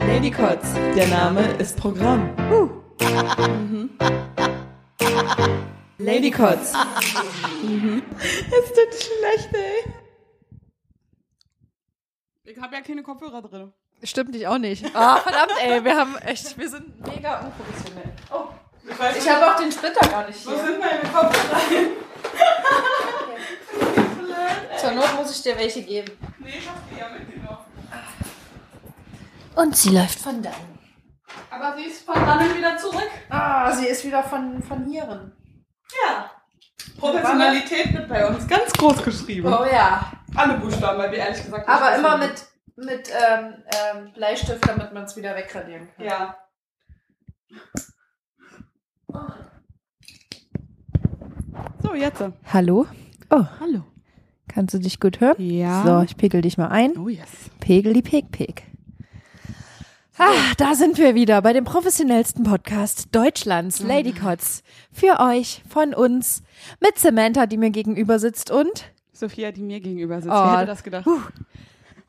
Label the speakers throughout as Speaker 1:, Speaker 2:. Speaker 1: Lady Kotz, der Name ist Programm. Lady Kotz. Es tut schlecht, ey.
Speaker 2: Ich habe ja keine Kopfhörer drin.
Speaker 3: Stimmt, ich auch nicht. Ah, verdammt, ey, wir haben echt, wir sind mega unprofessionell.
Speaker 2: Ich weiß
Speaker 3: Ich habe auch den Splitter gar nicht
Speaker 2: wo
Speaker 3: hier.
Speaker 2: sind meine Kopfhörer?
Speaker 3: Zur Not muss ich dir welche geben.
Speaker 2: Nee, ich hab die ja mitgenommen.
Speaker 3: Und sie läuft von da.
Speaker 2: Aber sie ist von dann wieder zurück.
Speaker 3: Ah, sie ist wieder von, von hierin.
Speaker 2: Ja. Professionalität wird bei uns ganz groß geschrieben.
Speaker 3: Oh ja.
Speaker 2: Alle Buchstaben, weil wir ehrlich gesagt nicht
Speaker 3: Aber
Speaker 2: wissen.
Speaker 3: immer mit, mit ähm, ähm, Bleistift, damit man es wieder wegradieren kann.
Speaker 2: Ja. So, jetzt.
Speaker 4: Hallo? Oh.
Speaker 2: Hallo.
Speaker 4: Kannst du dich gut hören?
Speaker 2: Ja.
Speaker 4: So, ich pegel dich mal ein.
Speaker 2: Oh yes.
Speaker 4: Pegel die Peg Peg. Ah, da sind wir wieder bei dem professionellsten Podcast Deutschlands,
Speaker 2: Mhm.
Speaker 4: Lady Kotz. Für euch, von uns, mit Samantha, die mir gegenüber sitzt und
Speaker 2: Sophia, die mir gegenüber sitzt.
Speaker 4: Oh.
Speaker 2: Wer hätte das gedacht?
Speaker 4: Puh.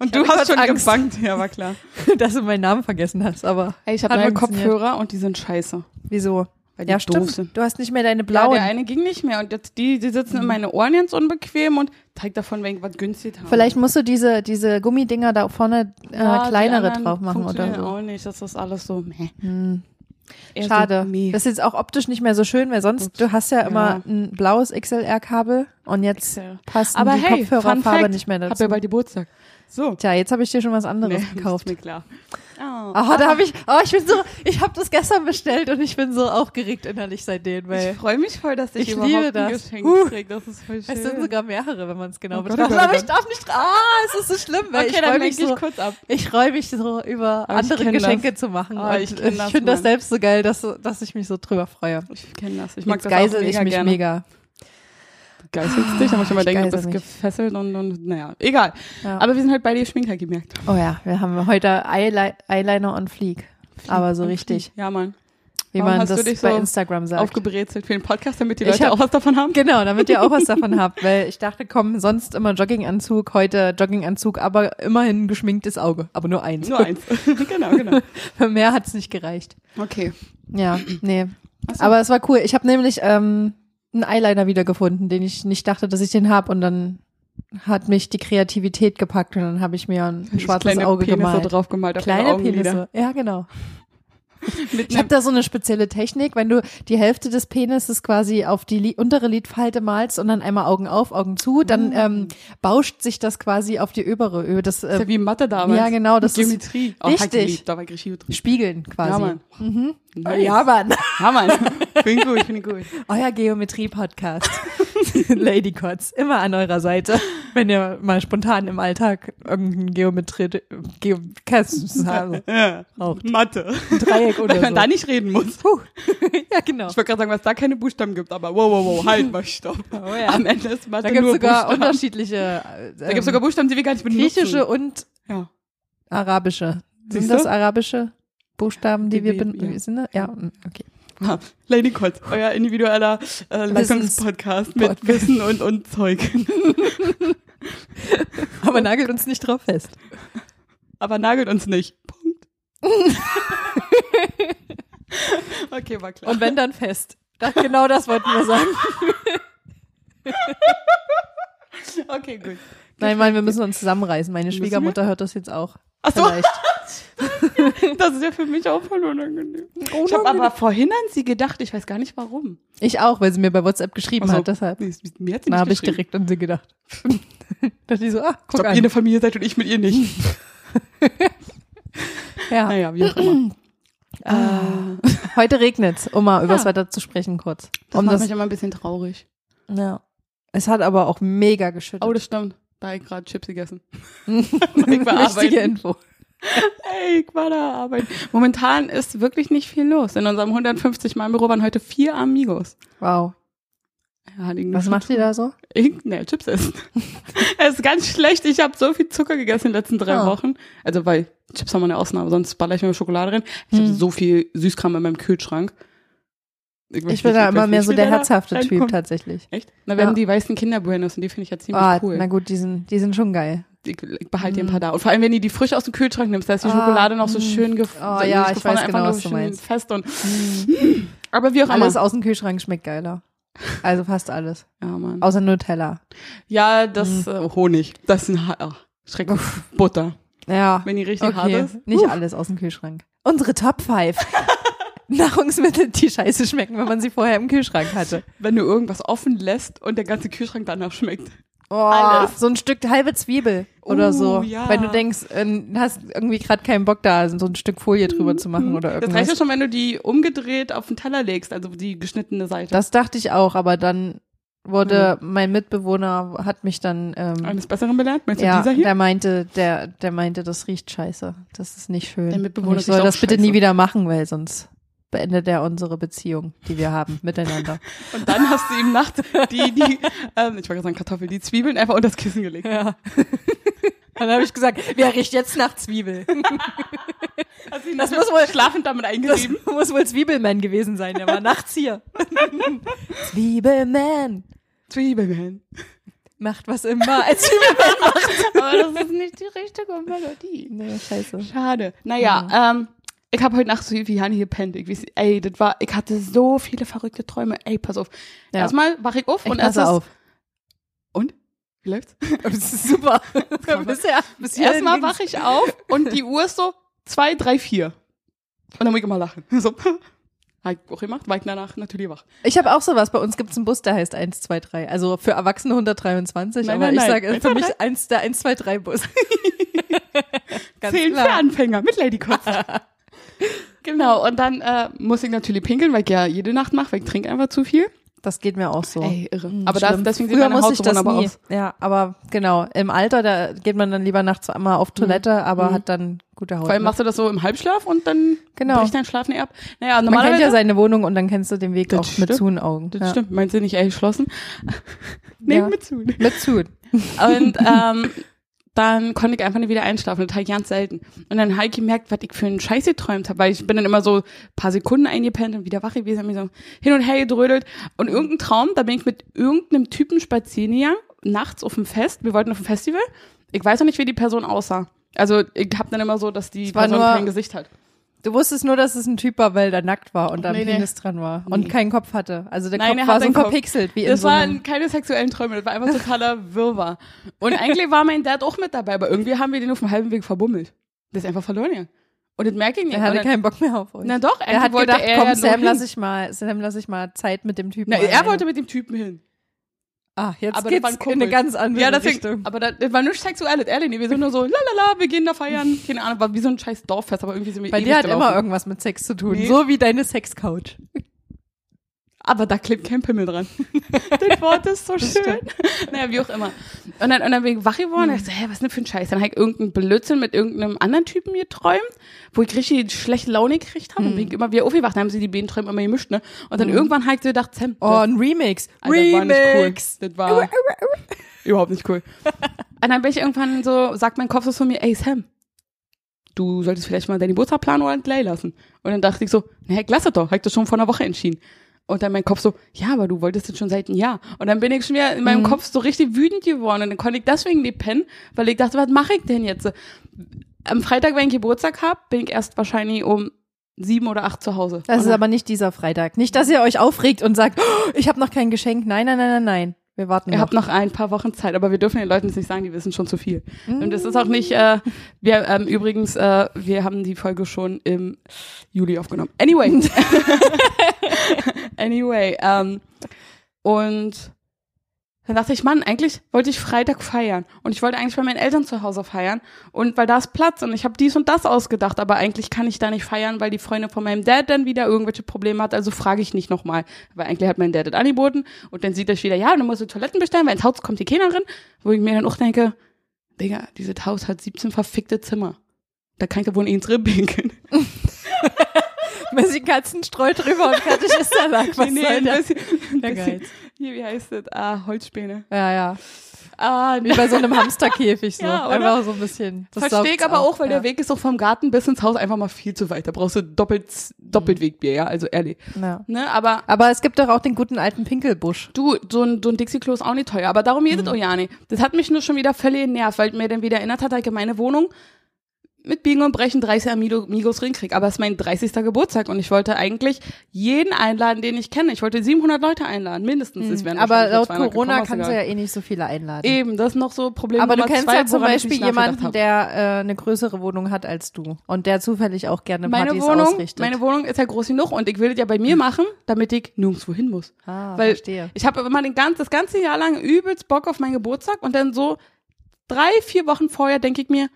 Speaker 2: Und
Speaker 4: Ich
Speaker 2: du
Speaker 4: hatte
Speaker 2: hast schon
Speaker 4: kurz Angst.
Speaker 2: gebankt, ja, war klar.
Speaker 4: dass du meinen Namen vergessen hast, aber
Speaker 2: Hey, ich habe
Speaker 4: Hat
Speaker 2: neue
Speaker 4: funktioniert.
Speaker 2: Kopfhörer und die sind scheiße.
Speaker 4: wieso?
Speaker 2: Weil die
Speaker 4: Ja,
Speaker 2: doof
Speaker 4: stimmt.
Speaker 2: sind.
Speaker 4: Du hast nicht mehr deine
Speaker 2: Ja,
Speaker 4: blauen.
Speaker 2: der eine ging nicht mehr und jetzt die, die sitzen in meine Ohren ganz unbequem und zeigt davon, wenn ich was günstig habe.
Speaker 4: Vielleicht musst du diese, diese Gummidinger da vorne äh,
Speaker 2: Ja, die
Speaker 4: kleinere
Speaker 2: anderen
Speaker 4: drauf machen oder
Speaker 2: funktionieren
Speaker 4: so. Hm.
Speaker 2: auch nicht, das ist alles so. Meh. Eher so
Speaker 4: Schade.
Speaker 2: meh.
Speaker 4: Das ist jetzt auch optisch nicht mehr so schön, weil sonst, du hast ja immer ein blaues XLR-Kabel und jetzt
Speaker 2: XL.
Speaker 4: passt
Speaker 2: aber
Speaker 4: die
Speaker 2: hey, Fun
Speaker 4: Kopfhörerfarbe
Speaker 2: Fact,
Speaker 4: nicht mehr
Speaker 2: Hab
Speaker 4: dazu.
Speaker 2: ja bald Geburtstag. So.
Speaker 4: Tja, jetzt habe ich dir schon was anderes
Speaker 2: das
Speaker 4: gekauft.
Speaker 2: Ist mir klar. Oh.
Speaker 4: Oh, da habe ich, oh, ich bin so, ich habe das gestern bestellt und ich bin so aufgeregt innerlich seitdem,
Speaker 2: Ich
Speaker 4: weil
Speaker 2: freue mich voll, dass ich,
Speaker 4: Ich
Speaker 2: überhaupt
Speaker 4: liebe
Speaker 2: ein
Speaker 4: das.
Speaker 2: Geschenk
Speaker 4: Huh.
Speaker 2: krieg. Das ist voll schön.
Speaker 4: es sind sogar mehrere, wenn man es genau
Speaker 2: Oh Gott, oh
Speaker 4: betrachtet.
Speaker 2: Gott, oh
Speaker 4: Aber ich
Speaker 2: Gott.
Speaker 4: darf nicht, ah, es ist so schlimm, weil
Speaker 2: okay,
Speaker 4: ich
Speaker 2: dann
Speaker 4: freue
Speaker 2: lenk
Speaker 4: mich
Speaker 2: ich
Speaker 4: so.
Speaker 2: kurz ab.
Speaker 4: Ich freue mich so über
Speaker 2: Aber Ah, ich
Speaker 4: andere
Speaker 2: kenn das.
Speaker 4: Geschenke zu machen.
Speaker 2: Oh,
Speaker 4: und
Speaker 2: ich kenn das,
Speaker 4: ich finde das
Speaker 2: Mann.
Speaker 4: selbst so geil, dass, dass ich mich so drüber freue.
Speaker 2: Ich kenne das. Ich mag
Speaker 4: Jetzt
Speaker 2: das
Speaker 4: geisel
Speaker 2: auch mega
Speaker 4: ich mich
Speaker 2: gerne.
Speaker 4: mega.
Speaker 2: Geißelst dich, da muss ich immer
Speaker 4: Ich
Speaker 2: denken, du
Speaker 4: geißel
Speaker 2: bist
Speaker 4: mich.
Speaker 2: gefesselt und, und naja, egal.
Speaker 4: Ja.
Speaker 2: Aber wir sind halt beide Schminker gemerkt.
Speaker 4: Oh ja, wir haben heute Eyeli- Eyeliner on Fleek. Aber so
Speaker 2: Und
Speaker 4: richtig,
Speaker 2: fliegen. Ja, Mann.
Speaker 4: wie
Speaker 2: Warum
Speaker 4: man
Speaker 2: hast du
Speaker 4: das
Speaker 2: dich
Speaker 4: bei
Speaker 2: so
Speaker 4: Instagram sagt.
Speaker 2: Aufgebrezelt für den Podcast, damit die
Speaker 4: Ich
Speaker 2: Leute
Speaker 4: hab-
Speaker 2: auch was davon haben.
Speaker 4: Genau, damit ihr auch was davon habt, weil ich dachte, komm, sonst immer Jogginganzug, heute Jogginganzug, aber immerhin geschminktes Auge, aber nur eins.
Speaker 2: Nur eins. genau, genau.
Speaker 4: Für mehr hat's nicht gereicht.
Speaker 2: Okay.
Speaker 4: Ja, nee.
Speaker 2: Ach so.
Speaker 4: Aber es war cool. Ich habe nämlich ähm, einen Eyeliner wiedergefunden, den ich nicht dachte, dass ich den hab und dann hat mich die Kreativität gepackt und dann habe ich mir ein, ein schwarzes
Speaker 2: kleine
Speaker 4: Auge
Speaker 2: Penisse
Speaker 4: gemalt.
Speaker 2: drauf gemalt auf
Speaker 4: Kleine
Speaker 2: ihre Augenlider.
Speaker 4: Penisse. Ja, genau.
Speaker 2: Mit
Speaker 4: Ich habe
Speaker 2: einem,
Speaker 4: da so eine spezielle Technik, wenn du die Hälfte des Penises quasi auf die li untere Lidfalte malst und dann einmal Augen auf, Augen zu,
Speaker 2: Mm.
Speaker 4: dann ähm, bauscht sich das quasi auf die obere, über das
Speaker 2: das ist
Speaker 4: äh,
Speaker 2: ja wie in Mathe damals.
Speaker 4: Ja, genau, das ist
Speaker 2: Geometrie. Oh,
Speaker 4: wichtig.
Speaker 2: hab ich geliebt, da war ich richtig gut drin.
Speaker 4: Spiegeln quasi.
Speaker 2: Ja, Mann. Nice.
Speaker 4: Ja, Mann.
Speaker 2: Ja, Mann. Finde ich gut, finde ich gut.
Speaker 4: Euer Geometrie-Podcast. Lady Kotz, immer an eurer Seite, wenn ihr mal spontan im Alltag irgendein Geometrie, Geo Kassen-
Speaker 2: Ja.
Speaker 4: braucht.
Speaker 2: Mathe.
Speaker 4: Ein Dreieck oder
Speaker 2: Weil man
Speaker 4: so.
Speaker 2: da nicht reden muss.
Speaker 4: Puh. ja, genau.
Speaker 2: Ich wollte gerade sagen, was da keine Buchstaben gibt, aber wow, wow, wow, halt mal, stopp.
Speaker 4: ja.
Speaker 2: Am Ende ist Mathe
Speaker 4: Da gibt's
Speaker 2: nur
Speaker 4: sogar
Speaker 2: Buchstaben.
Speaker 4: unterschiedliche, äh,
Speaker 2: da gibt's sogar Buchstaben, die wir gar nicht benutzen.
Speaker 4: griechische und
Speaker 2: Ja.
Speaker 4: Arabische. Sind
Speaker 2: Siehst
Speaker 4: das
Speaker 2: du?
Speaker 4: arabische Buchstaben, die,
Speaker 2: Die
Speaker 4: wir
Speaker 2: wir-
Speaker 4: benutzen?
Speaker 2: ja.
Speaker 4: Sind? das? Ja, mm, okay.
Speaker 2: Ha, Lady Kotz, euer individueller äh, Leistungspodcast mit
Speaker 4: Podcast.
Speaker 2: Wissen und, und Zeug.
Speaker 4: Aber nagelt uns nicht drauf fest.
Speaker 2: Aber nagelt uns nicht. Punkt. okay, war klar.
Speaker 4: Und wenn dann fest. Das, genau das wollten wir sagen.
Speaker 2: okay, gut.
Speaker 4: Nein, Mann, wir müssen uns zusammenreißen. Meine
Speaker 2: Müssen
Speaker 4: Schwiegermutter hört das jetzt auch.
Speaker 2: Ach so.
Speaker 4: Vielleicht.
Speaker 2: Das ist ja für mich auch voll unangenehm. Ich habe aber vorhin an sie gedacht, ich weiß gar nicht warum.
Speaker 4: Ich auch, weil sie mir bei WhatsApp geschrieben
Speaker 2: Also,
Speaker 4: hat. Deshalb.
Speaker 2: nee, es- mir hat sie
Speaker 4: Da
Speaker 2: nicht
Speaker 4: habe ich
Speaker 2: geschrieben.
Speaker 4: direkt an sie gedacht. Dass ich so, ah,
Speaker 2: Ich
Speaker 4: guck
Speaker 2: glaube, ihr eine
Speaker 4: an.
Speaker 2: Familie seid und ich mit ihr nicht.
Speaker 4: Ja. Ah.
Speaker 2: Naja, wie auch immer. Ah.
Speaker 4: Heute regnet's, um mal über das Wetter zu sprechen kurz.
Speaker 2: Das
Speaker 4: um
Speaker 2: macht
Speaker 4: das,
Speaker 2: mich immer ein bisschen traurig.
Speaker 4: ja. Es hat aber auch mega geschüttet.
Speaker 2: Oh, das stimmt. Da hab ich gerade Chips gegessen.
Speaker 4: Wichtige
Speaker 2: arbeiten.
Speaker 4: Info.
Speaker 2: Ey, ich war da arbeiten. Momentan ist wirklich nicht viel los. In unserem 150-Mann-Büro waren heute vier Amigos.
Speaker 4: Wow.
Speaker 2: Ja, die-
Speaker 4: Was macht ihr da so?
Speaker 2: Ich, ne, Chips essen. es ist ganz schlecht. Ich habe so viel Zucker gegessen in den letzten drei
Speaker 4: Ah.
Speaker 2: Wochen. Also weil Chips
Speaker 4: Hm.
Speaker 2: haben wir eine Ausnahme, sonst baller ich mir Schokolade rein. Ich habe so viel Süßkram in meinem Kühlschrank. möchte
Speaker 4: Ich bin da
Speaker 2: nicht-
Speaker 4: immer
Speaker 2: möchte
Speaker 4: mehr
Speaker 2: nicht
Speaker 4: so der
Speaker 2: wieder da
Speaker 4: herzhafte Typ
Speaker 2: reinkommen.
Speaker 4: tatsächlich.
Speaker 2: Echt? Na, wir
Speaker 4: Ja.
Speaker 2: haben die weißen Kinderbuenos und die finde ich ja ziemlich
Speaker 4: Ah,
Speaker 2: cool.
Speaker 4: Na gut, die sind, die sind schon geil.
Speaker 2: Ich ich behalte dir ein paar da. Und vor allem, wenn du die frisch aus dem Kühlschrank nimmst, da ist die
Speaker 4: Ah,
Speaker 2: Schokolade noch so schön gef
Speaker 4: Oh ja,
Speaker 2: nicht
Speaker 4: ich
Speaker 2: gefroren,
Speaker 4: weiß
Speaker 2: einfach
Speaker 4: genau,
Speaker 2: nur
Speaker 4: was du
Speaker 2: schön
Speaker 4: meinst. Hm.
Speaker 2: Fest und aber wie auch
Speaker 4: Alles
Speaker 2: immer.
Speaker 4: aus dem Kühlschrank schmeckt geiler. Also fast alles.
Speaker 2: Ja, Mann.
Speaker 4: Außer Nutella.
Speaker 2: ja
Speaker 4: Hm.
Speaker 2: das äh, Honig, das ist ein ha ach, schrecklich. Butter,
Speaker 4: Ja.
Speaker 2: wenn die richtig hart
Speaker 4: Okay,
Speaker 2: ist.
Speaker 4: nicht alles aus dem Kühlschrank. Unsere Top 5. Nahrungsmittel, die scheiße schmecken, wenn man sie vorher im Kühlschrank hatte.
Speaker 2: Wenn du irgendwas offen lässt und der ganze Kühlschrank danach schmeckt.
Speaker 4: Oh,
Speaker 2: Alles.
Speaker 4: So ein Stück halbe Zwiebel oder
Speaker 2: Oh,
Speaker 4: so.
Speaker 2: ja.
Speaker 4: Wenn du denkst, äh, hast irgendwie gerade keinen Bock da, so ein Stück Folie drüber zu machen oder
Speaker 2: Mhm. Das reicht ja
Speaker 4: irgendwas.
Speaker 2: schon, wenn du die umgedreht auf den Teller legst, also die geschnittene Seite.
Speaker 4: Das dachte ich auch, aber dann wurde
Speaker 2: Mhm.
Speaker 4: mein Mitbewohner, hat mich dann, ähm,
Speaker 2: Eines Besseren belehrt? Meinst du
Speaker 4: ja,
Speaker 2: dieser hier?
Speaker 4: der meinte, der, der meinte, das riecht scheiße. Das ist nicht schön.
Speaker 2: Der Mitbewohner
Speaker 4: Und ich soll
Speaker 2: riecht auch
Speaker 4: das bitte nie
Speaker 2: scheiße.
Speaker 4: wieder machen, weil sonst beendet er unsere Beziehung, die wir haben miteinander.
Speaker 2: Und dann hast du ihm nachts die, die ähm, ich wollte gerade sagen Kartoffel, die Zwiebeln einfach unter das Kissen gelegt.
Speaker 4: Ja. Dann habe ich gesagt, wer riecht jetzt nach Zwiebel?
Speaker 2: Also
Speaker 4: Das muss wohl-
Speaker 2: schlafend damit
Speaker 4: Das
Speaker 2: eingerieben.
Speaker 4: muss wohl Zwiebelman gewesen sein, der war nachts hier. Zwiebelman
Speaker 2: Zwiebeln.
Speaker 4: macht was immer als Zwiebel.
Speaker 2: Aber das ist nicht die richtige Melodie.
Speaker 4: Nee, scheiße.
Speaker 2: Schade. Naja, ähm, ich habe heute Nacht so wie Hanni gepennt. Ich weiß, ey, das war, ich hatte so viele verrückte Träume. Ey, pass auf.
Speaker 4: Ja.
Speaker 2: Erstmal wach ich auf
Speaker 4: Ich
Speaker 2: und
Speaker 4: passe
Speaker 2: erstes,
Speaker 4: auf.
Speaker 2: Und? Wie läuft's?
Speaker 4: Das ist super. Bisher, bisher
Speaker 2: Erstmal
Speaker 4: ging's.
Speaker 2: wache ich auf und die Uhr ist so zwei, drei, vier. Und dann muss ich immer lachen. So. Hab ich auch gemacht, war ich danach natürlich wach.
Speaker 4: Ich habe auch sowas. Bei uns gibt's einen Bus, der heißt 123. Also für Erwachsene 123,
Speaker 2: Nein,
Speaker 4: aber
Speaker 2: nein,
Speaker 4: ich
Speaker 2: nein.
Speaker 4: sage für mich eins, der 123-Bus. Ganz
Speaker 2: Zehn für
Speaker 4: klar.
Speaker 2: Anfänger mit Lady Kotz. genau, und dann äh, muss ich natürlich pinkeln, weil ich ja jede Nacht mache, weil ich trinke einfach zu viel.
Speaker 4: Das geht mir auch so.
Speaker 2: Ey, irre.
Speaker 4: Mhm,
Speaker 2: aber das,
Speaker 4: schlimm.
Speaker 2: deswegen sieht
Speaker 4: Früher
Speaker 2: meine
Speaker 4: muss
Speaker 2: Haut
Speaker 4: ich
Speaker 2: so
Speaker 4: das
Speaker 2: wunderbar
Speaker 4: nie.
Speaker 2: aus.
Speaker 4: Ja, aber genau, im Alter, da geht man dann lieber nachts einmal auf Toilette, aber hat dann gute Haut.
Speaker 2: Mhm. Vor allem
Speaker 4: ne?
Speaker 2: machst du das so im Halbschlaf und dann
Speaker 4: Genau.
Speaker 2: bricht dein Schlaf nicht ab. Naja,
Speaker 4: man kennt
Speaker 2: normalerweise...
Speaker 4: ja seine Wohnung und dann kennst du den Weg
Speaker 2: Das
Speaker 4: auch
Speaker 2: stimmt.
Speaker 4: mit zu den Augen.
Speaker 2: das
Speaker 4: ja.
Speaker 2: stimmt, meinst du nicht, ey, geschlossen? Nehmen
Speaker 4: Ja.
Speaker 2: mit zu.
Speaker 4: Mit zu.
Speaker 2: Und ähm, dann konnte ich einfach nicht wieder einschlafen. Das habe ich ganz selten. Und dann habe ich gemerkt, was ich für einen Scheiß geträumt habe, weil ich bin dann immer so ein paar Sekunden eingepennt und wieder wach gewesen, habe mich so hin und her gedrödelt. Und irgendein Traum, da bin ich mit irgendeinem Typen spazieren gegangen, nachts auf dem Fest. Wir wollten auf dem Festival. Ich weiß noch nicht, wie die Person aussah. Also ich habe dann immer so, dass die
Speaker 4: war
Speaker 2: Person
Speaker 4: nur-
Speaker 2: kein Gesicht hat.
Speaker 4: Du wusstest nur, dass es ein Typ war, weil der nackt war und am
Speaker 2: nee, nee.
Speaker 4: Penis dran war und keinen Kopf hatte. Also der
Speaker 2: Nein, er hat
Speaker 4: Kopf war so
Speaker 2: einen Kopf.
Speaker 4: verpixelt wie in
Speaker 2: Das
Speaker 4: so einem
Speaker 2: waren keine sexuellen Träume, das war einfach totaler Wirrwarr. Und eigentlich war mein Dad auch mit dabei, aber irgendwie haben wir den auf dem halben Weg verbummelt. Der ist einfach verloren gegangen. Und das merke ich nicht.
Speaker 4: er
Speaker 2: Und
Speaker 4: hatte
Speaker 2: dann-
Speaker 4: keinen Bock mehr auf euch.
Speaker 2: Na doch,
Speaker 4: er
Speaker 2: eigentlich
Speaker 4: hat
Speaker 2: wollte
Speaker 4: gedacht,
Speaker 2: er ja
Speaker 4: komm,
Speaker 2: nur
Speaker 4: Sam,
Speaker 2: hin.
Speaker 4: lass ich mal, Sam, lass ich mal Zeit mit dem Typen.
Speaker 2: Na, er
Speaker 4: alleine.
Speaker 2: wollte mit dem Typen hin.
Speaker 4: Ah, jetzt
Speaker 2: Aber das
Speaker 4: geht's
Speaker 2: waren
Speaker 4: in
Speaker 2: Kumpels.
Speaker 4: eine ganz andere
Speaker 2: Ja, deswegen,
Speaker 4: Richtung.
Speaker 2: aber das, das war nichts Sexuelles, ehrlich. nicht. Wir sind nur so, lalala, wir gehen da feiern. Keine Ahnung, war wie so ein scheiß Dorffest, aber irgendwie sind wir
Speaker 4: Bei
Speaker 2: ewig
Speaker 4: dir hat immer
Speaker 2: gelaufen.
Speaker 4: irgendwas mit Sex zu tun,
Speaker 2: Nee.
Speaker 4: so wie deine Sexcouch.
Speaker 2: Aber da klebt kein Pimmel dran. das Wort ist so schön. Naja, wie auch immer. Und dann, und dann bin ich wach geworden und ich so, hä, was ist denn für ein Scheiß? Dann habe ich irgendeinen Blödsinn mit irgendeinem anderen Typen geträumt, wo ich richtig schlechte Laune gekriegt habe und bin ich immer wieder aufgewacht. Dann haben sie die beiden Träume immer gemischt, ne? Und dann irgendwann habe ich so gedacht, Sam,
Speaker 4: Oh, ein Remix.
Speaker 2: Alter, war
Speaker 4: Remix.
Speaker 2: nicht cool. Das war überhaupt nicht cool. Und dann bin ich irgendwann so, sagt mein Kopf so zu mir, ey Sam, du solltest vielleicht mal deine Geburtstag planen oder gleich lassen. Und dann dachte ich so, na ich lass das doch, hab ich das schon vor einer Woche entschieden. Und dann mein Kopf so, ja, aber du wolltest das schon seit einem Jahr. Und dann bin ich schon wieder in meinem Kopf so richtig wütend geworden. Und dann konnte ich deswegen nicht pennen, weil ich dachte, was mache ich denn jetzt? Am Freitag, wenn ich Geburtstag habe, bin ich erst wahrscheinlich um sieben oder acht zu Hause.
Speaker 4: Das
Speaker 2: Und
Speaker 4: ist aber nicht dieser Freitag. Nicht, dass ihr euch aufregt und sagt, oh, ich habe noch kein Geschenk. Nein, nein, nein, nein, nein. Wir warten
Speaker 2: Ihr
Speaker 4: noch.
Speaker 2: habt noch ein paar Wochen Zeit, aber wir dürfen den Leuten das nicht sagen, die wissen schon zu viel. Und es ist auch nicht, äh, wir ähm, übrigens, äh, wir haben die Folge schon im Juli aufgenommen. Anyway. anyway. Ähm, und dann dachte ich, Mann, eigentlich wollte ich Freitag feiern. Und ich wollte eigentlich bei meinen Eltern zu Hause feiern. Und weil da ist Platz und ich habe dies und das ausgedacht, aber eigentlich kann ich da nicht feiern, weil die Freundin von meinem Dad dann wieder irgendwelche Probleme hat. Also frage ich nicht nochmal. Weil eigentlich hat mein Dad das angeboten und dann sieht er wieder, ja, du musst die Toiletten bestellen, weil ins Haus kommt die Kellnerin, wo ich mir dann auch denke, Digga, dieses Haus hat 17 verfickte Zimmer. Da kann ich ja wohl eh ins Rippen pinkeln.
Speaker 4: bisschen Katzenstreu drüber und fertig ist der Lack. Was
Speaker 2: nee,
Speaker 4: soll
Speaker 2: ein
Speaker 4: das?
Speaker 2: bisschen, ein
Speaker 4: Der
Speaker 2: bisschen,
Speaker 4: Geiz.
Speaker 2: hier, wie heißt das? Ah, Holzspäne.
Speaker 4: Ja, ja.
Speaker 2: Ah,
Speaker 4: Wie bei so einem Hamsterkäfig so.
Speaker 2: Ja, oder?
Speaker 4: Einfach so ein bisschen. Das
Speaker 2: Verstehe ich
Speaker 4: saugt's
Speaker 2: aber auch, weil
Speaker 4: ja.
Speaker 2: der Weg ist auch vom Garten bis ins Haus einfach mal viel zu weit. Da brauchst du doppelt, doppelt Wegbier, ja, also ehrlich.
Speaker 4: Ja.
Speaker 2: Ne, aber
Speaker 4: Aber es gibt doch auch den guten alten Pinkelbusch.
Speaker 2: du, so ein, so ein Dixie-Klo ist auch nicht teuer, aber darum geht es auch ja nicht. Das hat mich nur schon wieder völlig genervt, weil mir dann wieder erinnert hat, dass ich meine Wohnung mit Biegen und Brechen 30 Amigo- Amigos krieg. Aber es ist mein 30. Geburtstag und ich wollte eigentlich jeden einladen, den ich kenne. Ich wollte 700 Leute einladen, mindestens. Es wären
Speaker 4: Aber
Speaker 2: wahrscheinlich nur
Speaker 4: laut
Speaker 2: 200
Speaker 4: Corona
Speaker 2: gekommen,
Speaker 4: kannst
Speaker 2: ist
Speaker 4: du
Speaker 2: egal.
Speaker 4: ja eh nicht so viele einladen.
Speaker 2: Eben, das ist noch so Problem
Speaker 4: Aber du
Speaker 2: Nummer
Speaker 4: kennst
Speaker 2: zwei,
Speaker 4: ja zum
Speaker 2: woran ich nicht
Speaker 4: Beispiel
Speaker 2: nachgedacht
Speaker 4: jemanden,
Speaker 2: hab.
Speaker 4: der äh, eine größere Wohnung hat als du und der zufällig auch gerne
Speaker 2: meine
Speaker 4: Partys
Speaker 2: Wohnung,
Speaker 4: ausrichtet.
Speaker 2: meine Wohnung ist ja groß genug und ich will das ja bei mir machen, damit ich nirgendwo hin muss.
Speaker 4: Hm. ah,
Speaker 2: Weil
Speaker 4: verstehe.
Speaker 2: ich habe immer den ganz, das ganze Jahr lang übelst Bock auf meinen Geburtstag und dann so drei, vier Wochen vorher denke ich mir,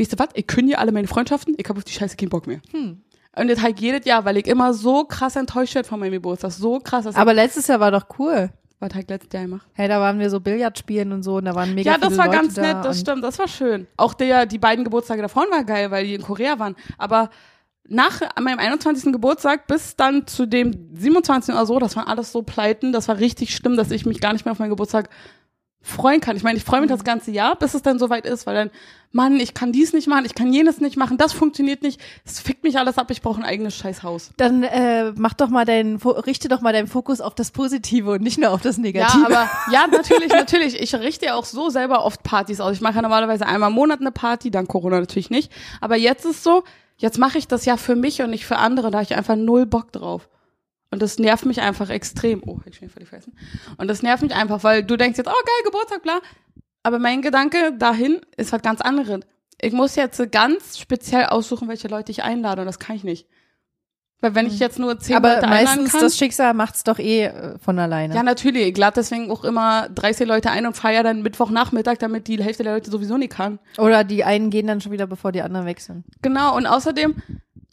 Speaker 2: weißt du was, ich kündige alle meine Freundschaften, ich habe auf die Scheiße keinen Bock mehr.
Speaker 4: Hm.
Speaker 2: Und das halt jedes Jahr, weil ich immer so krass enttäuscht werde von meinem Geburtstag. So krass, dass
Speaker 4: Aber letztes Jahr war doch cool.
Speaker 2: ich, was halt letztes Jahr gemacht.
Speaker 4: Hey, da waren wir so Billard spielen und so und da waren mega
Speaker 2: Ja,
Speaker 4: viele
Speaker 2: das war
Speaker 4: Leute
Speaker 2: ganz
Speaker 4: da
Speaker 2: nett, das
Speaker 4: und-
Speaker 2: stimmt, das war schön. Auch der, die beiden Geburtstage davon war geil, weil die in Korea waren. Aber nach meinem 21. Geburtstag bis dann zu dem 27. oder so, das waren alles so Pleiten, das war richtig schlimm, dass ich mich gar nicht mehr auf meinen Geburtstag freuen kann. Ich meine, ich freue mich das ganze Jahr, bis es dann soweit ist, weil dann, Mann, ich kann dies nicht machen, ich kann jenes nicht machen, das funktioniert nicht, es fickt mich alles ab, ich brauche ein eigenes Scheißhaus.
Speaker 4: Dann äh, mach doch mal deinen, Fo- richte doch mal deinen Fokus auf das Positive und nicht nur auf das
Speaker 2: Ja,
Speaker 4: Negative.
Speaker 2: aber ja, natürlich, natürlich. Ich richte ja auch so selber oft Partys aus. Ich mache ja normalerweise einmal im Monat eine Party, dann Corona natürlich nicht. Aber jetzt ist so, jetzt mache ich das ja für mich und nicht für andere. Da habe ich einfach null Bock drauf. Und das nervt mich einfach extrem. Oh, hätte ich mir völlig vergessen. Und das nervt mich einfach, weil du denkst jetzt, oh geil, Geburtstag, bla. Aber mein Gedanke dahin ist was ganz anderes. Ich muss jetzt ganz speziell aussuchen, welche Leute ich einlade und das kann ich nicht. Weil wenn ich jetzt nur zehn
Speaker 4: Hm. aber
Speaker 2: Leute einladen
Speaker 4: meistens
Speaker 2: kann,
Speaker 4: das Schicksal macht's doch eh äh, von alleine.
Speaker 2: ja, natürlich. Ich lade deswegen auch immer 30 Leute ein und feier dann Mittwochnachmittag, damit die Hälfte der Leute sowieso nicht kann.
Speaker 4: Oder die einen gehen dann schon wieder, bevor die anderen wechseln.
Speaker 2: Genau, und außerdem,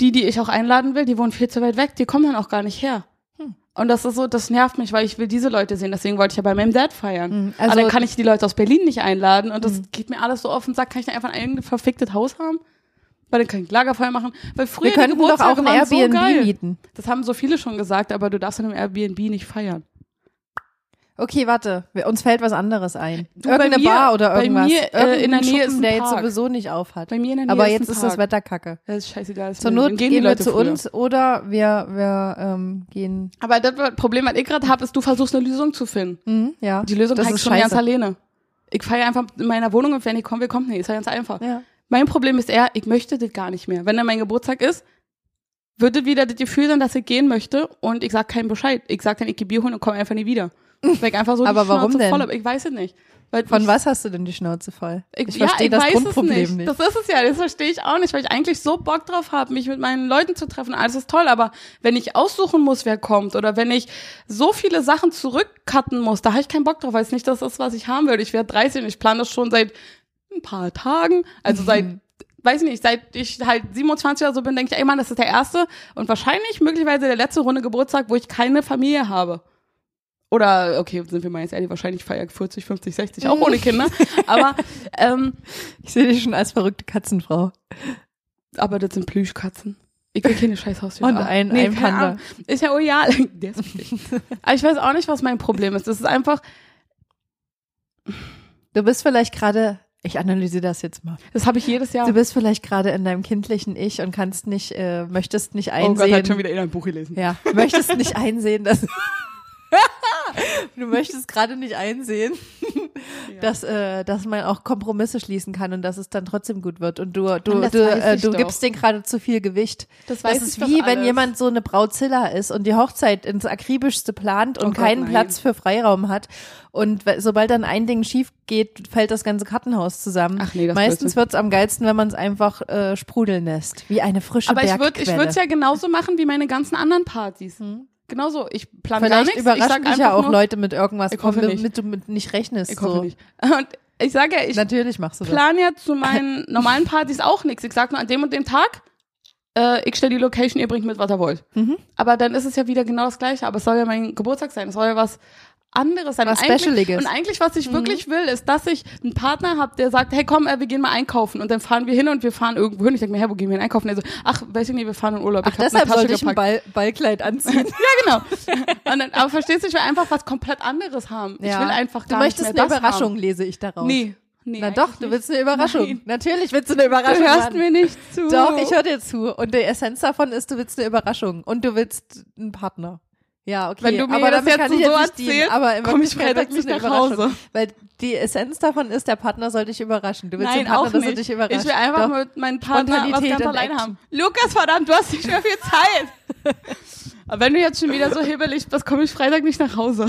Speaker 2: die, die ich auch einladen will, die wohnen viel zu weit weg, die kommen dann auch gar nicht her.
Speaker 4: Hm.
Speaker 2: Und das ist so, das nervt mich, weil ich will diese Leute sehen. Deswegen wollte ich ja bei meinem Dad feiern.
Speaker 4: Mhm, also- Hm.
Speaker 2: Also Aber dann kann ich die Leute aus Berlin nicht einladen und das geht mir alles so auf den Sack. Kann ich dann einfach ein eigenes verficktes Haus haben? Weil dann kann ich Lagerfeuer machen. Weil früher
Speaker 4: Wir
Speaker 2: die
Speaker 4: könnten doch auch
Speaker 2: Geburtstage
Speaker 4: ein
Speaker 2: waren so
Speaker 4: Airbnb
Speaker 2: geil.
Speaker 4: mieten.
Speaker 2: Das haben so viele schon gesagt, aber du darfst in einem Airbnb nicht feiern.
Speaker 4: Okay, warte. Wir- Uns fällt was anderes ein.
Speaker 2: Du, bei
Speaker 4: Irgendeine
Speaker 2: mir-
Speaker 4: Bar oder
Speaker 2: bei
Speaker 4: irgendwas.
Speaker 2: mir, äh, in der
Speaker 4: Irgendein
Speaker 2: Nähe ist
Speaker 4: Schuppen,
Speaker 2: ein
Speaker 4: der jetzt
Speaker 2: Park.
Speaker 4: sowieso nicht auf hat.
Speaker 2: Bei mir in der Nähe
Speaker 4: Aber
Speaker 2: ist ein
Speaker 4: jetzt ist das
Speaker 2: Park.
Speaker 4: Wetter kacke.
Speaker 2: Das ist scheißegal. das
Speaker 4: Zur
Speaker 2: will-
Speaker 4: Not
Speaker 2: dann
Speaker 4: gehen,
Speaker 2: die
Speaker 4: wir
Speaker 2: Leute
Speaker 4: zu
Speaker 2: früher.
Speaker 4: uns oder wir, wir ähm, gehen.
Speaker 2: Aber das war- Problem, was ich gerade habe, ist, du versuchst eine Lösung zu finden.
Speaker 4: Hm, ja.
Speaker 2: Die Lösung
Speaker 4: das
Speaker 2: habe ich
Speaker 4: ist
Speaker 2: schon ganz
Speaker 4: scheiße.
Speaker 2: alleine. Ich feiere einfach in meiner Wohnung und wenn ich komme, wir kommen. Nee, ist ja ganz einfach.
Speaker 4: Ja.
Speaker 2: Mein Problem ist eher, ich möchte das gar nicht mehr. Wenn dann mein Geburtstag ist, wird das wieder das Gefühl sein, dass ich gehen möchte und ich sag keinen Bescheid. Ich sag dann, ich geh Bier holen und komme einfach nie wieder. Weil ich einfach so
Speaker 4: Aber
Speaker 2: die
Speaker 4: warum
Speaker 2: Schnauze
Speaker 4: denn?
Speaker 2: voll hab. Ich weiß es nicht. Weil
Speaker 4: Von
Speaker 2: ich-
Speaker 4: was hast du denn die Schnauze voll?
Speaker 2: Ich,
Speaker 4: Ich
Speaker 2: ja,
Speaker 4: verstehe
Speaker 2: ich
Speaker 4: das
Speaker 2: weiß
Speaker 4: Grundproblem
Speaker 2: es
Speaker 4: nicht.
Speaker 2: nicht. Das ist es ja, das verstehe ich auch nicht, weil ich eigentlich so Bock drauf habe, mich mit meinen Leuten zu treffen. Alles ist toll, aber wenn ich aussuchen muss, wer kommt oder wenn ich so viele Sachen zurückcutten muss, da habe ich keinen Bock drauf, weil es nicht das ist, was ich haben würde. Ich werde 30 und ich plane das schon seit ein paar Tagen, also seit weiß nicht, seit ich halt 27 oder so bin, denke ich, ey Mann, das ist der erste und wahrscheinlich möglicherweise der letzte Runde Geburtstag, wo ich keine Familie habe. Oder, okay, sind wir mal jetzt ehrlich, wahrscheinlich feier ich 40, 50, 60, auch ohne Kinder. Aber ähm,
Speaker 4: Ich sehe dich schon als verrückte Katzenfrau.
Speaker 2: aber das sind Plüschkatzen. Ich will keine scheiß Haustür.
Speaker 4: Und ein- ein
Speaker 2: keine
Speaker 4: Panda.
Speaker 2: Ahnung. Ist ja royal. Der ist wichtig. Aber ich weiß auch nicht, was mein Problem ist. Das ist einfach,
Speaker 4: Du bist vielleicht gerade, ich analysiere das jetzt mal.
Speaker 2: das habe ich jedes Jahr.
Speaker 4: Du bist vielleicht gerade in deinem kindlichen Ich und kannst nicht, äh, möchtest nicht einsehen.
Speaker 2: oh Gott, hat schon wieder in ein Buch gelesen.
Speaker 4: ja, möchtest nicht einsehen, dass du möchtest gerade nicht einsehen, dass äh, dass man auch Kompromisse schließen kann und dass es dann trotzdem gut wird und du du
Speaker 2: Mann, das
Speaker 4: du,
Speaker 2: weiß
Speaker 4: äh,
Speaker 2: ich
Speaker 4: du
Speaker 2: doch.
Speaker 4: gibst denen gerade zu viel Gewicht.
Speaker 2: Das weiß
Speaker 4: ist
Speaker 2: ich doch
Speaker 4: wie wenn
Speaker 2: alles.
Speaker 4: jemand so eine Brauzilla ist und die Hochzeit ins akribischste plant und
Speaker 2: Oh Gott,
Speaker 4: keinen
Speaker 2: nein.
Speaker 4: Platz für Freiraum hat und we- sobald dann ein Ding schief geht, fällt das ganze Kartenhaus zusammen.
Speaker 2: Ach nee, das
Speaker 4: Meistens
Speaker 2: Blödsinn.
Speaker 4: wird's am geilsten, wenn man es einfach äh, sprudeln lässt, wie eine frische
Speaker 2: Aber ich würde ich
Speaker 4: Bergquelle. Hm?
Speaker 2: würde es ja genauso machen wie meine ganzen anderen Partys. Genauso, ich plane gar
Speaker 4: Vielleicht
Speaker 2: nichts. Ich sag
Speaker 4: überraschen dich ja
Speaker 2: einfach
Speaker 4: auch
Speaker 2: nur,
Speaker 4: Leute mit irgendwas,
Speaker 2: Ich hoffe
Speaker 4: womit
Speaker 2: nicht.
Speaker 4: du mit nicht rechnest.
Speaker 2: Ich hoffe
Speaker 4: so.
Speaker 2: nicht. Und ich sage ja, ich
Speaker 4: Natürlich machst du das.
Speaker 2: plan ja zu meinen normalen Partys auch nichts. Ich sag nur an dem und dem Tag, äh, ich stelle die Location,
Speaker 4: Mhm.
Speaker 2: ihr bringt mit, was ihr wollt. Aber dann ist es ja wieder genau das Gleiche. Aber es soll ja mein Geburtstag sein. Es soll ja was anderes sein.
Speaker 4: Was
Speaker 2: Und eigentlich-
Speaker 4: Specialiges. Mhm.
Speaker 2: Und eigentlich, was ich wirklich will, ist, dass ich einen Partner habe, der sagt, hey komm, äh, wir gehen mal einkaufen. Und dann fahren wir hin und wir fahren irgendwo hin. Ich denke mir, hey, wo gehen wir denn einkaufen? Und er so, ach, weiß ich nicht, wir fahren in Urlaub.
Speaker 4: Ach,
Speaker 2: ich hab eine
Speaker 4: deshalb
Speaker 2: Tasche
Speaker 4: sollte ich ein
Speaker 2: gepackt.
Speaker 4: Ball, Ballkleid anziehen.
Speaker 2: Ja, genau. Und dann, aber verstehst du, ich will einfach was komplett anderes haben. Ich will einfach gar
Speaker 4: Du möchtest
Speaker 2: nicht mehr
Speaker 4: eine
Speaker 2: das
Speaker 4: Überraschung,
Speaker 2: Haben.
Speaker 4: lese ich daraus.
Speaker 2: Nee. nee.
Speaker 4: Na doch, du
Speaker 2: eigentlich
Speaker 4: willst eine Überraschung.
Speaker 2: Nein.
Speaker 4: Natürlich willst du eine Überraschung.
Speaker 2: Du hörst
Speaker 4: haben.
Speaker 2: mir nicht zu.
Speaker 4: Doch, ich höre dir zu. Und die Essenz davon ist, du willst eine Überraschung und du willst einen Partner. Ja, okay.
Speaker 2: Wenn du mir
Speaker 4: aber
Speaker 2: das
Speaker 4: damit
Speaker 2: jetzt
Speaker 4: kann
Speaker 2: so
Speaker 4: ich jetzt nicht
Speaker 2: erzählst,
Speaker 4: dienen, aber im
Speaker 2: komm ich
Speaker 4: Wirklichkeit
Speaker 2: Freitag
Speaker 4: willst du
Speaker 2: nicht
Speaker 4: eine
Speaker 2: nach
Speaker 4: Überraschung.
Speaker 2: Hause.
Speaker 4: Weil die Essenz davon ist, der Partner soll dich überraschen. Du willst
Speaker 2: Nein,
Speaker 4: den Partner,
Speaker 2: auch
Speaker 4: dass er
Speaker 2: nicht.
Speaker 4: dich überrascht.
Speaker 2: Ich will einfach
Speaker 4: Doch.
Speaker 2: mit meinem Partner was
Speaker 4: Spontanität
Speaker 2: ganz
Speaker 4: und
Speaker 2: alleine
Speaker 4: Action.
Speaker 2: haben. Lukas, verdammt, du hast nicht mehr viel Zeit. Aber wenn du jetzt schon wieder so hibbelig bist, komme ich Freitag nicht nach Hause.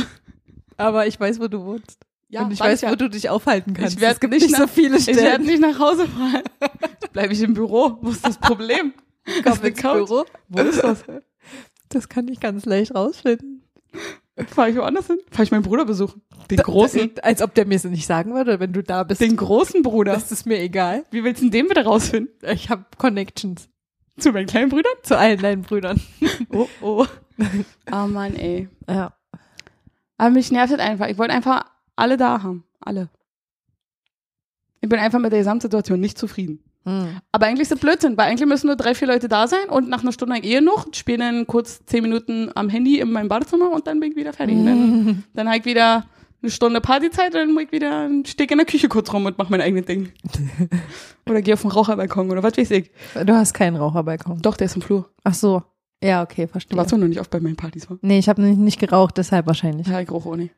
Speaker 4: aber ich weiß, wo du wohnst.
Speaker 2: Ja,
Speaker 4: und ich
Speaker 2: sag
Speaker 4: weiß,
Speaker 2: ja.
Speaker 4: wo du dich aufhalten kannst.
Speaker 2: Ich werd
Speaker 4: es gibt
Speaker 2: nicht
Speaker 4: nicht so
Speaker 2: nach-
Speaker 4: viele
Speaker 2: Ich werde
Speaker 4: Stellen.
Speaker 2: nicht nach Hause fahren. Bleibe ich im Büro. Wo ist das Problem?
Speaker 4: Ich
Speaker 2: eine Couch.
Speaker 4: Büro.
Speaker 2: Wo ist das?
Speaker 4: Das kann ich ganz leicht rausfinden.
Speaker 2: Fahre ich woanders hin? Fahre ich meinen Bruder besuchen? Den großen.
Speaker 4: Als ob der mir es nicht sagen würde, wenn du da bist.
Speaker 2: Den großen Bruder.
Speaker 4: Das ist mir egal.
Speaker 2: Wie willst du denn den wieder rausfinden?
Speaker 4: Ich habe Connections
Speaker 2: Zu meinen kleinen Brüdern?
Speaker 4: zu allen deinen Brüdern.
Speaker 2: Oh, oh. Oh Mann, ey.
Speaker 4: Ja.
Speaker 2: Aber mich nervt das einfach. Ich wollte einfach alle da haben. Alle. Ich bin einfach mit der Gesamtsituation nicht zufrieden.
Speaker 4: Hm.
Speaker 2: Aber eigentlich ist das Blödsinn, weil eigentlich müssen nur drei, vier Leute da sein und nach einer Stunde eh noch, spiele dann kurz zehn Minuten am Handy in meinem Badezimmer und dann bin ich wieder fertig. Dann, dann habe ich wieder eine Stunde Partyzeit und dann muss ich wieder einen Stick in der Küche kurz rum und mache mein eigenes Ding. oder gehe auf den Raucherbalkon oder was weiß ich.
Speaker 4: Du hast keinen Raucherbalkon.
Speaker 2: Doch, der ist im Flur.
Speaker 4: Ach so. Ja, okay,
Speaker 2: Du
Speaker 4: verstehe.
Speaker 2: warst doch noch nicht oft bei meinen Partys, wa?
Speaker 4: Nee, ich habe nicht, nicht geraucht, deshalb wahrscheinlich.
Speaker 2: Ja, ich rauche auch nicht.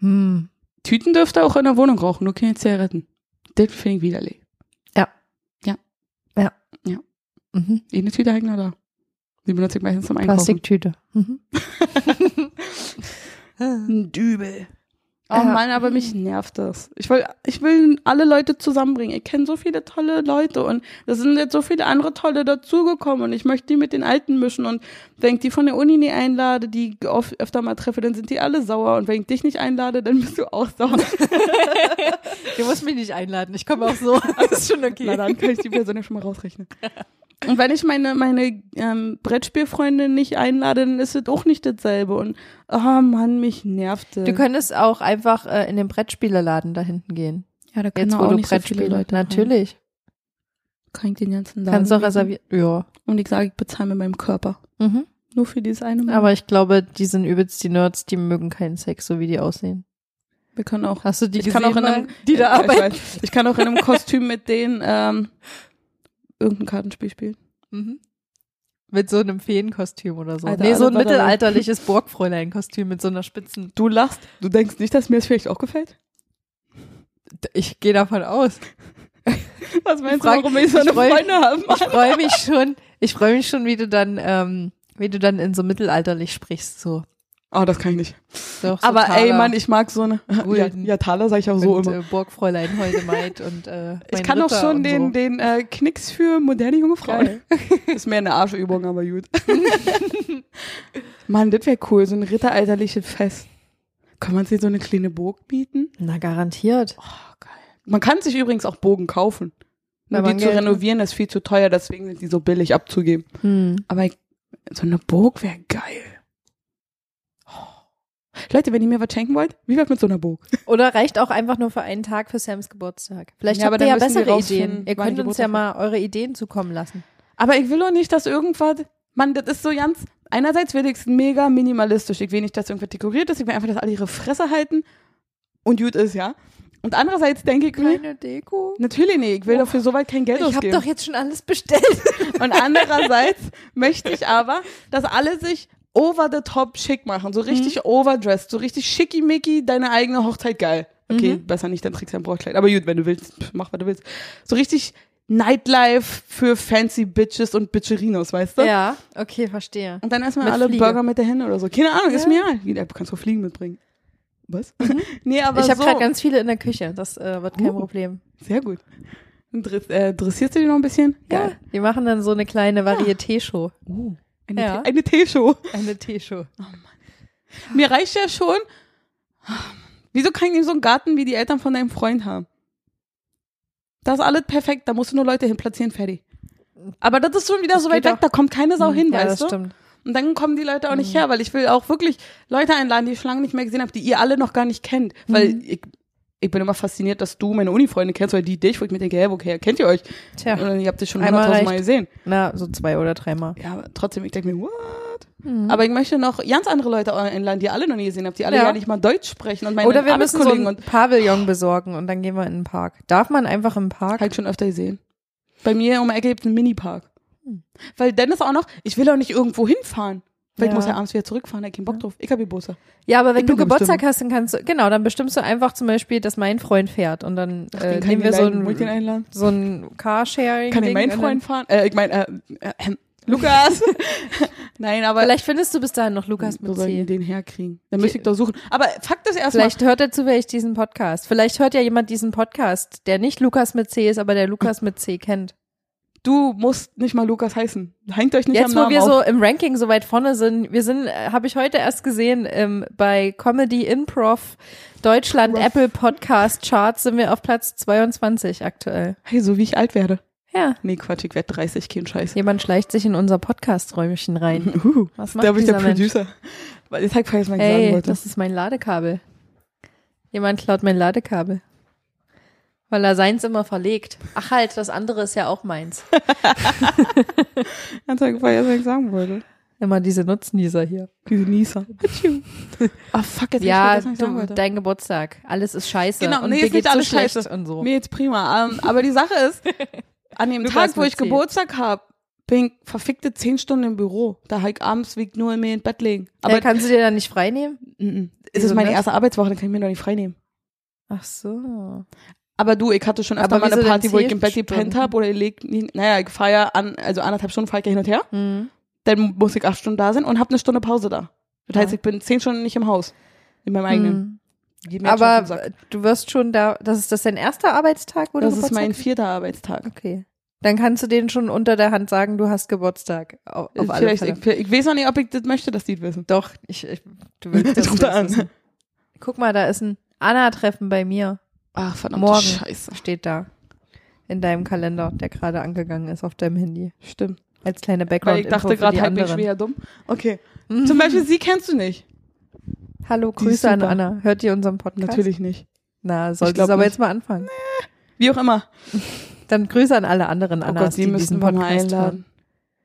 Speaker 4: Hm.
Speaker 2: Tüten dürfte auch in der Wohnung rauchen, nur keine Zigaretten. Das finde ich widerlich.
Speaker 4: Mhm.
Speaker 2: Eh, Eine Tüte hängt noch da. Die benutze ich meistens zum Einkaufen.
Speaker 4: Plastiktüte. Mhm.
Speaker 2: Ein Dübel. Oh
Speaker 4: Ja.
Speaker 2: Mann, aber mich nervt das. Ich will, ich will alle Leute zusammenbringen. Ich kenne so viele tolle Leute und da sind jetzt so viele andere tolle dazugekommen und ich möchte die mit den Alten mischen und wenn ich die von der Uni nie einlade, die oft, öfter mal treffe, dann sind die alle sauer und wenn ich dich nicht einlade, dann bist du auch sauer.
Speaker 4: Du musst mich nicht einladen, ich komme auch so. Das ist schon okay.
Speaker 2: Na, dann kann ich die Person ja schon mal rausrechnen. Und wenn ich meine, meine ähm, Brettspielfreunde nicht einlade, dann ist es auch nicht dasselbe. Und oh Mann, mich nervt das.
Speaker 4: Du könntest auch einfach äh, in den Brettspielerladen da hinten gehen.
Speaker 2: ja, da können
Speaker 4: Jetzt,
Speaker 2: Genau, auch
Speaker 4: wo du
Speaker 2: nicht so viele
Speaker 4: Brettspiele.
Speaker 2: Leute rein.
Speaker 4: Natürlich.
Speaker 2: Kann ich den ganzen Laden
Speaker 4: Kannst du auch
Speaker 2: mieten.
Speaker 4: reservieren. Ja.
Speaker 2: Und ich sage, ich bezahle mit meinem Körper.
Speaker 4: Mhm.
Speaker 2: Nur für dieses eine Mal.
Speaker 4: Aber ich glaube, die sind übelst die Nerds, die mögen keinen Sex, so wie die aussehen.
Speaker 2: wir können auch.
Speaker 4: Hast du die
Speaker 2: Ich kann auch in einem,
Speaker 4: die
Speaker 2: Ja,
Speaker 4: da
Speaker 2: ich
Speaker 4: arbeiten?
Speaker 2: weiß. Ich kann auch in einem Kostüm mit denen ähm, irgendein Kartenspiel spielen.
Speaker 4: Mhm. Mit so einem Feenkostüm oder so.
Speaker 2: Alter,
Speaker 4: nee, so ein
Speaker 2: alle Badderle-
Speaker 4: mittelalterliches Burgfräuleinkostüm mit so einer spitzen.
Speaker 2: Du lachst. Du denkst nicht, dass mir das vielleicht auch gefällt?
Speaker 4: Ich gehe davon aus.
Speaker 2: Was meinst
Speaker 4: frag-
Speaker 2: du, warum wir so eine
Speaker 4: ich freu-
Speaker 2: Freunde haben?
Speaker 4: Ich freue mich schon. Ich freue mich schon, wie du dann, ähm, wie du dann in so mittelalterlich sprichst. So.
Speaker 2: Oh, das kann ich nicht.
Speaker 4: Doch, so
Speaker 2: Aber ey,
Speaker 4: Thaler
Speaker 2: Mann, ich mag so eine. Ja,
Speaker 4: Gulden.
Speaker 2: ja Thaler sage ich auch so
Speaker 4: und,
Speaker 2: immer.
Speaker 4: Äh, Burgfräulein Holdemeid und äh,
Speaker 2: Ich
Speaker 4: mein
Speaker 2: kann auch
Speaker 4: Ritter
Speaker 2: schon
Speaker 4: und
Speaker 2: den,
Speaker 4: so.
Speaker 2: den äh, Knicks für moderne junge Frauen.
Speaker 4: Geil.
Speaker 2: Ist mehr eine Arschübung, aber gut. Mann, das wäre cool, so ein ritteralterliches Fest. Kann man sich so eine kleine Burg bieten?
Speaker 4: Na garantiert.
Speaker 2: Oh, geil. Man kann sich übrigens auch Bogen kaufen. Nur
Speaker 4: Wenn
Speaker 2: die
Speaker 4: man
Speaker 2: zu
Speaker 4: Geld hat.
Speaker 2: renovieren ist viel zu teuer, deswegen sind die so billig abzugeben.
Speaker 4: Hm.
Speaker 2: Aber ich- so eine Burg wäre geil. Oh. Leute, wenn ihr mir was schenken wollt, wie wär's mit so einer Burg?
Speaker 4: Oder reicht auch einfach nur für einen Tag für Sams Geburtstag. Vielleicht
Speaker 2: Ja, aber
Speaker 4: habt ihr
Speaker 2: dann
Speaker 4: ja
Speaker 2: müssen wir
Speaker 4: bessere
Speaker 2: rausfinden,
Speaker 4: Ideen. Ihr
Speaker 2: wann
Speaker 4: könnt
Speaker 2: die
Speaker 4: uns ja
Speaker 2: Geburtstag-
Speaker 4: mal eure Ideen zukommen lassen.
Speaker 2: Aber ich will doch nicht, dass irgendwas, man, das ist so ganz, einerseits will ich es mega minimalistisch. Ich will nicht, dass irgendwas dekoriert ist. Ich will einfach, dass alle ihre Fresse halten und gut ist, ja. Und andererseits denke ich mir,
Speaker 4: Deko.
Speaker 2: natürlich nee, ich will dafür soweit kein Geld
Speaker 4: Ich habe
Speaker 2: ausgeben.
Speaker 4: doch jetzt schon alles bestellt.
Speaker 2: Und andererseits möchte ich aber, dass alle sich over the top schick machen, so
Speaker 4: Mhm.
Speaker 2: richtig overdressed, so richtig schickimicki, deine eigene Hochzeit geil. Okay,
Speaker 4: Mhm.
Speaker 2: besser nicht, dann trägst du ein Brautkleid. Aber gut, wenn du willst, pff, mach, was du willst. So richtig Nightlife für fancy Bitches und Bitcherinos, weißt du?
Speaker 4: Ja, okay, verstehe.
Speaker 2: Und dann erstmal
Speaker 4: Mit
Speaker 2: alle
Speaker 4: Fliege.
Speaker 2: Burger mit der Hände oder so. Keine Ahnung, ist
Speaker 4: Ja. Mhm.
Speaker 2: mir egal. Wie, Du kannst du Fliegen mitbringen. Was? nee, aber
Speaker 4: ich habe
Speaker 2: so.
Speaker 4: gerade ganz viele in der Küche. Das äh, wird kein
Speaker 2: Uh.
Speaker 4: Problem.
Speaker 2: Sehr gut. Dress, äh, dressierst du dich noch ein bisschen?
Speaker 4: Ja. Die machen dann so eine kleine Varieté-Show. Hm.
Speaker 2: Uh, eine
Speaker 4: Ja.
Speaker 2: Te- eine Teeshow.
Speaker 4: Eine Teeshow.
Speaker 2: Mir reicht ja schon. Wieso kann ich nicht so einen Garten wie die Eltern von deinem Freund haben? Das ist alles perfekt. Da musst du nur Leute hinplatzieren, fertig. Aber das ist schon wieder so weit
Speaker 4: geht Hm,
Speaker 2: weg. Da kommt keine Sau hin,
Speaker 4: ja,
Speaker 2: weißt
Speaker 4: das
Speaker 2: du?
Speaker 4: stimmt.
Speaker 2: Und dann kommen die Leute auch
Speaker 4: Mhm.
Speaker 2: nicht her, weil ich will auch wirklich Leute einladen, die ich schon lange nicht mehr gesehen habe, die ihr alle noch gar nicht kennt. Weil
Speaker 4: Mhm.
Speaker 2: ich, ich bin immer fasziniert, dass du meine Uni-Freunde kennst, weil die dich, wo ich mir denke, hey, woher kennt ihr euch?
Speaker 4: Tja.
Speaker 2: Und dann, ihr habt dich schon
Speaker 4: Einmal
Speaker 2: hunderttausend Mal
Speaker 4: reicht.
Speaker 2: gesehen.
Speaker 4: Na, so zwei oder dreimal.
Speaker 2: Ja, aber trotzdem, ich denke mir, what? Aber ich möchte noch ganz andere Leute einladen, die ihr alle noch nie gesehen habt, die alle
Speaker 4: Mhm. Ja.
Speaker 2: ja nicht mal Deutsch sprechen und meine
Speaker 4: Oder wir müssen so
Speaker 2: Arbeitskollegen
Speaker 4: ein
Speaker 2: und
Speaker 4: Pavillon besorgen und dann gehen wir in den Park. Darf man einfach im Park?
Speaker 2: halt schon öfter gesehen. Bei mir um die Ecke gibt es einen Minipark.
Speaker 4: Hm.
Speaker 2: Weil Dennis auch noch, ich will auch nicht irgendwo hinfahren. Weil
Speaker 4: Ja.
Speaker 2: ich muss ja abends wieder zurückfahren, da hab ich keinen Bock drauf. Ich hab Geburtstag.
Speaker 4: Ja, aber wenn
Speaker 2: Ich
Speaker 4: du
Speaker 2: bin die
Speaker 4: Geburtstag hast, dann kannst du, genau, dann bestimmst du einfach zum Beispiel, dass mein Freund fährt und dann äh,
Speaker 2: Den kann
Speaker 4: nehmen
Speaker 2: ich
Speaker 4: wir so
Speaker 2: leiden. Muss ich den
Speaker 4: ein,
Speaker 2: einladen?
Speaker 4: so ein Carsharing.
Speaker 2: Kann ich meinen Freund fahren? Äh, ich meine, äh, äh, äh, Lukas. Nein, aber
Speaker 4: Vielleicht findest du bis dahin noch Lukas
Speaker 2: wo
Speaker 4: mit
Speaker 2: soll ich
Speaker 4: C.
Speaker 2: denn den herkriegen? Dann müsste ich doch suchen. Aber Fakt ist erstmal,
Speaker 4: Vielleicht hört er zufällig diesen Podcast. Vielleicht hört ja jemand diesen Podcast, der nicht Lukas mit C ist, aber der Lukas mit C kennt.
Speaker 2: du musst nicht mal Lukas heißen. Hängt euch nicht am
Speaker 4: Jetzt,
Speaker 2: Namen
Speaker 4: wo wir
Speaker 2: auf.
Speaker 4: so im Ranking so weit vorne sind, wir sind, äh, habe ich heute erst gesehen, ähm, bei Comedy Improv Deutschland
Speaker 2: Ruff.
Speaker 4: Apple Podcast Charts sind wir auf Platz 22 aktuell.
Speaker 2: Hey, so wie ich alt werde.
Speaker 4: Ja.
Speaker 2: Nee, Quatsch, ich werde 30, kein Scheiß.
Speaker 4: Jemand schleicht sich in unser Podcast-Räumchen rein.
Speaker 2: Uhu,
Speaker 4: Was macht
Speaker 2: Uh, da bin ich der
Speaker 4: dieser Mensch?
Speaker 2: Producer. Weil ich sag, was ich mal sagen
Speaker 4: Ey,
Speaker 2: wollte.
Speaker 4: das ist mein Ladekabel. Jemand klaut mein Ladekabel. Weil er seins immer verlegt. Ach halt, das andere ist ja auch meins.
Speaker 2: Ganz einfach, was ich sagen wollte.
Speaker 4: Immer diese Nutznießer hier.
Speaker 2: Diese Nieser. Ah, fuck, jetzt
Speaker 4: Ja,
Speaker 2: hab ich vergessen, was ich sagen
Speaker 4: du,
Speaker 2: wollte.
Speaker 4: dein Geburtstag. Alles ist scheiße.
Speaker 2: Genau,
Speaker 4: und
Speaker 2: nee,
Speaker 4: dir
Speaker 2: ist nicht
Speaker 4: geht's
Speaker 2: alles
Speaker 4: so schlecht
Speaker 2: scheiße.
Speaker 4: Und so.
Speaker 2: Mir jetzt prima. Ähm, aber die Sache ist, an dem
Speaker 4: Lukas
Speaker 2: Tag, wo
Speaker 4: mit
Speaker 2: ich
Speaker 4: C.
Speaker 2: Geburtstag habe, bin ich verfickte zehn Stunden im Büro. Da hab ich abends wie ich nur in mir ins Bett liegen.
Speaker 4: Aber
Speaker 2: Aber
Speaker 4: ja, kannst du dir dann nicht freinehmen?
Speaker 2: n- n- es
Speaker 4: Wieso
Speaker 2: ist meine
Speaker 4: nicht?
Speaker 2: erste Arbeitswoche, dann kann ich mir noch nicht freinehmen.
Speaker 4: Ach so.
Speaker 2: Aber du, ich hatte schon öfter
Speaker 4: Aber
Speaker 2: mal eine
Speaker 4: wieso denn
Speaker 2: Party, wo ich im Bett
Speaker 4: zehn
Speaker 2: gepennt
Speaker 4: Stunden?
Speaker 2: habe oder legt, naja, ich fahr ja an, also anderthalb Stunden fahre ich ja hin und her.
Speaker 4: Hm.
Speaker 2: Dann muss ich acht Stunden da sein und habe eine Stunde Pause da. Das heißt,
Speaker 4: Ja.
Speaker 2: ich bin zehn Stunden nicht im Haus. In meinem eigenen.
Speaker 4: Hm.
Speaker 2: Die mir jetzt schon auf den Sack.
Speaker 4: Aber du wirst schon da, das ist das dein erster Arbeitstag, wo
Speaker 2: das
Speaker 4: du
Speaker 2: ist
Speaker 4: Geburtstag
Speaker 2: mein vierter Arbeitstag.
Speaker 4: Okay. Dann kannst du denen schon unter der Hand sagen, du hast Geburtstag. Auf, auf alle
Speaker 2: Äh, Vielleicht,
Speaker 4: Fälle.
Speaker 2: ich, ich weiß noch nicht, ob ich das möchte, dass die es wissen.
Speaker 4: Doch, ich, ich du willst
Speaker 2: Ich
Speaker 4: das
Speaker 2: ruf
Speaker 4: du
Speaker 2: da
Speaker 4: willst
Speaker 2: an.
Speaker 4: wissen. Guck mal, da ist ein Anna-Treffen bei mir,
Speaker 2: Ach, verdammte
Speaker 4: Morgen.
Speaker 2: Scheiße.
Speaker 4: steht da. In deinem Kalender, der gerade angegangen ist auf deinem Handy.
Speaker 2: Stimmt.
Speaker 4: Als kleine
Speaker 2: Weil ich
Speaker 4: background
Speaker 2: dachte gerade halt bin ich
Speaker 4: anderen.
Speaker 2: schwer dumm. Okay. Zum Beispiel sie kennst du nicht.
Speaker 4: Hallo,
Speaker 2: Die ist
Speaker 4: Grüße an
Speaker 2: super.
Speaker 4: Anna. Hört ihr unseren Podcast?
Speaker 2: Natürlich nicht.
Speaker 4: Na,
Speaker 2: Ich
Speaker 4: solltest du
Speaker 2: glaub
Speaker 4: aber
Speaker 2: nicht.
Speaker 4: jetzt mal anfangen.
Speaker 2: Wie auch immer.
Speaker 4: Dann Grüße an alle anderen
Speaker 2: Oh Gott,
Speaker 4: Annas,
Speaker 2: die,
Speaker 4: Oh die, diesen
Speaker 2: müssen wir
Speaker 4: Podcast
Speaker 2: mal
Speaker 4: hören.
Speaker 2: einladen.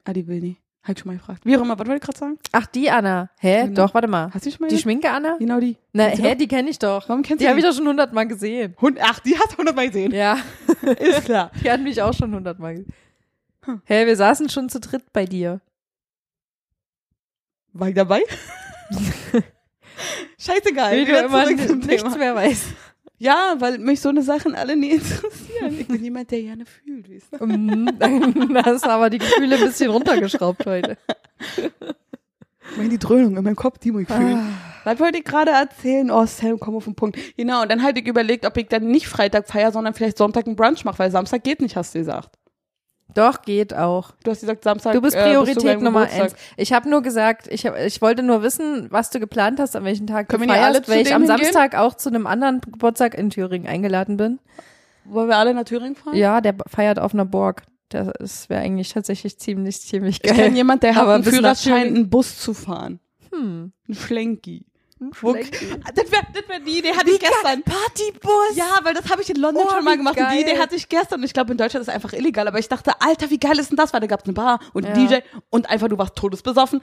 Speaker 2: Ah, die will nie. Hab ich schon mal gefragt. Wie auch immer, was wollte ich gerade sagen?
Speaker 4: Ach, die Anna. Hä?
Speaker 2: Genau.
Speaker 4: Doch, warte mal.
Speaker 2: Hast du die schon mal
Speaker 4: Die
Speaker 2: gesehen?
Speaker 4: Schminke Anna?
Speaker 2: Genau die.
Speaker 4: Na,
Speaker 2: Kennst du
Speaker 4: hä,
Speaker 2: doch?
Speaker 4: die kenne ich doch.
Speaker 2: Warum kennst
Speaker 4: Die
Speaker 2: du
Speaker 4: habe ich
Speaker 2: die?
Speaker 4: doch schon hundertmal gesehen.
Speaker 2: Hund, ach, die hat 100 Mal gesehen.
Speaker 4: Ja.
Speaker 2: Ist klar.
Speaker 4: Die hat mich auch schon hundertmal gesehen. Hey, wir saßen schon zu dritt bei dir.
Speaker 2: War ich dabei? Scheißegal.
Speaker 4: Wie du
Speaker 2: wieder
Speaker 4: immer
Speaker 2: zurück zum
Speaker 4: nichts
Speaker 2: Thema.
Speaker 4: mehr weißt.
Speaker 2: Ja, weil mich so eine Sachen alle nie interessieren. Ich bin jemand, der gerne fühlt, weißt du?
Speaker 4: Mhm, Dann hast du aber die Gefühle ein bisschen runtergeschraubt heute.
Speaker 2: Ich meine, die Dröhnung in meinem Kopf, die muss ich fühlen.
Speaker 4: Ah.
Speaker 2: Was wollte ich gerade erzählen? Oh, Sam, komm auf den Punkt. Genau, und dann hatte ich überlegt, ob ich dann nicht Freitag feier, sondern vielleicht Sonntag einen Brunch mache, weil Samstag geht nicht, hast du gesagt.
Speaker 4: Doch, geht auch.
Speaker 2: Du hast gesagt, Samstag
Speaker 4: Du bist
Speaker 2: äh,
Speaker 4: Priorität
Speaker 2: beim
Speaker 4: Nummer
Speaker 2: Geburtstag.
Speaker 4: eins. Ich habe nur gesagt, ich, hab, ich wollte nur wissen, was du geplant hast, an welchem Tag
Speaker 2: Können
Speaker 4: du
Speaker 2: wir nicht
Speaker 4: feierst,
Speaker 2: alle zu
Speaker 4: weil ich
Speaker 2: dem
Speaker 4: am
Speaker 2: hingehen?
Speaker 4: Samstag auch zu einem anderen Geburtstag in Thüringen eingeladen bin.
Speaker 2: Wollen wir alle nach Thüringen fahren?
Speaker 4: Ja, der feiert auf einer Burg. Das wäre eigentlich tatsächlich ziemlich, ziemlich
Speaker 2: Ich kenne
Speaker 4: geil.
Speaker 2: jemand, der hat
Speaker 4: Aber
Speaker 2: einen
Speaker 4: bis nach
Speaker 2: Führerschein,
Speaker 4: Thüringen.
Speaker 2: einen Bus zu fahren.
Speaker 4: Hm.
Speaker 2: Ein Schlenki. Wo-
Speaker 4: Schlenki.
Speaker 2: Ah, Das wäre das wär die Idee, hatte ich gestern.
Speaker 4: Partybus!
Speaker 2: Ja, weil das habe ich in London
Speaker 4: Oh,
Speaker 2: schon mal
Speaker 4: wie
Speaker 2: gemacht. Und
Speaker 4: geil.
Speaker 2: die Idee hatte ich gestern. Und ich glaube, in Deutschland ist es einfach illegal. Aber ich dachte, Alter, wie geil ist denn das? Weil da gab es eine Bar und einen
Speaker 4: Ja.
Speaker 2: DJ und einfach, du warst todesbesoffen.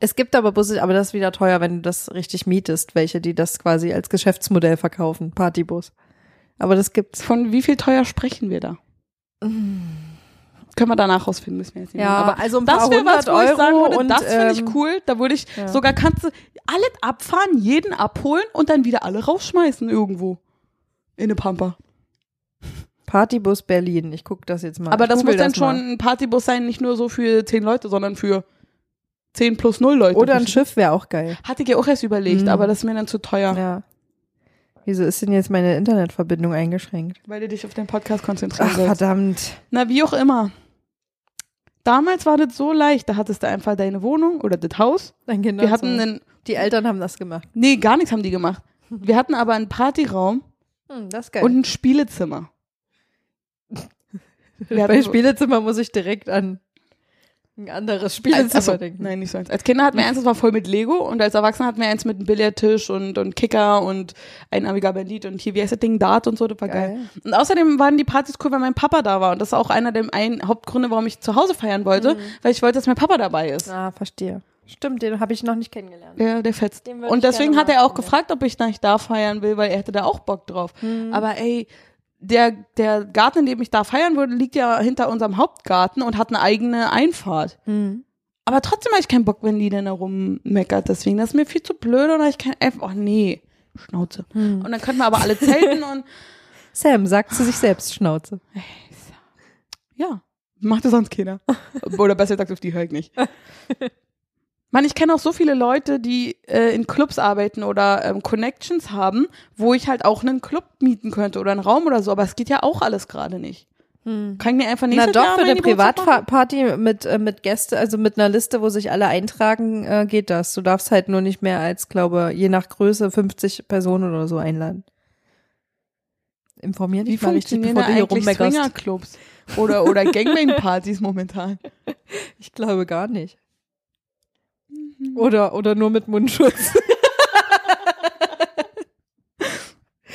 Speaker 4: Es gibt aber Busse, aber das ist wieder teuer, wenn du das richtig mietest, welche, die das quasi als Geschäftsmodell verkaufen, Partybus. Aber das gibt's.
Speaker 2: Von wie viel teuer sprechen wir da? Können wir danach rausfinden, müssen wir jetzt nicht machen. Aber
Speaker 4: also ein
Speaker 2: das wäre was, wo ich sagen würde,
Speaker 4: und,
Speaker 2: das finde
Speaker 4: ähm,
Speaker 2: ich cool. Da würde ich
Speaker 4: ja.
Speaker 2: sogar, kannst du alles abfahren, jeden abholen und dann wieder alle rausschmeißen irgendwo. In eine Pampa.
Speaker 4: Partybus Berlin. Ich guck das jetzt mal.
Speaker 2: Aber
Speaker 4: Ich
Speaker 2: das
Speaker 4: google
Speaker 2: muss dann
Speaker 4: mal.
Speaker 2: schon ein Partybus sein, nicht nur so für zehn Leute, sondern für zehn plus null Leute.
Speaker 4: Oder ein Schiff wäre auch geil.
Speaker 2: Hatte ich ja auch erst überlegt,
Speaker 4: Mhm.
Speaker 2: aber das ist mir dann zu teuer.
Speaker 4: Ja. Wieso ist denn jetzt meine Internetverbindung eingeschränkt? Also,
Speaker 2: Weil du dich auf den Podcast konzentrieren
Speaker 4: Ach,
Speaker 2: sollst.
Speaker 4: verdammt.
Speaker 2: Na, wie auch immer. Damals war das so leicht. Da hattest du einfach deine Wohnung oder das Haus.
Speaker 4: Dann genau
Speaker 2: Wir hatten
Speaker 4: so.
Speaker 2: einen,
Speaker 4: Die Eltern haben das gemacht.
Speaker 2: nee, gar nichts haben die gemacht. Wir hatten aber einen Partyraum
Speaker 4: Hm, das ist geil.
Speaker 2: und ein Spielezimmer. Wir hatten
Speaker 4: bei
Speaker 2: so-
Speaker 4: Spielezimmer muss ich direkt an
Speaker 3: ein anderes Spiel
Speaker 2: Als,
Speaker 3: zu
Speaker 2: achso,
Speaker 3: überdenken.
Speaker 2: nein, nicht so eins. Als Kinder hatten wir eins, das war voll mit Lego und als Erwachsener hatten wir eins mit einem Billardtisch und, und Kicker und ein Amiga Bandit und hier, wie heißt das Ding, Dart und so, das war geil. Und außerdem waren die Partys cool, weil mein Papa da war und das ist auch einer der ein Hauptgründe, warum ich zu Hause feiern
Speaker 4: Mhm.
Speaker 2: wollte, weil ich wollte, dass mein Papa dabei ist.
Speaker 4: Ah, verstehe. Stimmt, den habe ich noch nicht kennengelernt.
Speaker 2: Ja, der fetzt.
Speaker 4: Den würd ich
Speaker 2: Und deswegen
Speaker 4: gerne
Speaker 2: hat er
Speaker 4: mal
Speaker 2: auch gefragt, ob ich nicht da feiern will, weil er hätte da auch Bock drauf.
Speaker 4: Mhm.
Speaker 2: Aber ey, der, der Garten, in dem ich da feiern würde, liegt ja hinter unserem Hauptgarten und hat eine eigene Einfahrt.
Speaker 4: Mhm.
Speaker 2: Aber trotzdem habe ich keinen Bock, wenn die dann herummeckert. Deswegen, das ist mir viel zu blöd und hab ich kein, ach nee, Schnauze.
Speaker 4: Mhm.
Speaker 2: Und dann könnten wir aber alle zelten und,
Speaker 4: Sam sagt zu sich selbst Schnauze.
Speaker 2: ja, macht das sonst keiner. Oder besser gesagt, auf die höre ich nicht. Mann, ich kenne auch so viele Leute, die äh, in Clubs arbeiten oder ähm, Connections haben, wo ich halt auch einen Club mieten könnte oder einen Raum oder so, aber es geht ja auch alles gerade nicht. Kann ich mir einfach
Speaker 4: Hm. Na
Speaker 2: nächstes
Speaker 4: doch,
Speaker 2: Jahr
Speaker 4: für
Speaker 2: mein
Speaker 4: eine
Speaker 2: Geburtstag machen?
Speaker 4: Privatparty mit, äh, mit Gäste, also mit einer Liste, wo sich alle eintragen, äh, geht das. Du darfst halt nur nicht mehr als, glaube, je nach Größe 50 Personen oder so einladen. Informier dich
Speaker 2: Wie
Speaker 4: mal richtig,
Speaker 2: funktionieren
Speaker 4: bevor
Speaker 2: da
Speaker 4: du hier
Speaker 2: eigentlich
Speaker 4: rummeckerst.
Speaker 2: Swingerclubs oder, oder Gangbang-Partys momentan?
Speaker 4: Ich glaube gar nicht.
Speaker 2: Mhm.
Speaker 4: Oder, oder nur mit Mundschutz.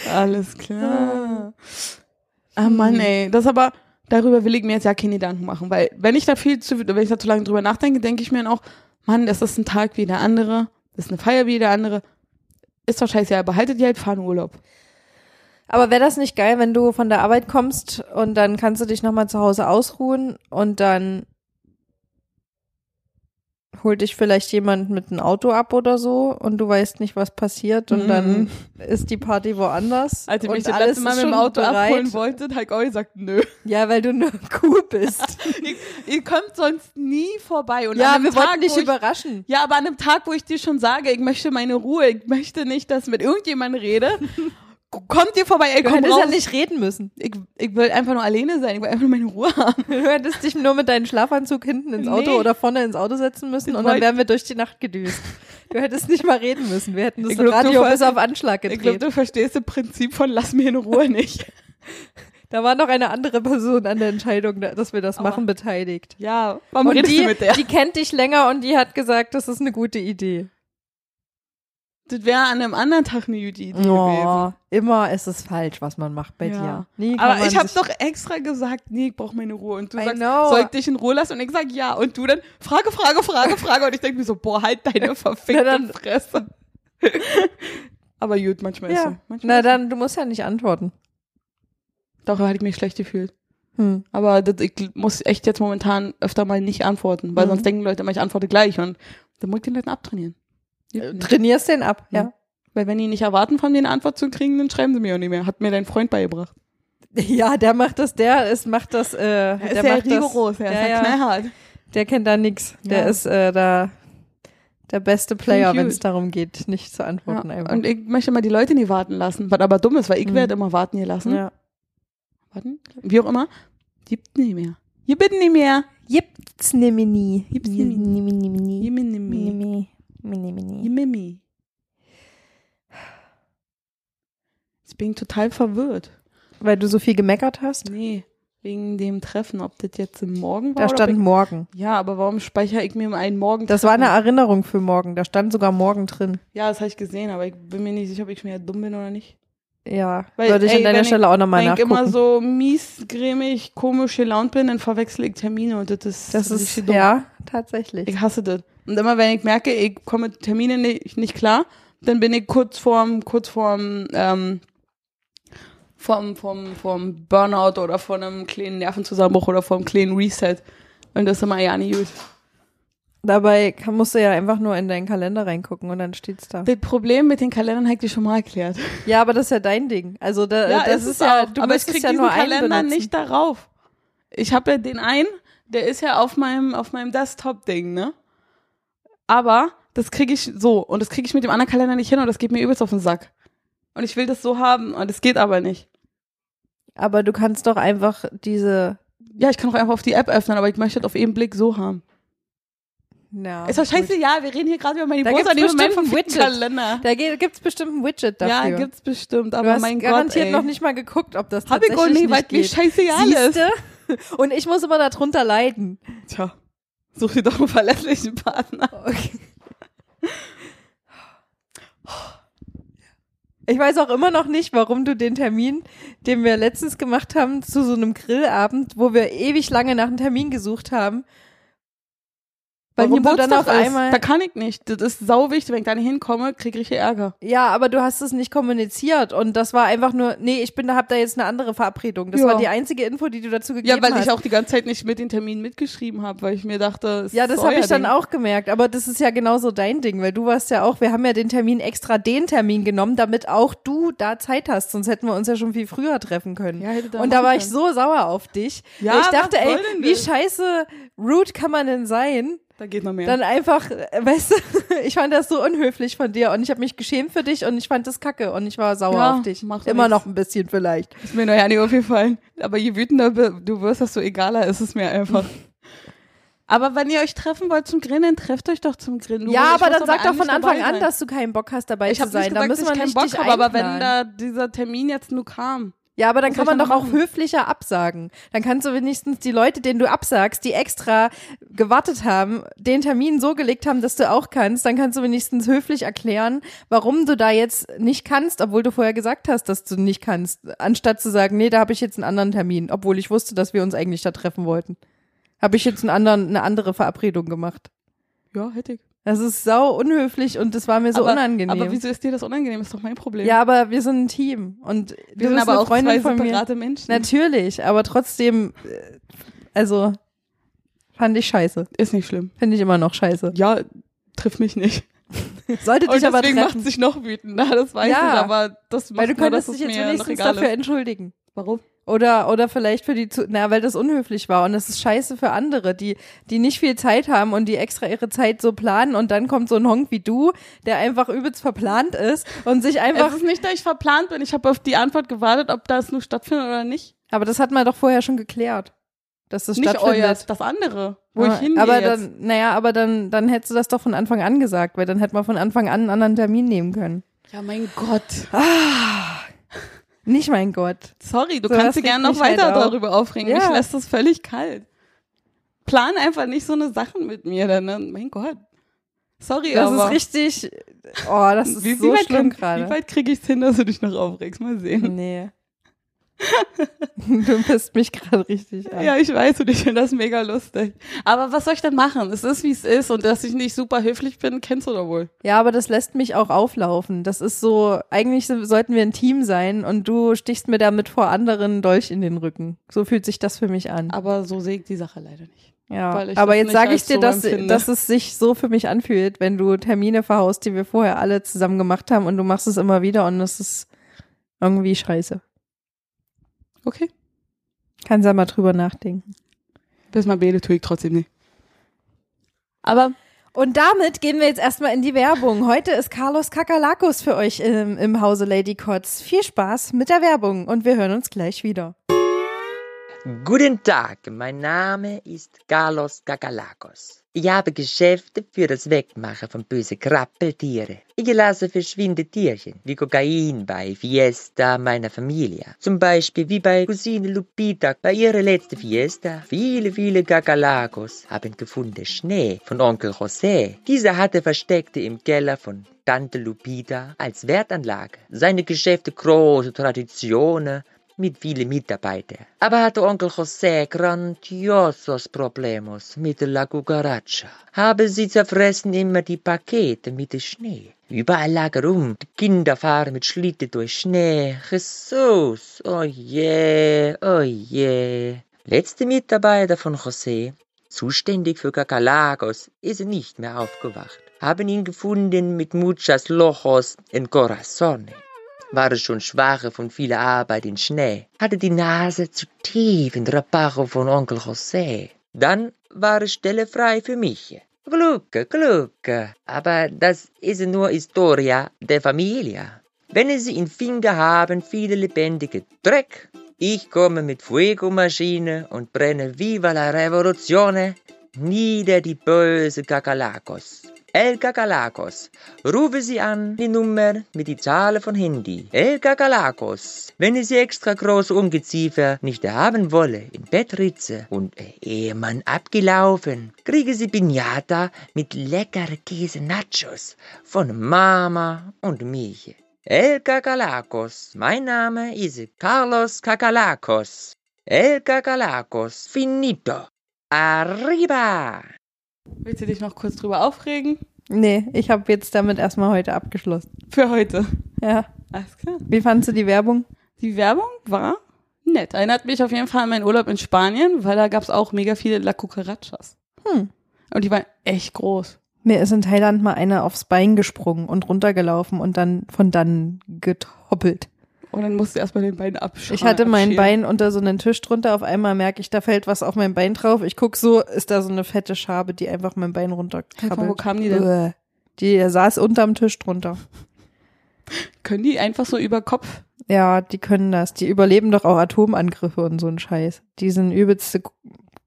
Speaker 2: Alles klar. Ah
Speaker 4: Mhm.
Speaker 2: Mann, ey, das aber darüber will ich mir jetzt ja keine Gedanken machen, weil wenn ich da viel zu wenn ich da zu lange drüber nachdenke, denke ich mir dann auch, Mann, das ist ein Tag wie der andere, das ist eine Feier wie der andere. Ist doch scheiße, ja, behaltet ihr halt, fahren Urlaub.
Speaker 4: Aber wäre das nicht geil, wenn du von der Arbeit kommst und dann kannst du dich nochmal zu Hause ausruhen und dann holt dich vielleicht jemand mit einem Auto ab oder so und du weißt nicht, was passiert und
Speaker 2: Mhm.
Speaker 4: dann ist die Party woanders. und alles ist schon bereit.
Speaker 2: wolltet, habe ich auch gesagt, nö.
Speaker 4: Ja, weil du eine Kuh bist.
Speaker 2: Ihr kommt sonst nie vorbei. Und
Speaker 4: ja,
Speaker 2: an dem
Speaker 4: wir
Speaker 2: Tag,
Speaker 4: wollten dich
Speaker 2: wo ich-
Speaker 4: überraschen.
Speaker 2: Ja, aber an einem Tag, wo ich dir schon sage, ich möchte meine Ruhe, ich möchte nicht, dass mit irgendjemandem rede, kommt ihr vorbei, ey,
Speaker 4: Du
Speaker 2: komm
Speaker 4: hättest
Speaker 2: raus.
Speaker 4: ja nicht reden müssen.
Speaker 2: ich, ich will einfach nur alleine sein, ich will einfach nur meine Ruhe haben.
Speaker 4: Du hättest dich nur mit deinem Schlafanzug hinten ins Auto
Speaker 2: Nee.
Speaker 4: oder vorne ins Auto setzen müssen
Speaker 2: Ich
Speaker 4: und dann
Speaker 2: wollt-
Speaker 4: wären wir durch die Nacht gedüst. Du hättest nicht mal reden müssen. Wir hätten das
Speaker 2: Ich glaub, du
Speaker 4: Radio
Speaker 2: ver-
Speaker 4: bis auf Anschlag
Speaker 2: Ich glaube,
Speaker 4: gedreht.
Speaker 2: du verstehst das Prinzip von lass mir in Ruhe nicht.
Speaker 4: da war noch eine andere Person an der Entscheidung, da- dass wir das machen, beteiligt.
Speaker 2: Ja, warum
Speaker 4: und
Speaker 2: redest
Speaker 4: die,
Speaker 2: du mit der?
Speaker 4: die kennt dich länger und die hat gesagt, das ist eine gute Idee.
Speaker 2: Das wäre an einem anderen Tag eine gute Idee gewesen.
Speaker 4: Oh, immer ist es falsch, was man macht bei
Speaker 2: Ja.
Speaker 4: dir. Nie kann
Speaker 2: Aber
Speaker 4: man
Speaker 2: ich habe
Speaker 4: sich-
Speaker 2: doch extra gesagt, nee, ich brauche meine Ruhe. Und du
Speaker 4: I
Speaker 2: sagst,
Speaker 4: know.
Speaker 2: soll ich dich in Ruhe lassen? Und ich sag ja. Und du dann, Frage, Frage, Frage, Frage. Und ich denke mir so, boah, halt deine verfickte
Speaker 4: Na dann-
Speaker 2: Fresse. Aber gut, manchmal ist so.
Speaker 4: Ja.
Speaker 2: Manchmal
Speaker 4: Na
Speaker 2: ist so.
Speaker 4: dann, du musst ja nicht antworten.
Speaker 2: Doch, da hatte ich mich schlecht gefühlt.
Speaker 4: Hm.
Speaker 2: Aber das, ich muss echt jetzt momentan öfter mal nicht antworten,
Speaker 4: Mhm.
Speaker 2: weil sonst denken Leute immer, ich antworte gleich. Und dann muss ich den Leuten abtrainieren. Hilft nicht.
Speaker 4: Trainierst den ab,
Speaker 2: Hm.
Speaker 4: ja.
Speaker 2: Weil wenn die nicht erwarten, von mir eine Antwort zu kriegen, dann schreiben sie mir auch nicht mehr. Hat mir dein Freund beigebracht.
Speaker 4: Ja, der macht das, der ist, macht das, äh, der macht das, ja, ja.
Speaker 2: knallhart.
Speaker 4: Der kennt da nix. Der
Speaker 2: Ja.
Speaker 4: ist äh, da der beste Player,
Speaker 2: Klingt
Speaker 4: wenn es
Speaker 2: gut.
Speaker 4: darum geht, nicht zu
Speaker 2: Ja.
Speaker 4: antworten einfach.
Speaker 2: Und ich möchte mal die Leute nie warten lassen, was aber dumm ist, weil ich werde immer warten gelassen.
Speaker 4: Mhm. ja.
Speaker 2: Warten? Wie auch immer. Gibt nie mehr. Ihr bitten nie mehr.
Speaker 4: Gibt's nimi nie.
Speaker 2: Gibt's nimi nie.
Speaker 4: nimi
Speaker 2: Ihr mir nie
Speaker 4: nie.
Speaker 2: mehr.
Speaker 4: Nimi. Nimi nie.
Speaker 2: Ihr mir nie. Jetzt bin ich total verwirrt.
Speaker 4: Weil du so viel gemeckert hast?
Speaker 2: Nee, wegen dem Treffen, ob das jetzt im Morgen war
Speaker 4: Da
Speaker 2: oder ob
Speaker 4: stand morgen.
Speaker 2: ich, Ja, aber warum speichere ich mir einen Morgen?
Speaker 4: Das war eine Erinnerung für morgen. Da stand sogar morgen drin.
Speaker 2: Ja, das habe ich gesehen, aber ich bin mir nicht sicher, ob ich schon wieder dumm bin oder nicht.
Speaker 4: Ja.
Speaker 2: Weil,
Speaker 4: Würde ich
Speaker 2: ey,
Speaker 4: an deiner
Speaker 2: wenn ich-
Speaker 4: Stelle auch nochmal
Speaker 2: Wenn ich
Speaker 4: nachgucken.
Speaker 2: immer so mies, grimmig, komisch gelaunt bin, dann verwechsel ich Termine und das ist,
Speaker 4: das ist,
Speaker 2: richtig dumm.
Speaker 4: ja, tatsächlich.
Speaker 2: Ich hasse das. Und immer wenn ich merke, ich komme mit Terminen nicht, nicht klar, dann bin ich kurz vorm, kurz vorm, ähm, vom, vom, vom Burnout oder vor einem kleinen Nervenzusammenbruch oder vor einem kleinen Reset. Und das ist immer ja nicht gut.
Speaker 4: Dabei kann, musst du ja einfach nur in deinen Kalender reingucken und dann steht's da.
Speaker 2: Das Problem mit den Kalendern habe ich dir schon mal erklärt.
Speaker 4: Ja, aber das ist ja dein Ding. Also da, das ist,
Speaker 2: es
Speaker 4: ja,
Speaker 2: auch.
Speaker 4: du
Speaker 2: aber ich
Speaker 4: müsstest
Speaker 2: krieg
Speaker 4: ja
Speaker 2: diesen
Speaker 4: nur einen
Speaker 2: Kalender
Speaker 4: benutzen.
Speaker 2: nicht darauf. Ich habe ja den einen, der ist ja auf meinem auf meinem Desktop Ding, ne? Aber das kriege ich so und das kriege ich mit dem anderen Kalender nicht hin und das geht mir übelst auf den Sack. Und ich will das so haben und das geht aber nicht.
Speaker 4: Aber du kannst doch einfach diese.
Speaker 2: Ja, ich kann auch einfach auf die App öffnen, aber ich möchte das auf jeden Blick so haben.
Speaker 4: Na,
Speaker 2: ist doch scheiße,
Speaker 4: Oh, gut.
Speaker 2: ja, wir reden hier gerade über meine
Speaker 4: Da
Speaker 2: Brust,
Speaker 4: gibt's
Speaker 2: an dem Moment
Speaker 4: bestimmt ein
Speaker 2: vom
Speaker 4: Widget.
Speaker 2: Kalender.
Speaker 4: Da ge- gibt's bestimmt ein Widget dafür.
Speaker 2: Ja, gibt's bestimmt,
Speaker 4: du
Speaker 2: aber
Speaker 4: hast
Speaker 2: mein Gott,
Speaker 4: garantiert
Speaker 2: ey.
Speaker 4: noch nicht mal geguckt, ob das
Speaker 2: Hab ich
Speaker 4: tatsächlich
Speaker 2: auch nicht, weil
Speaker 4: nicht
Speaker 2: mir
Speaker 4: geht.
Speaker 2: scheißegal ist.
Speaker 4: Siehste? Und ich muss immer darunter leiden.
Speaker 2: Tja, Such dir doch einen verlässlichen Partner.
Speaker 4: Okay. Ich weiß auch immer noch nicht, warum du den Termin, den wir letztens gemacht haben, zu so einem Grillabend, wo wir ewig lange nach einem Termin gesucht haben, weil
Speaker 2: Warum
Speaker 4: Nico dann auf
Speaker 2: Geburtstag ist?
Speaker 4: einmal.
Speaker 2: Da kann ich nicht. Das ist sau wichtig. Wenn ich da nicht hinkomme, kriege ich hier Ärger.
Speaker 4: Ja, aber du hast es nicht kommuniziert und das war einfach nur, nee, ich bin da, hab da jetzt eine andere Verabredung. Das
Speaker 2: Ja.
Speaker 4: war die einzige Info, die du dazu gegeben
Speaker 2: Ja, weil
Speaker 4: hast.
Speaker 2: ich auch die ganze Zeit nicht mit den Terminen mitgeschrieben habe, weil ich mir dachte, es
Speaker 4: ja,
Speaker 2: ist
Speaker 4: das habe
Speaker 2: euer
Speaker 4: ich dann
Speaker 2: Ding.
Speaker 4: auch gemerkt, aber das ist ja genauso dein Ding, weil du warst ja auch, wir haben ja den Termin extra den Termin genommen, damit auch du da Zeit hast, sonst hätten wir uns ja schon viel früher treffen können.
Speaker 2: Ja, hätte da
Speaker 4: und da
Speaker 2: machen
Speaker 4: war ich
Speaker 2: können.
Speaker 4: so sauer auf dich.
Speaker 2: Ja,
Speaker 4: weil ich
Speaker 2: was
Speaker 4: dachte, ey,
Speaker 2: soll denn
Speaker 4: wie
Speaker 2: das?
Speaker 4: scheiße rude kann man denn sein?
Speaker 2: Da geht noch mehr.
Speaker 4: Dann einfach, äh, weißt du, ich fand das so unhöflich von dir und ich habe mich geschämt für dich und ich fand das kacke und ich war sauer
Speaker 2: Ja,
Speaker 4: auf dich.
Speaker 2: macht doch
Speaker 4: Immer
Speaker 2: nichts.
Speaker 4: noch ein bisschen vielleicht.
Speaker 2: ist mir noch ja nicht aufgefallen. Aber je wütender be- du wirst, desto egaler ist es mir einfach. Aber wenn ihr euch treffen wollt zum Grillen, dann trefft euch doch zum Grillen. Nur weil
Speaker 4: ja,
Speaker 2: ich
Speaker 4: aber
Speaker 2: muss
Speaker 4: dann sag doch
Speaker 2: nicht
Speaker 4: von Anfang
Speaker 2: dabei
Speaker 4: an,
Speaker 2: sein.
Speaker 4: dass du keinen Bock hast, dabei
Speaker 2: ich
Speaker 4: zu
Speaker 2: habe
Speaker 4: sein.
Speaker 2: nicht
Speaker 4: da
Speaker 2: gesagt,
Speaker 4: müssen
Speaker 2: dass
Speaker 4: wir
Speaker 2: ich keinen
Speaker 4: nicht
Speaker 2: Bock
Speaker 4: dich
Speaker 2: habe, aber wenn
Speaker 4: einplanen.
Speaker 2: da dieser Termin jetzt nur kam.
Speaker 4: Ja, aber dann
Speaker 2: Was
Speaker 4: kann
Speaker 2: soll
Speaker 4: man
Speaker 2: ich
Speaker 4: doch
Speaker 2: noch
Speaker 4: auch
Speaker 2: machen?
Speaker 4: höflicher absagen. Dann kannst du wenigstens die Leute, denen du absagst, die extra gewartet haben, den Termin so gelegt haben, dass du auch kannst, dann kannst du wenigstens höflich erklären, warum du da jetzt nicht kannst, obwohl du vorher gesagt hast, dass du nicht kannst, anstatt zu sagen, nee, da habe ich jetzt einen anderen Termin, obwohl ich wusste, dass wir uns eigentlich da treffen wollten. Habe ich jetzt einen anderen, eine andere Verabredung gemacht.
Speaker 2: Ja, hätte ich.
Speaker 4: Das ist sau unhöflich und das war mir so
Speaker 2: aber,
Speaker 4: unangenehm.
Speaker 2: Aber wieso ist dir das unangenehm? Ist doch mein Problem.
Speaker 4: ja, aber wir sind ein Team und
Speaker 2: wir
Speaker 4: du
Speaker 2: sind
Speaker 4: bist
Speaker 2: aber
Speaker 4: eine
Speaker 2: auch
Speaker 4: Freundin
Speaker 2: zwei
Speaker 4: von mir.
Speaker 2: separate Menschen.
Speaker 4: Natürlich, aber trotzdem, äh, also fand ich scheiße.
Speaker 2: ist nicht schlimm.
Speaker 4: Finde ich immer noch scheiße.
Speaker 2: Ja, trifft mich nicht.
Speaker 4: Sollte
Speaker 2: Und
Speaker 4: dich aber
Speaker 2: deswegen macht
Speaker 4: treffen,
Speaker 2: sich noch wütend. Na, das weiß
Speaker 4: Ja.
Speaker 2: ich, aber das macht
Speaker 4: weil du
Speaker 2: nur, dass
Speaker 4: könntest
Speaker 2: es
Speaker 4: dich jetzt
Speaker 2: mir noch
Speaker 4: wenigstens
Speaker 2: egal
Speaker 4: dafür
Speaker 2: ist.
Speaker 4: entschuldigen.
Speaker 2: Warum?
Speaker 4: Oder, oder vielleicht für die, zu na, weil das unhöflich war und das ist scheiße für andere, die, die nicht viel Zeit haben und die extra ihre Zeit so planen und dann kommt so ein Honk wie du, der einfach übelst verplant ist und sich
Speaker 2: Es
Speaker 4: einfach,
Speaker 2: ist nicht, dass ich verplant bin. Ich habe auf die Antwort gewartet, ob das nur stattfindet oder nicht.
Speaker 4: aber das hat man doch vorher schon geklärt, dass das
Speaker 2: Nicht
Speaker 4: stattfindet. Ah,
Speaker 2: euer, das andere, wo ich hingehe
Speaker 4: aber
Speaker 2: jetzt.
Speaker 4: dann, naja, aber dann, dann hättest du das doch von Anfang an gesagt, weil dann hätte man von Anfang an einen anderen Termin nehmen können.
Speaker 2: Ja, mein Gott.
Speaker 4: Nicht mein Gott.
Speaker 2: Sorry, du
Speaker 4: So, das
Speaker 2: kannst dir
Speaker 4: regt
Speaker 2: gerne noch
Speaker 4: mich halt
Speaker 2: weiter
Speaker 4: auf.
Speaker 2: darüber aufregen.
Speaker 4: Ja.
Speaker 2: Mich lässt das völlig kalt. Plan einfach nicht so eine Sachen mit mir, dann, ne? mein Gott. Sorry,
Speaker 4: Das
Speaker 2: aber
Speaker 4: ist richtig. Oh, das ist
Speaker 2: wie,
Speaker 4: so
Speaker 2: wie weit
Speaker 4: schlimm
Speaker 2: kann- Wie
Speaker 4: gerade.
Speaker 2: weit kriege ich es hin, dass du dich noch aufregst? Mal sehen.
Speaker 4: Nee. du pisst mich gerade richtig an.
Speaker 2: Ja, ich weiß und ich finde das mega lustig. Aber was soll ich denn machen? Es ist, wie es ist und dass ich nicht super höflich bin, kennst du doch wohl.
Speaker 4: Ja, aber das lässt mich auch auflaufen. Das ist so, eigentlich so- sollten wir ein Team sein und du stichst mir damit vor anderen einen Dolch in den Rücken. So fühlt sich das für mich an.
Speaker 2: Aber so sehe ich die Sache leider nicht.
Speaker 4: Ja,
Speaker 2: weil ich
Speaker 4: aber
Speaker 2: das
Speaker 4: jetzt
Speaker 2: nicht
Speaker 4: sage ich
Speaker 2: als
Speaker 4: dir,
Speaker 2: so
Speaker 4: dass,
Speaker 2: empfinde.
Speaker 4: dass es sich so für mich anfühlt, wenn du Termine verhaust, die wir vorher alle zusammen gemacht haben und du machst es immer wieder und das ist irgendwie scheiße.
Speaker 2: Okay.
Speaker 4: Kannst ja mal drüber nachdenken.
Speaker 2: Bis mal Bede tue ich trotzdem nicht. Aber
Speaker 4: Und damit gehen wir jetzt erstmal in die Werbung. Heute ist Carlos Kakalakos für euch im, im Hause Lady Kotz. Viel Spaß mit der Werbung und wir hören uns gleich wieder.
Speaker 5: Guten Tag, mein Name ist Carlos Kakalakos. Ich habe Geschäfte für das Wegmachen von bösen Krabbeltiere. Ich lasse verschwinde Tierchen wie Kokain bei Fiesta meiner Familie. Zum Beispiel wie bei Cousine Lupita bei ihrer letzten Fiesta. Viele, viele Kakalakos haben gefunden Schnee von Onkel José. Dieser hatte versteckte im Keller von Tante Lupita als Wertanlage. Seine Geschäfte große Traditionen mit vielen Mitarbeitern. Aber hatte Onkel José grandiosos Problemos mit la Cucaracha. Habe sie zerfressen immer die Pakete mit dem Schnee. Überall lager um, die Kinder fahren mit Schlitten durch Schnee. Jesus, oh je, oh je. Letzte Mitarbeiter von José, zuständig für Kakalakos, ist nicht mehr aufgewacht. Haben ihn gefunden mit muchas lojos en corazones war es schon schwache von vieler Arbeit in Schnee, hatte die Nase zu tief in der Rapache von Onkel José. Dann war es Stelle frei für mich. Glück, Glück. Aber das ist nur Historia der Familie. Wenn sie in Finger haben, viele lebendige Dreck. Ich komme mit Fuego-Maschine und brenne Viva la Revoluzione nieder die böse Kakalakos. El Kakalakos. Rufe Sie an, die Nummer mit die Zahl von Handy. El Kakalakos. Wenn ihr sie extra groß Ungeziefer nicht haben wolle, in Bettritze und ihr Ehemann abgelaufen, kriege Sie Pinata mit leckere Käse-Nachos von Mama und mich. El Kakalakos. Mein Name ist Carlos Kakalakos. El Kakalakos. Finito. Arriba!
Speaker 2: Willst du dich noch kurz drüber aufregen?
Speaker 4: Nee, ich habe jetzt damit erstmal heute abgeschlossen.
Speaker 2: Für heute.
Speaker 4: Ja.
Speaker 2: Alles klar.
Speaker 4: Wie fandst du die Werbung?
Speaker 2: Die Werbung war nett. Erinnert mich auf jeden Fall an meinen Urlaub in Spanien, weil da gab es auch mega viele La Cucarachas.
Speaker 4: Hm.
Speaker 2: Und die waren echt groß.
Speaker 4: Mir ist in Thailand mal einer aufs Bein gesprungen und runtergelaufen und dann von dann getoppelt.
Speaker 2: Und dann musst du erstmal den beiden abschneiden.
Speaker 4: Ich hatte mein Bein unter so einen Tisch drunter, auf einmal merke ich, da fällt was auf mein Bein drauf. Ich guck so, ist da so eine fette Schabe, die einfach mein Bein
Speaker 2: Wo
Speaker 4: runterkrabbelt.
Speaker 2: kamen die denn?
Speaker 4: Uäh. Die saß unterm Tisch drunter.
Speaker 2: Können die einfach so über Kopf?
Speaker 4: Ja, die können das. Die überleben doch auch Atomangriffe und so ein Scheiß. Die sind übelste k-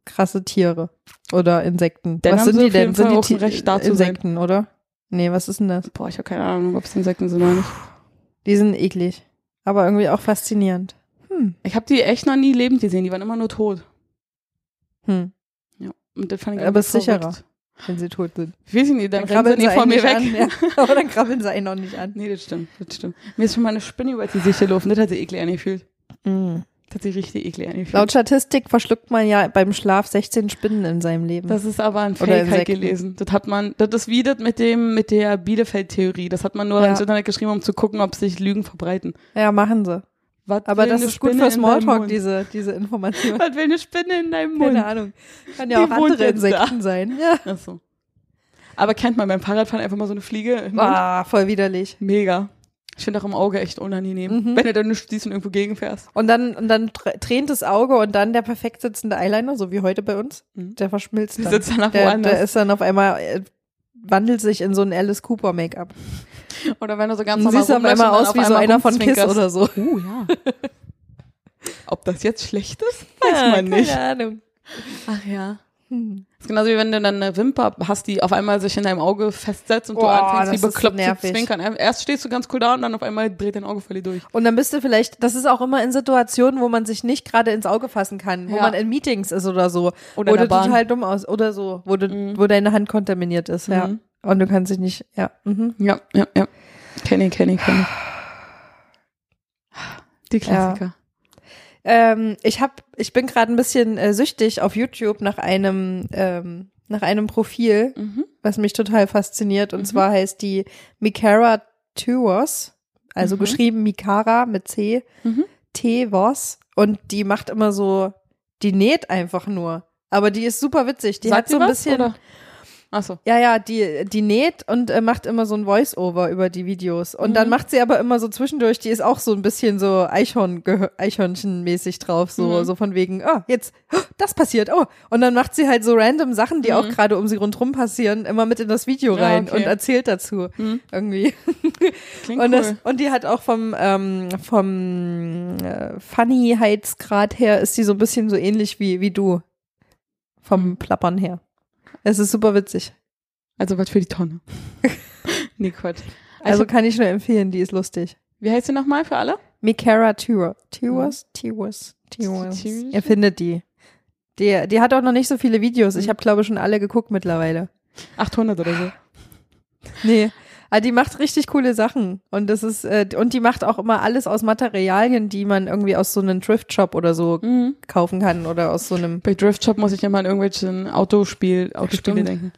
Speaker 4: krasse Tiere oder Insekten.
Speaker 2: Dann
Speaker 4: was
Speaker 2: haben
Speaker 4: sind
Speaker 2: sie
Speaker 4: die
Speaker 2: auf
Speaker 4: denn?
Speaker 2: jeden
Speaker 4: Sind
Speaker 2: Fall
Speaker 4: die
Speaker 2: auch ein
Speaker 4: Ti-
Speaker 2: Recht, da zu sein.
Speaker 4: Insekten, oder? Nee, was ist denn das?
Speaker 2: Boah, ich habe keine Ahnung, ob es Insekten sind oder nicht.
Speaker 4: Die sind eklig, aber irgendwie auch faszinierend.
Speaker 2: Ich habe die echt noch nie lebend gesehen. Die waren immer nur tot.
Speaker 4: Hm,
Speaker 2: Ja. Und das fand ich
Speaker 4: Aber
Speaker 2: irgendwie
Speaker 4: ist sicherer.
Speaker 2: verrückt.
Speaker 4: wenn sie tot sind.
Speaker 2: Ich weiß nicht, dann, rennen
Speaker 4: krabbeln
Speaker 2: sie nicht von mir weg. Hm.
Speaker 4: einen nicht An, ja. Aber dann krabbeln sie einen noch nicht an.
Speaker 2: Nee, das stimmt, das stimmt. Mir ist schon mal eine Spinne über die Sicht gelaufen. Das hat sich eklig angefühlt.
Speaker 4: Mhm.
Speaker 2: Das hat sich richtig eklig angefühlt.
Speaker 4: Laut Statistik verschluckt man ja beim Schlaf 16 Spinnen in seinem Leben.
Speaker 2: Das ist aber ein
Speaker 4: Oder
Speaker 2: Fake halt
Speaker 4: Insekten.
Speaker 2: gelesen. Das hat man, das ist wie das mit dem, mit der Bielefeld-Theorie. Das hat man nur
Speaker 4: Ja.
Speaker 2: ins Internet geschrieben, um zu gucken, ob sich Lügen verbreiten.
Speaker 4: ja, machen sie.
Speaker 2: Was
Speaker 4: Aber
Speaker 2: will
Speaker 4: das
Speaker 2: eine
Speaker 4: ist gut
Speaker 2: Spinne
Speaker 4: für
Speaker 2: in deinem
Speaker 4: Smalltalk,
Speaker 2: Mund?
Speaker 4: diese, diese Information.
Speaker 2: Was will eine Spinne in deinem Mund?
Speaker 4: Keine Ahnung. Kann ja
Speaker 2: Die
Speaker 4: auch
Speaker 2: wohnt
Speaker 4: andere
Speaker 2: jetzt da.
Speaker 4: Insekten sein. Ja.
Speaker 2: Ach so. Aber kennt man beim Fahrradfahren einfach mal so eine Fliege? im Mund?
Speaker 4: Ah, voll widerlich.
Speaker 2: Mega. Ich finde auch im Auge echt unangenehm.
Speaker 4: Mhm.
Speaker 2: Wenn du dann nicht siehst und irgendwo gegenfährst.
Speaker 4: Und dann, und dann tr- tränendes Auge und dann der perfekt sitzende Eyeliner, so wie heute bei uns,
Speaker 2: Mhm.
Speaker 4: der verschmilzt
Speaker 2: Die
Speaker 4: dann.
Speaker 2: sitzt danach
Speaker 4: der,
Speaker 2: woanders.
Speaker 4: der ist dann auf einmal, äh, wandelt sich in so ein Alice Cooper Make-up.
Speaker 2: Oder wenn du so ganz
Speaker 4: Dann siehst du auf einmal aus wie so einer von Kiss oder so.
Speaker 2: Uh, ja. Ob das jetzt schlecht ist, weiß man nicht.
Speaker 4: Keine Ahnung.
Speaker 2: Ach ja.
Speaker 4: Hm.
Speaker 2: Das ist genauso wie wenn du dann eine Wimper hast, die auf einmal sich in deinem Auge festsetzt und du
Speaker 4: Oh,
Speaker 2: anfängst wie
Speaker 4: das ist
Speaker 2: bekloppt zu
Speaker 4: nervig.
Speaker 2: zwinkern. Äh, Erst stehst du ganz cool da und dann auf einmal dreht dein Auge völlig durch.
Speaker 4: Und dann bist du vielleicht, das ist auch immer in Situationen, wo man sich nicht gerade ins Auge fassen kann, wo
Speaker 2: Ja.
Speaker 4: man in Meetings ist oder so.
Speaker 2: Oder
Speaker 4: wo
Speaker 2: in der
Speaker 4: du
Speaker 2: Bahn.
Speaker 4: total dumm aus, oder so, wo, du,
Speaker 2: Mhm.
Speaker 4: wo deine Hand kontaminiert ist, ja.
Speaker 2: Mhm.
Speaker 4: Und du kannst dich nicht, ja. Mhm.
Speaker 2: Ja, ja, ja. Kenn ich, kenn ich, kenn ich. Die Klassiker.
Speaker 4: Ähm, ich hab, ich bin gerade ein bisschen äh, süchtig auf YouTube nach einem, ähm, nach einem Profil,
Speaker 2: Mhm.
Speaker 4: was mich total fasziniert. Und
Speaker 2: Mhm.
Speaker 4: zwar heißt die Mikara Tuos, also
Speaker 2: Mhm.
Speaker 4: geschrieben Mikara mit C,
Speaker 2: Mhm.
Speaker 4: T-Vos. Und die macht immer so, die näht einfach nur. Aber die ist super witzig. Die
Speaker 2: Sagt
Speaker 4: hat so
Speaker 2: dir
Speaker 4: ein
Speaker 2: was,
Speaker 4: bisschen.
Speaker 2: Oder? Ach so.
Speaker 4: Ja, ja, die, die näht und äh, macht immer so ein Voice-Over über die Videos. Und dann
Speaker 2: Mhm.
Speaker 4: macht sie aber immer so zwischendurch, die ist auch so ein bisschen so Eichhorn, gehö- Eichhörnchen-mäßig drauf, so,
Speaker 2: Mhm.
Speaker 4: so von wegen, oh, jetzt, oh, das passiert, oh. Und dann macht sie halt so random Sachen, die auch gerade um sie rundherum passieren, immer mit in das Video
Speaker 2: Mhm. Ja,
Speaker 4: rein
Speaker 2: okay.
Speaker 4: und erzählt dazu.
Speaker 2: Mhm.
Speaker 4: Irgendwie.
Speaker 2: Klingt
Speaker 4: Und,
Speaker 2: cool.
Speaker 4: das, und die hat auch vom, ähm, vom äh, Funnyheitsgrad her ist die so ein bisschen so ähnlich wie, wie du.
Speaker 2: Mhm.
Speaker 4: Vom Plappern her. Es ist super witzig.
Speaker 2: also was für die Tonne. nee, Quatsch. Also,
Speaker 4: Also kann ich nur empfehlen, die ist lustig.
Speaker 2: wie heißt sie nochmal für alle?
Speaker 4: Mikara Tua. Tuas? Tuas. Tuas.
Speaker 2: Tuas.
Speaker 4: Ihr findet die. Die, die hat auch noch nicht so viele Videos. Ich habe, glaube ich, schon alle geguckt mittlerweile.
Speaker 2: 800 oder so.
Speaker 4: Nee. Aber die macht richtig coole Sachen. Und das ist, äh, und die macht auch immer alles aus Materialien, die man irgendwie aus so einem Thrift-Shop oder so
Speaker 2: Mhm.
Speaker 4: kaufen kann oder aus so einem.
Speaker 2: Bei Drift Shop muss ich immer an irgendwelchen Autospiel, Autospiele
Speaker 4: stimmt.
Speaker 2: denken.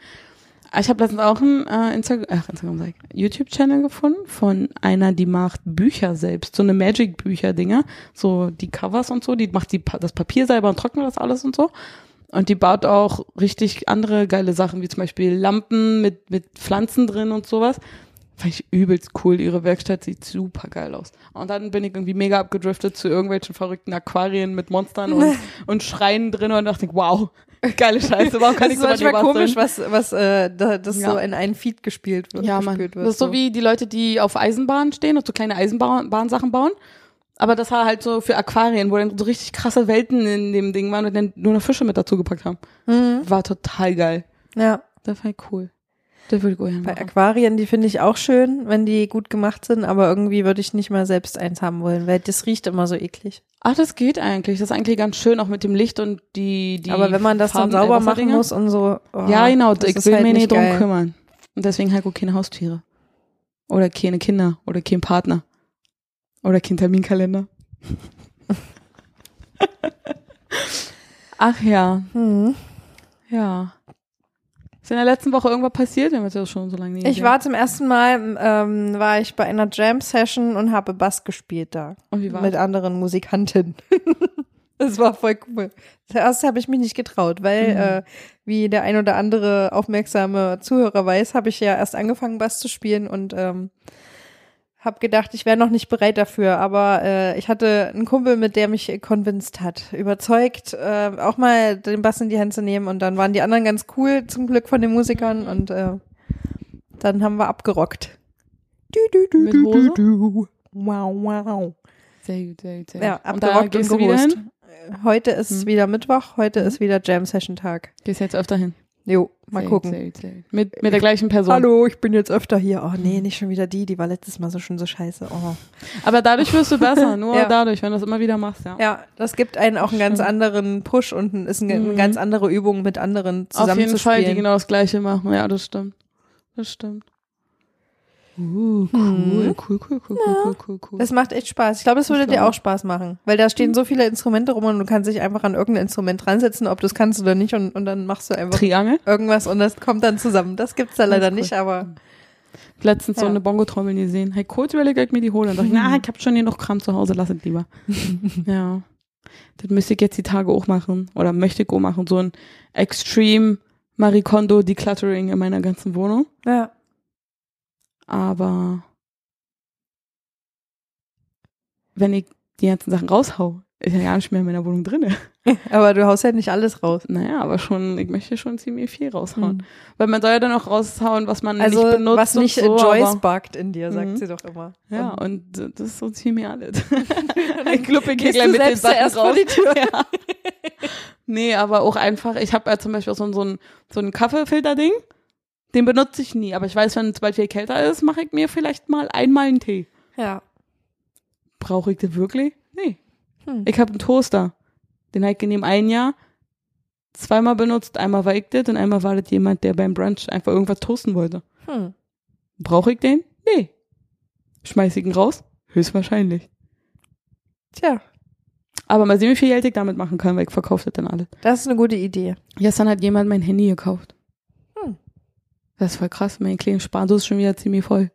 Speaker 2: Ich habe letztens auch einen äh, Insta- ach, Instagram, sag ich, YouTube-Channel gefunden von einer, die macht Bücher selbst, so eine Magic-Bücher-Dinger, so die Covers und so, die macht die, Pa- das Papier selber und trocknet das alles und so. Und die baut auch richtig andere geile Sachen, wie zum Beispiel Lampen mit, mit Pflanzen drin und sowas. Fand ich übelst cool. Ihre Werkstatt sieht super geil aus. Und dann bin ich irgendwie mega abgedriftet zu irgendwelchen verrückten Aquarien mit Monstern und, und Schreien drin und dachte, ich, wow, geile Scheiße, warum kann
Speaker 4: Das
Speaker 2: ich
Speaker 4: ist
Speaker 2: so
Speaker 4: manchmal komisch, was, was äh, da, das
Speaker 2: Ja.
Speaker 4: so in einen Feed gespielt wird.
Speaker 2: ja, Mann.
Speaker 4: gespielt wird
Speaker 2: Das ist so wie die Leute, die auf Eisenbahnen stehen und so kleine Eisenbahnsachen bauen. Aber das war halt so für Aquarien, wo dann so richtig krasse Welten in dem Ding waren und dann nur noch Fische mit dazu gepackt haben.
Speaker 4: Mhm.
Speaker 2: War total geil.
Speaker 4: Ja.
Speaker 2: Das fand ich cool. Das würde ich auch gerne
Speaker 4: Bei
Speaker 2: machen.
Speaker 4: Aquarien, die finde ich auch schön, wenn die gut gemacht sind, aber irgendwie würde ich nicht mal selbst eins haben wollen, weil das riecht immer so eklig.
Speaker 2: Ach, das geht eigentlich. Das ist eigentlich ganz schön, auch mit dem Licht und die, die
Speaker 4: aber wenn man das
Speaker 2: Farben
Speaker 4: dann sauber
Speaker 2: der
Speaker 4: machen
Speaker 2: Wasserdinge.
Speaker 4: muss und so. oh,
Speaker 2: ja, genau.
Speaker 4: das
Speaker 2: ich
Speaker 4: ist
Speaker 2: will
Speaker 4: halt
Speaker 2: mich nicht drum
Speaker 4: geil.
Speaker 2: kümmern. Und deswegen halt auch keine Haustiere. Oder keine Kinder. Oder kein Partner. Oder kein Terminkalender. Ach ja,
Speaker 4: Hm.
Speaker 2: ja. Ist in der letzten Woche irgendwas passiert? Wir haben jetzt ja schon so lange nicht
Speaker 4: Ich
Speaker 2: gesehen.
Speaker 4: war zum ersten Mal, ähm, war ich bei einer Jam-Session und habe Bass gespielt da.
Speaker 2: Und wie war
Speaker 4: mit anderen Musikantinnen. das war voll cool. Zuerst habe ich mich nicht getraut, weil, äh, wie der ein oder andere aufmerksame Zuhörer weiß, habe ich ja erst angefangen, Bass zu spielen und ähm, habe gedacht, ich wäre noch nicht bereit dafür. Aber äh, ich hatte einen Kumpel, mit der mich konvinzt hat, überzeugt, äh, auch mal den Bass in die Hand zu nehmen. Und dann waren die anderen ganz cool, zum Glück von den Musikern. Und äh, dann haben wir abgerockt. Du, du, du,
Speaker 2: Mit Hose?
Speaker 4: du. Wow, wow.
Speaker 2: Sehr gut, sehr gut, sehr gut.
Speaker 4: Ja,
Speaker 2: und da
Speaker 4: abgerockt und,
Speaker 2: gehst du wieder
Speaker 4: gehost.
Speaker 2: hin?
Speaker 4: Heute ist wieder Mittwoch, heute ist wieder Jam-Session-Tag.
Speaker 2: Gehst jetzt öfter hin.
Speaker 4: Jo, mal
Speaker 2: Sehr gut,
Speaker 4: gucken.
Speaker 2: sehr gut, sehr gut. Mit, mit der gleichen Person.
Speaker 4: Hallo, ich bin jetzt öfter hier. Oh nee, nicht schon wieder die, die war letztes Mal so schon so scheiße. Oh.
Speaker 2: Aber dadurch wirst du besser, nur
Speaker 4: Ja.
Speaker 2: dadurch, wenn du das immer wieder machst, ja.
Speaker 4: Ja, das gibt einen auch einen ganz anderen Push und ein- ist ein, eine ganz andere Übung mit anderen
Speaker 2: Auf jeden Fall, die
Speaker 4: zusammenzuspielen.
Speaker 2: genau das gleiche machen. Ja, das stimmt. Das stimmt. Uh, cool, cool, cool, cool, cool, cool, cool.
Speaker 4: Das macht echt Spaß. Ich Mhm. glaube, es würde dir auch Spaß machen, weil da stehen so viele Instrumente rum und du kannst dich einfach an irgendein Instrument dransetzen, ob du es kannst oder nicht und, und dann machst du einfach
Speaker 2: Triangel?
Speaker 4: irgendwas und das kommt dann zusammen. Das gibt's da leider
Speaker 2: cool.
Speaker 4: nicht, aber
Speaker 2: Letztens so
Speaker 4: Ja.
Speaker 2: eine Bongo-Trommel gesehen. Hey, kurz überlegt, ob ich mir die hole. Und dachte, ich, na, ich hab schon hier noch Kram zu Hause, lass es lieber. ja. Das müsste ich jetzt die Tage auch machen. Oder möchte ich auch machen. So ein Extreme Marie Kondo Decluttering in meiner ganzen Wohnung.
Speaker 4: ja.
Speaker 2: aber wenn ich die ganzen Sachen raushau, ist ja gar nicht mehr in meiner Wohnung drin.
Speaker 4: Aber du haust halt nicht alles raus.
Speaker 2: Naja, aber schon, ich möchte schon ziemlich viel
Speaker 4: Mhm.
Speaker 2: raushauen. Weil man soll ja dann auch raushauen, Hm. was man
Speaker 4: Also
Speaker 2: nicht äh, benutzt.
Speaker 4: was nicht
Speaker 2: und so,
Speaker 4: Joyce
Speaker 2: aber,
Speaker 4: bagt in dir, sagt
Speaker 2: Mhm.
Speaker 4: sie doch immer.
Speaker 2: Ja, und
Speaker 4: Und
Speaker 2: äh, das ist so ziemlich alles. ich glaube, ich gehe
Speaker 4: gehst
Speaker 2: gleich
Speaker 4: du
Speaker 2: mit den
Speaker 4: selbst
Speaker 2: Sachen
Speaker 4: zuerst vor
Speaker 2: raus.
Speaker 4: die Tür.
Speaker 2: Ja. Nee, aber auch einfach, ich habe ja zum Beispiel auch so ein, so ein, so ein Kaffeefilterding. Den benutze ich nie, aber ich weiß, wenn es bald viel kälter ist, mache ich mir vielleicht mal einmal einen Tee.
Speaker 4: ja.
Speaker 2: Brauche ich das wirklich? Nee.
Speaker 4: Hm.
Speaker 2: Ich habe einen Toaster. Den habe ich in dem einen Jahr zweimal benutzt. Einmal war ich das und einmal war das jemand, der beim Brunch einfach irgendwas toasten wollte.
Speaker 4: Hm.
Speaker 2: Brauche ich den? Nee. Schmeiß ich ihn raus? Höchstwahrscheinlich.
Speaker 4: Tja,
Speaker 2: Aber mal sehen, wie viel Geld ich damit machen kann, weil ich verkaufe das dann alles.
Speaker 4: das ist eine gute Idee.
Speaker 2: Gestern hat jemand mein Handy gekauft.
Speaker 4: Hm.
Speaker 2: Das ist voll krass. Mein kleiner Spardose ist schon wieder ziemlich voll.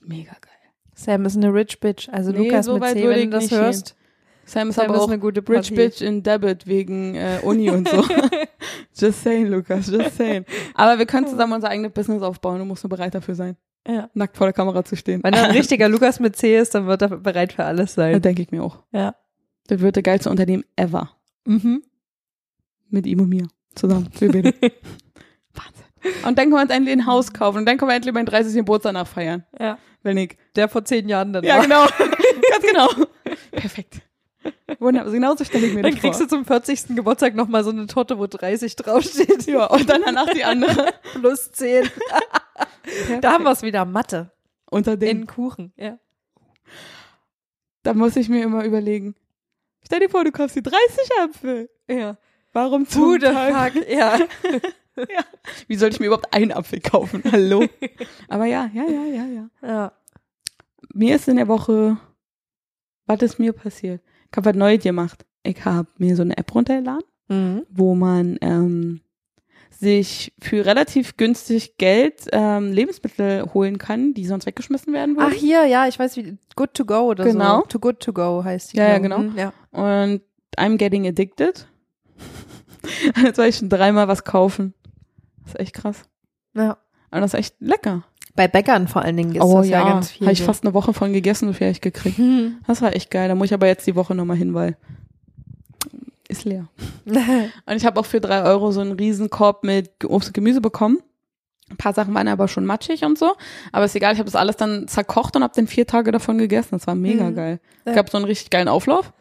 Speaker 2: Mega geil.
Speaker 4: Sam ist eine Rich Bitch. Also
Speaker 2: Nee,
Speaker 4: Lukas
Speaker 2: so
Speaker 4: mit
Speaker 2: weit
Speaker 4: C,
Speaker 2: würde
Speaker 4: wenn
Speaker 2: ich
Speaker 4: du das
Speaker 2: nicht
Speaker 4: hörst.
Speaker 2: Sam ist
Speaker 4: Sam
Speaker 2: aber
Speaker 4: ist
Speaker 2: auch
Speaker 4: eine gute
Speaker 2: Rich
Speaker 4: Partie.
Speaker 2: Bitch in Debit wegen äh, Uni und so. just saying, Lukas, just saying. Aber wir können zusammen unser eigenes Business aufbauen. Du musst nur bereit dafür sein.
Speaker 4: Ja.
Speaker 2: Nackt vor der Kamera zu stehen.
Speaker 4: Wenn er ein richtiger Lukas mit C ist, dann wird er bereit für alles
Speaker 2: das
Speaker 4: sein.
Speaker 2: denke ich mir auch.
Speaker 4: Ja.
Speaker 2: Das wird der geilste Unternehmen ever.
Speaker 4: Mhm.
Speaker 2: Mit ihm und mir. Zusammen. Wir beide. Wahnsinn. Und dann können wir uns endlich ein Haus kaufen. Und dann können wir endlich meinen 30. Geburtstag nachfeiern.
Speaker 4: Ja.
Speaker 2: Wenn ich
Speaker 4: Der vor zehn Jahren dann
Speaker 2: Ja,
Speaker 4: war.
Speaker 2: genau. Ganz genau. Perfekt. Wunderbar. Also Genauso stelle ich mir
Speaker 4: Dann
Speaker 2: das
Speaker 4: kriegst
Speaker 2: vor.
Speaker 4: du zum 40. Geburtstag nochmal so eine Torte, wo 30 draufsteht.
Speaker 2: ja, und dann danach die andere.
Speaker 4: Plus 10. Da haben wir es wieder. Mathe.
Speaker 2: Unter
Speaker 4: In
Speaker 2: den.
Speaker 4: Kuchen. Ja.
Speaker 2: Da muss ich mir immer überlegen. Stell dir vor, du kaufst die 30 Apfel.
Speaker 4: Ja.
Speaker 2: Warum zum
Speaker 4: Who the
Speaker 2: Teufel?
Speaker 4: fuck? Ja.
Speaker 2: Wie sollte ich mir überhaupt einen Apfel kaufen? Hallo? Aber ja, ja, ja, ja, ja.
Speaker 4: ja.
Speaker 2: Mir ist in der Woche, was ist mir passiert? Ich habe was Neues gemacht. Ich habe mir so eine App runtergeladen.
Speaker 4: Mhm.
Speaker 2: wo man ähm, sich für relativ günstig Geld ähm, Lebensmittel holen kann, die sonst weggeschmissen werden
Speaker 4: Ach
Speaker 2: würden.
Speaker 4: hier, ja, ich weiß wie Good to go oder
Speaker 2: Mhm. Genau.
Speaker 4: so. To good to go heißt die.
Speaker 2: Ja, ja,
Speaker 4: glaub ich.
Speaker 2: genau.
Speaker 4: Mhm, Ja.
Speaker 2: Und I'm getting addicted. Jetzt soll ich schon dreimal was kaufen. Das ist echt krass.
Speaker 4: Ja.
Speaker 2: Und das ist echt lecker.
Speaker 4: Bei Bäckern vor allen Dingen ist
Speaker 2: oh
Speaker 4: das ja,
Speaker 2: ja,
Speaker 4: ganz viel.
Speaker 2: habe ich
Speaker 4: so.
Speaker 2: fast eine Woche von gegessen, so viel habe ich gekriegt.
Speaker 4: Hm.
Speaker 2: Das war echt geil. Da muss ich aber jetzt die Woche nochmal hin, weil ist leer. Und ich habe auch für drei Euro so einen riesen Korb mit Ge- Obst und Gemüse bekommen. Ein paar Sachen waren aber schon matschig und so. Aber ist egal, ich habe das alles dann zerkocht und habe dann vier Tage davon gegessen. Das war mega
Speaker 4: Mhm.
Speaker 2: geil.
Speaker 4: Ja.
Speaker 2: Ich habe so einen richtig geilen Auflauf,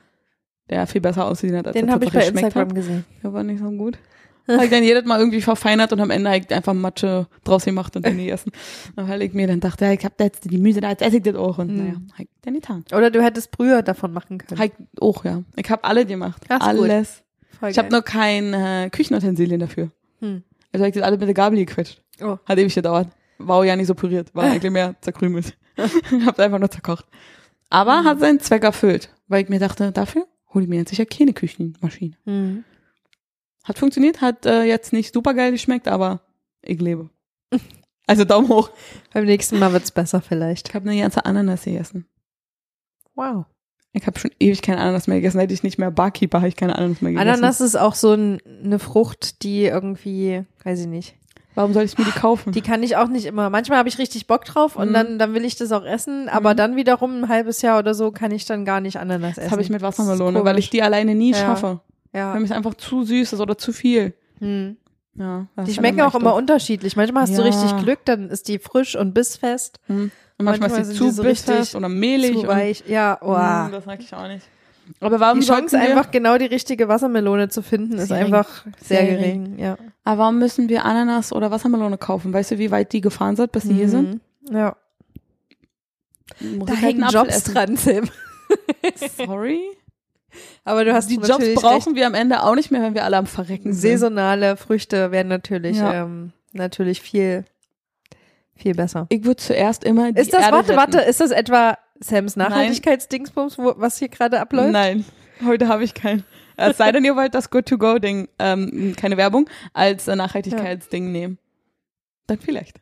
Speaker 2: der viel besser ausgesehen hat, als
Speaker 4: Den
Speaker 2: das
Speaker 4: habe ich bei
Speaker 2: tatsächlich
Speaker 4: Instagram
Speaker 2: geschmeckt
Speaker 4: gesehen.
Speaker 2: hat. Der war nicht so gut. Halt dann jedes Mal irgendwie verfeinert und am Ende halt einfach Matsche draus gemacht und dann gegessen. Und weil ich mir dann dachte, ja, ich hab da jetzt die Müse, da jetzt esse ich das auch.
Speaker 4: Mhm.
Speaker 2: Und naja, hab ich dann getan.
Speaker 4: Oder du hättest Brühe davon machen können.
Speaker 2: Hab ich auch, ja. Ich hab alle gemacht.
Speaker 4: Ach, gut.
Speaker 2: Alles.
Speaker 4: Voll
Speaker 2: Ich habe
Speaker 4: geil.
Speaker 2: nur kein äh, Küchenutensilien dafür.
Speaker 4: Hm.
Speaker 2: Also hab ich das alle mit der Gabel gequetscht.
Speaker 4: Oh.
Speaker 2: Hat ewig gedauert. War auch ja nicht so püriert, war eigentlich mehr zerkrümelt. Hab's einfach nur zerkocht.
Speaker 4: Hm.
Speaker 2: Aber hat seinen Zweck erfüllt, weil ich mir dachte, dafür hole ich mir jetzt sicher keine Küchenmaschine.
Speaker 4: Hm.
Speaker 2: Hat funktioniert, hat äh, jetzt nicht super geil geschmeckt, aber ich lebe. Also Daumen hoch.
Speaker 4: Beim nächsten Mal wird's besser vielleicht.
Speaker 2: Ich habe eine ganze Ananas gegessen.
Speaker 4: Wow.
Speaker 2: Ich habe schon ewig keine Ananas mehr gegessen. Hätte ich nicht mehr Barkeeper, hätte ich keine Ananas mehr gegessen.
Speaker 4: Ananas ist auch so ein, eine Frucht, die irgendwie, weiß ich nicht.
Speaker 2: Warum soll ich mir die kaufen?
Speaker 4: Die kann ich auch nicht immer. Manchmal habe ich richtig Bock drauf und
Speaker 2: Mhm.
Speaker 4: dann, dann will ich das auch essen, aber dann wiederum ein halbes Jahr oder so kann ich dann gar nicht Ananas essen.
Speaker 2: Hm. das habe ich mit
Speaker 4: Das
Speaker 2: Wassermelone,
Speaker 4: ist
Speaker 2: weil ich die alleine nie
Speaker 4: Ja.
Speaker 2: schaffe. Weil
Speaker 4: Ja.
Speaker 2: mir es einfach zu süß ist oder zu viel.
Speaker 4: Hm.
Speaker 2: Ja, das
Speaker 4: Die
Speaker 2: ist
Speaker 4: schmecken
Speaker 2: dann
Speaker 4: auch immer
Speaker 2: echt
Speaker 4: unterschiedlich. Manchmal hast du
Speaker 2: Ja.
Speaker 4: richtig Glück, dann ist die frisch und bissfest,
Speaker 2: doof. Mhm. Und manchmal,
Speaker 4: manchmal
Speaker 2: ist
Speaker 4: sind
Speaker 2: sie
Speaker 4: die
Speaker 2: zu
Speaker 4: so
Speaker 2: bitter
Speaker 4: richtig
Speaker 2: oder mehlig.
Speaker 4: zu weich. Ja,
Speaker 2: Und, Mhm,
Speaker 4: wow.
Speaker 2: das mag ich auch nicht. Aber warum
Speaker 4: Die
Speaker 2: sollten
Speaker 4: Chance,
Speaker 2: wir,
Speaker 4: einfach genau die richtige Wassermelone zu finden, ist
Speaker 2: Sehr gering.
Speaker 4: einfach sehr
Speaker 2: Sehr
Speaker 4: gering. Ja.
Speaker 2: aber Ah, warum müssen wir Ananas oder Wassermelone kaufen? Weißt du, wie weit die gefahren sind, bis die hier sind?
Speaker 4: Mhm. Ja.
Speaker 2: Muss
Speaker 4: Mhm. Da
Speaker 2: ich halt einen
Speaker 4: hängen
Speaker 2: Apfel
Speaker 4: Jobs dran, Tim.
Speaker 2: essen. Sorry.
Speaker 4: Aber du hast
Speaker 2: Die Jobs
Speaker 4: natürlich
Speaker 2: brauchen wir am Ende auch nicht mehr, wenn wir alle am Verrecken
Speaker 4: recht.
Speaker 2: sind.
Speaker 4: Saisonale Früchte werden natürlich,
Speaker 2: Ja.
Speaker 4: ähm, natürlich viel, viel besser.
Speaker 2: Ich würde zuerst immer die
Speaker 4: Ist das,
Speaker 2: Erde
Speaker 4: warte,
Speaker 2: retten.
Speaker 4: warte, ist das etwa Sams Nachhaltigkeitsdingsbums, wo- was hier gerade abläuft?
Speaker 2: Nein, heute habe ich keinen. Es sei denn, ihr wollt das Good-to-Go-Ding, ähm, keine Werbung, als äh, Nachhaltigkeitsding nehmen. Dann vielleicht.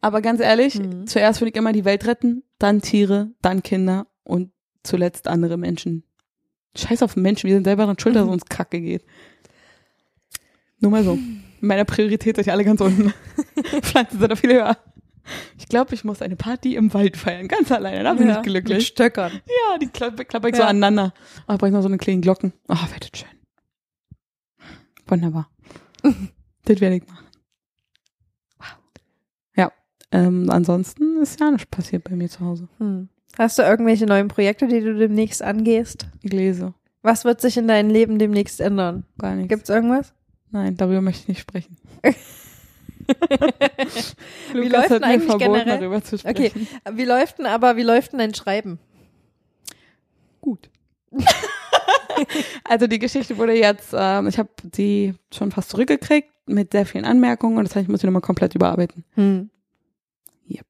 Speaker 2: Aber ganz ehrlich,
Speaker 4: Mhm.
Speaker 2: zuerst würde ich immer die Welt retten, dann Tiere, dann Kinder und zuletzt andere Menschen. Scheiß auf Menschen, wir sind selber dran schuld, dass es uns kacke geht. Nur mal so. In meiner Priorität seid ihr alle ganz unten. Pflanzen sind da viel höher. Ich glaube, ich muss eine Party im Wald feiern, ganz alleine, da bin
Speaker 4: Ja,
Speaker 2: ich glücklich.
Speaker 4: Mit Stöckern.
Speaker 2: Ja, die klappe, klappe ich so
Speaker 4: Ja.
Speaker 2: aneinander. Ah, brauche ich noch so eine kleine Glocken. Ah, oh, wird das schön. Wunderbar. das werde ich machen. Wow. Ja, ähm, ansonsten ist ja nichts passiert bei mir zu Hause.
Speaker 4: Hm. Hast du irgendwelche neuen Projekte, die du demnächst angehst?
Speaker 2: Ich lese
Speaker 4: Was wird sich in deinem Leben demnächst ändern?
Speaker 2: gar nichts.
Speaker 4: Gibt's irgendwas?
Speaker 2: Nein, darüber möchte ich nicht sprechen. Wie
Speaker 4: läuft denn eigentlich generell?
Speaker 2: darüber zu
Speaker 4: Okay.
Speaker 2: sprechen. Okay.
Speaker 4: Wie läuft denn aber, wie läuft denn dein Schreiben?
Speaker 2: Gut. Also die Geschichte wurde jetzt, ähm, ich habe die schon fast zurückgekriegt mit sehr vielen Anmerkungen und das heißt, ich muss sie nochmal komplett überarbeiten.
Speaker 4: Hm.
Speaker 2: Yep.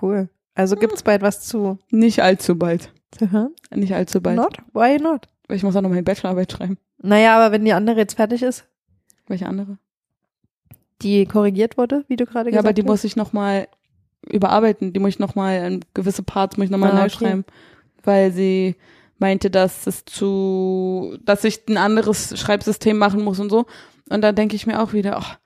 Speaker 4: Cool. Also
Speaker 2: Hm.
Speaker 4: gibt's bald was zu,
Speaker 2: Nicht allzu bald.
Speaker 4: zu hören?
Speaker 2: Nicht allzu bald.
Speaker 4: Not? Why not?
Speaker 2: Weil Ich muss auch noch meine Bachelorarbeit schreiben.
Speaker 4: Naja, aber wenn die andere jetzt fertig ist,
Speaker 2: Welche andere?
Speaker 4: die korrigiert wurde, wie du
Speaker 2: Ja,
Speaker 4: gerade gesagt hast.
Speaker 2: aber die muss ich nochmal überarbeiten. Die muss ich nochmal, gewisse Parts muss ich nochmal
Speaker 4: Ah,
Speaker 2: neu
Speaker 4: okay.
Speaker 2: schreiben. Weil sie meinte, dass es zu, dass ich ein anderes Schreibsystem machen muss und so. Und da denke ich mir auch wieder, ach,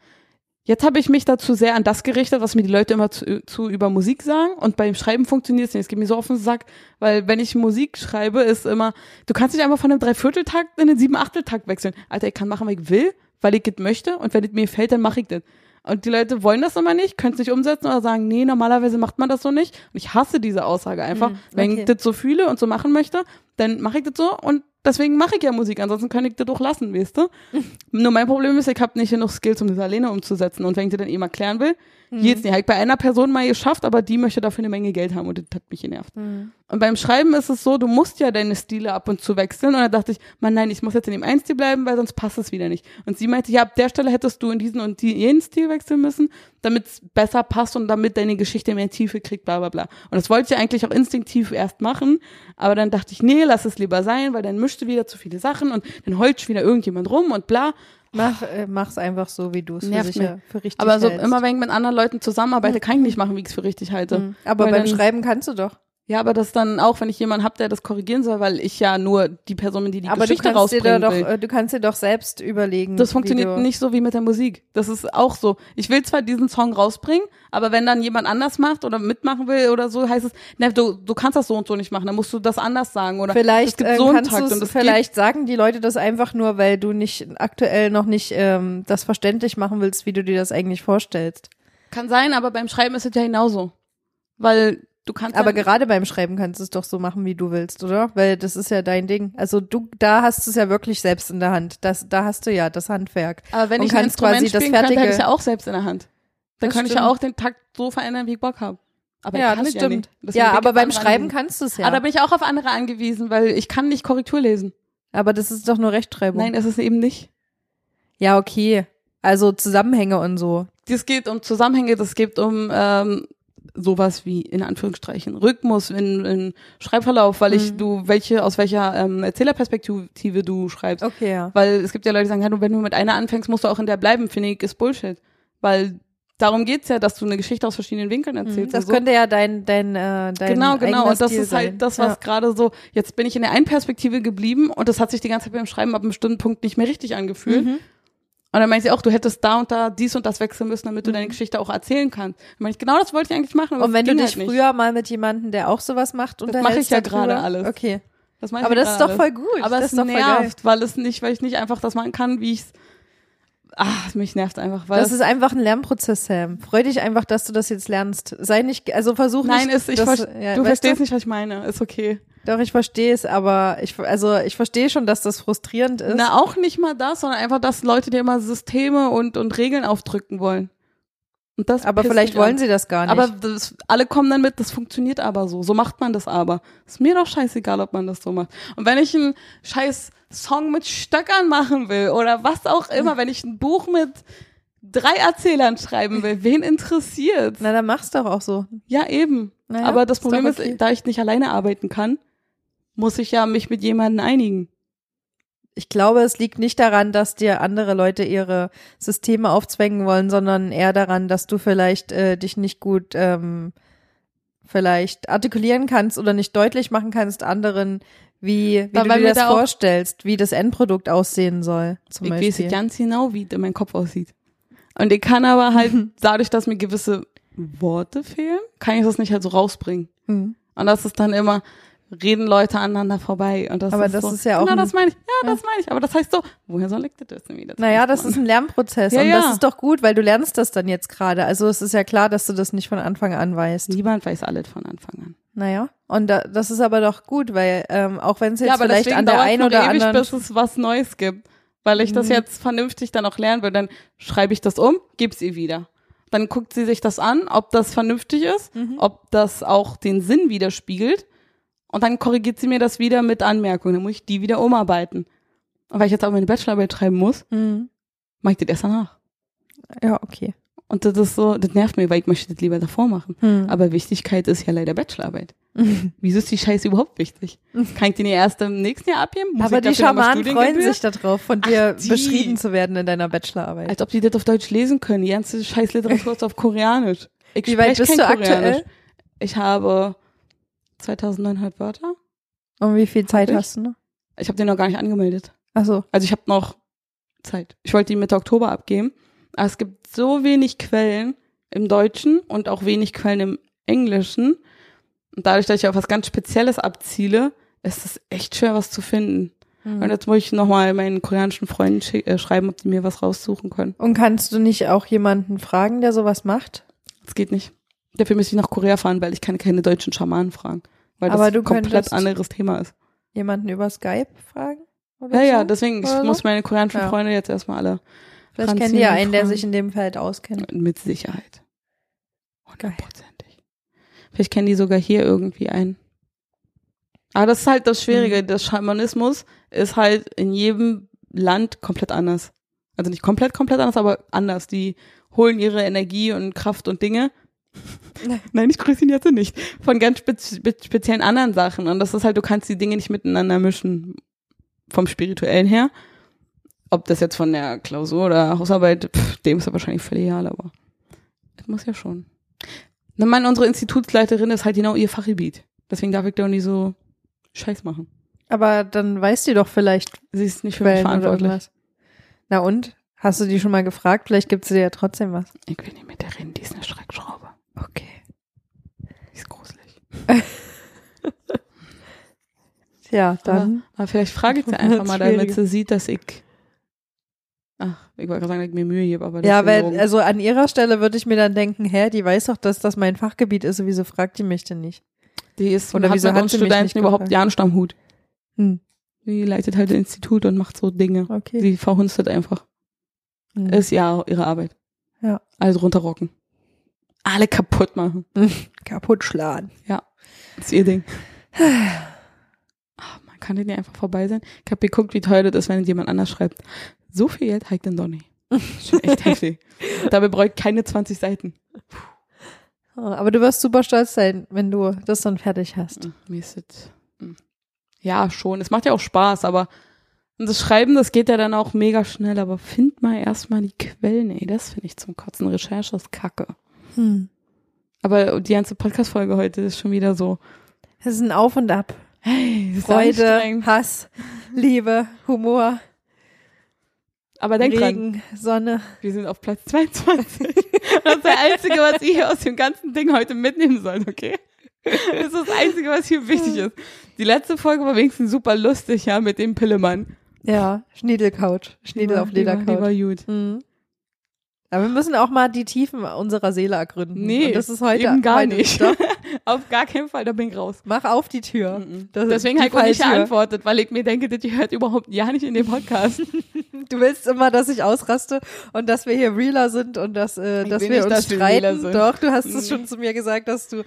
Speaker 2: jetzt habe ich mich dazu sehr an das gerichtet, was mir die Leute immer zu, zu über Musik sagen. Und beim Schreiben funktioniert es nicht. Es geht mir so auf den Sack, weil wenn ich Musik schreibe, ist immer, du kannst nicht einfach von einem Dreivierteltakt in einen Siebenachteltakt wechseln. Alter, ich kann machen, was ich will, weil ich das möchte. Und wenn es mir fällt, dann mache ich das. Und die Leute wollen das immer nicht, können es nicht umsetzen oder sagen, nee, normalerweise macht man das so nicht. Und ich hasse diese Aussage einfach.
Speaker 4: Mhm,
Speaker 2: Wenn
Speaker 4: okay.
Speaker 2: ich das so fühle und so machen möchte, dann mache ich das so und deswegen mache ich ja Musik. Ansonsten kann ich das doch lassen, weißt du? Nur mein Problem ist, ich habe nicht genug Skills, um das alleine umzusetzen. Und wenn ich dir dann eben erklären will,
Speaker 4: Mhm.
Speaker 2: geht's nicht. Habe ich bei einer Person mal geschafft, aber die möchte dafür eine Menge Geld haben und das hat mich genervt.
Speaker 4: Mhm.
Speaker 2: Und beim Schreiben ist es so, du musst ja deine Stile ab und zu wechseln. Und da dachte ich, Mann, nein, ich muss jetzt in dem einen Stil bleiben, weil sonst passt es wieder nicht. Und sie meinte, ja, ab der Stelle hättest du in diesen und die, jenen Stil wechseln müssen, damit es besser passt und damit deine Geschichte mehr Tiefe kriegt, bla bla bla. Und das wollte ich eigentlich auch instinktiv erst machen, aber dann dachte ich, nee, lass es lieber sein, weil dann mischst du wieder zu viele Sachen und dann heult wieder irgendjemand rum und bla.
Speaker 4: Mach, äh, mach's einfach so, wie du es für,
Speaker 2: Nervt
Speaker 4: sicher-
Speaker 2: mich.
Speaker 4: für richtig
Speaker 2: Aber so
Speaker 4: hältst.
Speaker 2: immer, wenn ich mit anderen Leuten zusammenarbeite, kann ich nicht machen, wie ich es für richtig halte.
Speaker 4: Mhm. Aber
Speaker 2: Weil
Speaker 4: beim
Speaker 2: dann-
Speaker 4: Schreiben kannst du doch.
Speaker 2: Ja, aber das dann auch, wenn ich jemanden hab, der das korrigieren soll, weil ich ja nur die Person bin, die die
Speaker 4: aber du
Speaker 2: Geschichte
Speaker 4: kannst, dir da
Speaker 2: rausbringen
Speaker 4: doch,
Speaker 2: will.
Speaker 4: äh, du kannst dir doch selbst überlegen.
Speaker 2: Das
Speaker 4: wie
Speaker 2: funktioniert
Speaker 4: du,
Speaker 2: nicht so wie mit der Musik. Das ist auch so. Ich will zwar diesen Song rausbringen, aber wenn dann jemand anders macht oder mitmachen will oder so, heißt es, ne, du, du kannst das so und so nicht machen, dann musst du das anders sagen oder es
Speaker 4: Vielleicht
Speaker 2: gibt
Speaker 4: äh,
Speaker 2: so einen
Speaker 4: kannst
Speaker 2: Takt und
Speaker 4: du
Speaker 2: das
Speaker 4: vielleicht sagen die Leute das einfach nur, weil du nicht aktuell noch nicht ähm, das verständlich machen willst, wie du dir das eigentlich vorstellst.
Speaker 2: Geht, kann sein, aber beim Schreiben ist es ja genauso. Weil Du kannst
Speaker 4: Aber
Speaker 2: dann,
Speaker 4: gerade beim Schreiben kannst du es doch so machen, wie du willst, oder? Weil das ist ja dein Ding. Also du, da hast du es ja wirklich selbst in der Hand. Das, da hast du ja das Handwerk.
Speaker 2: aber wenn
Speaker 4: und
Speaker 2: ich ein
Speaker 4: kannst
Speaker 2: Instrument
Speaker 4: quasi das
Speaker 2: spielen könnte, hätte ich
Speaker 4: fertige-
Speaker 2: ja auch selbst in der Hand. Dann
Speaker 4: Das
Speaker 2: könnte ich ja
Speaker 4: stimmt.
Speaker 2: auch den Takt so verändern, wie ich Bock habe. Aber
Speaker 4: ja,
Speaker 2: ich kann
Speaker 4: das
Speaker 2: es
Speaker 4: stimmt.
Speaker 2: Ja, nicht.
Speaker 4: Ja, aber beim Schreiben kannst du es
Speaker 2: ja. Aber Ah, da
Speaker 4: ja.
Speaker 2: bin ich auch auf andere angewiesen, weil ich kann nicht Korrektur lesen.
Speaker 4: Aber das ist doch nur Rechtschreibung.
Speaker 2: Nein, es ist eben nicht.
Speaker 4: Ja, okay. Also Zusammenhänge und so.
Speaker 2: Es geht um Zusammenhänge, das geht um ähm, sowas wie in Anführungsstrichen Rhythmus in, in Schreibverlauf, weil
Speaker 4: Mhm.
Speaker 2: ich du welche aus welcher ähm, Erzählerperspektive du schreibst.
Speaker 4: Okay, ja.
Speaker 2: Weil es gibt ja Leute, die sagen, ja, du, wenn du mit einer anfängst, musst du auch in der bleiben, finde ich, ist Bullshit. Weil darum geht's ja, dass du eine Geschichte aus verschiedenen Winkeln erzählst.
Speaker 4: Mhm. Das
Speaker 2: und so.
Speaker 4: könnte ja dein, dein, äh, dein
Speaker 2: genau, genau.
Speaker 4: eigener
Speaker 2: Und das
Speaker 4: Stil
Speaker 2: ist halt
Speaker 4: sein.
Speaker 2: das, was
Speaker 4: Ja.
Speaker 2: gerade so, jetzt bin ich in der einen Perspektive geblieben und das hat sich die ganze Zeit beim Schreiben ab einem bestimmten Punkt nicht mehr richtig angefühlt.
Speaker 4: Mhm.
Speaker 2: Und dann meinte sie auch, du hättest da und da dies und das wechseln müssen, damit du deine Geschichte auch erzählen kannst. Dann meinte ich, genau das wollte ich eigentlich machen. Aber
Speaker 4: Mhm. Und wenn
Speaker 2: das
Speaker 4: du
Speaker 2: ging
Speaker 4: dich
Speaker 2: halt nicht.
Speaker 4: früher mal mit jemandem, der auch sowas macht,
Speaker 2: ich
Speaker 4: unterhältst
Speaker 2: ja
Speaker 4: darüber-
Speaker 2: gerade alles.
Speaker 4: Okay.
Speaker 2: Das meinte
Speaker 4: Aber
Speaker 2: ich
Speaker 4: das ist doch
Speaker 2: gerade.
Speaker 4: voll gut.
Speaker 2: Aber
Speaker 4: das
Speaker 2: es
Speaker 4: ist doch voll geil.
Speaker 2: nervt, weil es nicht, weil ich nicht einfach das machen kann, wie ich's, ah, mich nervt einfach, weil
Speaker 4: Das ist einfach ein Lernprozess, Sam. Freu dich einfach, dass du das jetzt lernst. Sei nicht, also versuch
Speaker 2: Nein,
Speaker 4: nicht.
Speaker 2: ist, ich
Speaker 4: dass,
Speaker 2: ver-
Speaker 4: ja,
Speaker 2: du
Speaker 4: weißt
Speaker 2: verstehst nicht, was ich meine. Ist okay.
Speaker 4: Doch, ich verstehe es, aber ich, also ich verstehe schon, dass das frustrierend ist.
Speaker 2: Na, auch nicht mal das, sondern einfach, dass Leute dir immer Systeme und, und Regeln aufdrücken wollen. Und das
Speaker 4: aber
Speaker 2: pisst
Speaker 4: vielleicht
Speaker 2: mich an.
Speaker 4: wollen sie das gar nicht.
Speaker 2: Aber das, alle kommen dann mit, das funktioniert aber so. So macht man das aber. Ist mir doch scheißegal, ob man das so macht. Und wenn ich einen scheiß Song mit Stöckern machen will oder was auch immer, wenn ich ein Buch mit drei Erzählern schreiben will, wen interessiert?
Speaker 4: na, dann mach's doch auch so.
Speaker 2: Ja, eben.
Speaker 4: Naja,
Speaker 2: aber das
Speaker 4: ist doch
Speaker 2: Problem ist,
Speaker 4: okay.
Speaker 2: da ich nicht alleine arbeiten kann, muss ich ja mich mit jemandem einigen.
Speaker 4: Ich glaube, es liegt nicht daran, dass dir andere Leute ihre Systeme aufzwängen wollen, sondern eher daran, dass du vielleicht äh, dich nicht gut ähm, vielleicht artikulieren kannst oder nicht deutlich machen kannst anderen, wie, wie
Speaker 2: Aber
Speaker 4: du
Speaker 2: weil
Speaker 4: dir
Speaker 2: mir
Speaker 4: das
Speaker 2: da auch-
Speaker 4: vorstellst, wie das Endprodukt aussehen soll. Zum
Speaker 2: Ich weiß
Speaker 4: Beispiel.
Speaker 2: nicht ganz genau, wie es in meinem Kopf aussieht. Und ich kann aber halt, dadurch, dass mir gewisse Worte fehlen, kann ich das nicht halt so rausbringen.
Speaker 4: Hm.
Speaker 2: Und das ist dann immer, reden Leute aneinander vorbei. Und das
Speaker 4: Aber
Speaker 2: ist
Speaker 4: das
Speaker 2: so,
Speaker 4: ist ja auch
Speaker 2: Genau,
Speaker 4: ein-
Speaker 2: das meine ich. Ja, das meine ich. Aber das heißt so, woher soll ich das wissen? Wie das
Speaker 4: Naja,
Speaker 2: heißt,
Speaker 4: das
Speaker 2: Mann?
Speaker 4: ist ein Lernprozess
Speaker 2: Ja,
Speaker 4: und das
Speaker 2: ja.
Speaker 4: ist doch gut, weil du lernst das dann jetzt gerade. Also es ist ja klar, dass du das nicht von Anfang an weißt.
Speaker 2: Niemand weiß alles von Anfang an.
Speaker 4: Naja, und da, das ist aber doch gut, weil ähm, auch wenn es jetzt
Speaker 2: ja, aber
Speaker 4: vielleicht
Speaker 2: deswegen
Speaker 4: an der
Speaker 2: dauert's
Speaker 4: einen
Speaker 2: noch
Speaker 4: oder
Speaker 2: ewig,
Speaker 4: anderen Mhm.
Speaker 2: bis es was Neues gibt. Weil ich das jetzt vernünftig dann auch lernen will. Dann schreibe ich das um, geb's ihr wieder. Dann guckt sie sich das an, ob das vernünftig ist,
Speaker 4: Mhm.
Speaker 2: ob das auch den Sinn widerspiegelt. Und dann korrigiert sie mir das wieder mit Anmerkungen. Dann muss ich die wieder umarbeiten. Und weil ich jetzt auch meine Bachelorarbeit schreiben muss,
Speaker 4: Mhm.
Speaker 2: mache ich das erst danach.
Speaker 4: Ja, okay.
Speaker 2: Und das ist so, das nervt mir, weil ich möchte das lieber davor machen.
Speaker 4: Hm.
Speaker 2: Aber Wichtigkeit ist ja leider Bachelorarbeit. Wieso ist die Scheiße überhaupt wichtig? Kann ich die nicht erst im nächsten Jahr abgeben? Muss
Speaker 4: aber
Speaker 2: ich
Speaker 4: die
Speaker 2: dafür nochmal
Speaker 4: Schamanen freuen
Speaker 2: Studiengebühr?
Speaker 4: sich darauf, von dir
Speaker 2: Ach, die. Also,
Speaker 4: beschrieben zu werden in deiner Bachelorarbeit.
Speaker 2: Als ob die das auf Deutsch lesen können. Die ganze scheiß Literatur ist auf Koreanisch. Ich
Speaker 4: Wie weit
Speaker 2: sprech
Speaker 4: bist
Speaker 2: kein
Speaker 4: du aktuell?
Speaker 2: Koreanisch. Ich habe 2900 Wörter.
Speaker 4: Und wie viel Zeit
Speaker 2: ich?
Speaker 4: hast du noch?
Speaker 2: Ich habe den noch gar nicht angemeldet.
Speaker 4: Achso,
Speaker 2: Also ich habe noch Zeit. Ich wollte die Mitte Oktober abgeben. Aber es gibt so wenig Quellen im Deutschen und auch wenig Quellen im Englischen. Und dadurch, dass ich auf was ganz Spezielles abziele, ist es echt schwer, was zu finden.
Speaker 4: Mhm.
Speaker 2: Und jetzt muss ich nochmal meinen koreanischen Freunden schick- äh, schreiben, ob die mir was raussuchen können.
Speaker 4: und kannst du nicht auch jemanden fragen, der sowas macht?
Speaker 2: Das geht nicht. Dafür müsste ich nach Korea fahren, weil ich kann keine deutschen Schamanen fragen. Weil das
Speaker 4: Aber du
Speaker 2: ein komplett
Speaker 4: könntest-
Speaker 2: anderes Thema ist.
Speaker 4: Jemanden über Skype fragen? Oder
Speaker 2: Ja,
Speaker 4: so?
Speaker 2: ja, deswegen, ich
Speaker 4: Oder so?
Speaker 2: muss meine koreanischen
Speaker 4: Ja.
Speaker 2: Freunde jetzt erstmal alle
Speaker 4: Vielleicht kennen
Speaker 2: Franzin
Speaker 4: die ja
Speaker 2: und
Speaker 4: einen, der
Speaker 2: Frank.
Speaker 4: sich in dem Feld auskennt.
Speaker 2: Mit Sicherheit. Hundertprozentig. Vielleicht kennen die sogar hier irgendwie einen. Aber das ist halt das Schwierige. Der Schamanismus ist halt in jedem Land komplett anders. Also nicht komplett, komplett anders, aber anders. Die holen ihre Energie und Kraft und Dinge. Nein, ich grüße ihn jetzt nicht. Von ganz spez spez- speziellen anderen Sachen. Und das ist halt, du kannst die Dinge nicht miteinander mischen. Vom Spirituellen her. Ob das jetzt von der Klausur oder Hausarbeit, pff, dem ist ja wahrscheinlich völlig egal, aber das muss ja schon. Na, meine, unsere Institutsleiterin ist halt genau ihr Fachgebiet. Deswegen darf ich da auch nicht so Scheiß machen.
Speaker 4: Aber dann weiß die doch vielleicht
Speaker 2: Sie ist nicht für mich
Speaker 4: Quellen oder
Speaker 2: verantwortlich.
Speaker 4: irgendwas. Na und? Hast du die schon mal gefragt? Vielleicht gibt sie dir ja trotzdem was.
Speaker 2: Ich will nicht mit der reden, die ist eine Schreckschraube.
Speaker 4: Okay.
Speaker 2: Die ist gruselig.
Speaker 4: Tja, dann.
Speaker 2: Aber vielleicht frage ich sie einfach mal, damit sie sieht, dass ich Ach, ich wollte gerade sagen, dass ich mir Mühe gebe, aber das
Speaker 4: Ja,
Speaker 2: ist
Speaker 4: weil,
Speaker 2: gelogen.
Speaker 4: also an ihrer Stelle würde ich mir dann denken, hä, die weiß doch, dass das mein Fachgebiet ist, und wieso fragt die mich denn nicht?
Speaker 2: die ist
Speaker 4: oder
Speaker 2: oder hat
Speaker 4: wieso
Speaker 2: mit
Speaker 4: hat
Speaker 2: uns
Speaker 4: sie mich
Speaker 2: Studenten
Speaker 4: nicht
Speaker 2: überhaupt
Speaker 4: gefragt?
Speaker 2: ja einen Stammhut.
Speaker 4: Hm.
Speaker 2: Die leitet halt ein Institut und macht so Dinge.
Speaker 4: Okay.
Speaker 2: Sie verhunstet einfach.
Speaker 4: Hm.
Speaker 2: Ist ja ihre Arbeit.
Speaker 4: Ja.
Speaker 2: Alles runterrocken. Alle kaputt machen.
Speaker 4: kaputt schlagen.
Speaker 2: Ist ihr Ding. Ah, man kann den ja einfach vorbei sein. Ich hab geguckt, wie teuer das ist, wenn jemand anders schreibt. So viel Geld hike den Donny. Schon echt heftig. Dabei bräuchte keine 20 Seiten.
Speaker 4: Oh, Aber du wirst super stolz sein, wenn du das dann fertig hast.
Speaker 2: Mir ist das, mm. ja, schon. Es macht ja auch Spaß, aber und das Schreiben, das geht ja dann auch mega schnell. Aber find mal erstmal die Quellen, ey. Das finde ich zum Kotzen. Recherche ist kacke.
Speaker 4: Hm.
Speaker 2: Aber die ganze Podcast-Folge heute ist schon wieder so.
Speaker 4: Es ist ein Auf und Ab.
Speaker 2: Hey, ist
Speaker 4: Freude,
Speaker 2: anstrengend.
Speaker 4: Hass, Liebe, Humor,
Speaker 2: Aber denk dran,
Speaker 4: Regen, Sonne.
Speaker 2: wir sind auf Platz 22. Das ist das Einzige, was ihr hier aus dem ganzen Ding heute mitnehmen sollt, okay? Das ist das Einzige, was hier wichtig ist. Die letzte Folge war wenigstens super lustig, ja, mit dem Pillemann.
Speaker 4: Ja, Schniedelcouch. Schniedel auf
Speaker 2: Die war- die war
Speaker 4: Ledercouch.
Speaker 2: gut.
Speaker 4: Mhm. Aber wir müssen auch mal die Tiefen unserer Seele ergründen.
Speaker 2: Nee,
Speaker 4: und das ist heute
Speaker 2: eben gar
Speaker 4: heute,
Speaker 2: nicht.
Speaker 4: Doch,
Speaker 2: Auf gar keinen Fall, da bin ich raus.
Speaker 4: mach auf die Tür. Das ist
Speaker 2: Mhm. Deswegen
Speaker 4: die
Speaker 2: habe ich auch nicht
Speaker 4: Falltür.
Speaker 2: geantwortet, weil ich mir denke, das gehört überhaupt ja nicht in den Podcast.
Speaker 4: Du willst immer, dass ich ausraste und dass wir hier realer sind und dass, äh,
Speaker 2: Ich
Speaker 4: dass wir Mhm.
Speaker 2: will nicht,
Speaker 4: uns
Speaker 2: dass wir realer
Speaker 4: streiten.
Speaker 2: sind.
Speaker 4: Doch, du hast es
Speaker 2: Nee.
Speaker 4: schon zu mir gesagt, dass du,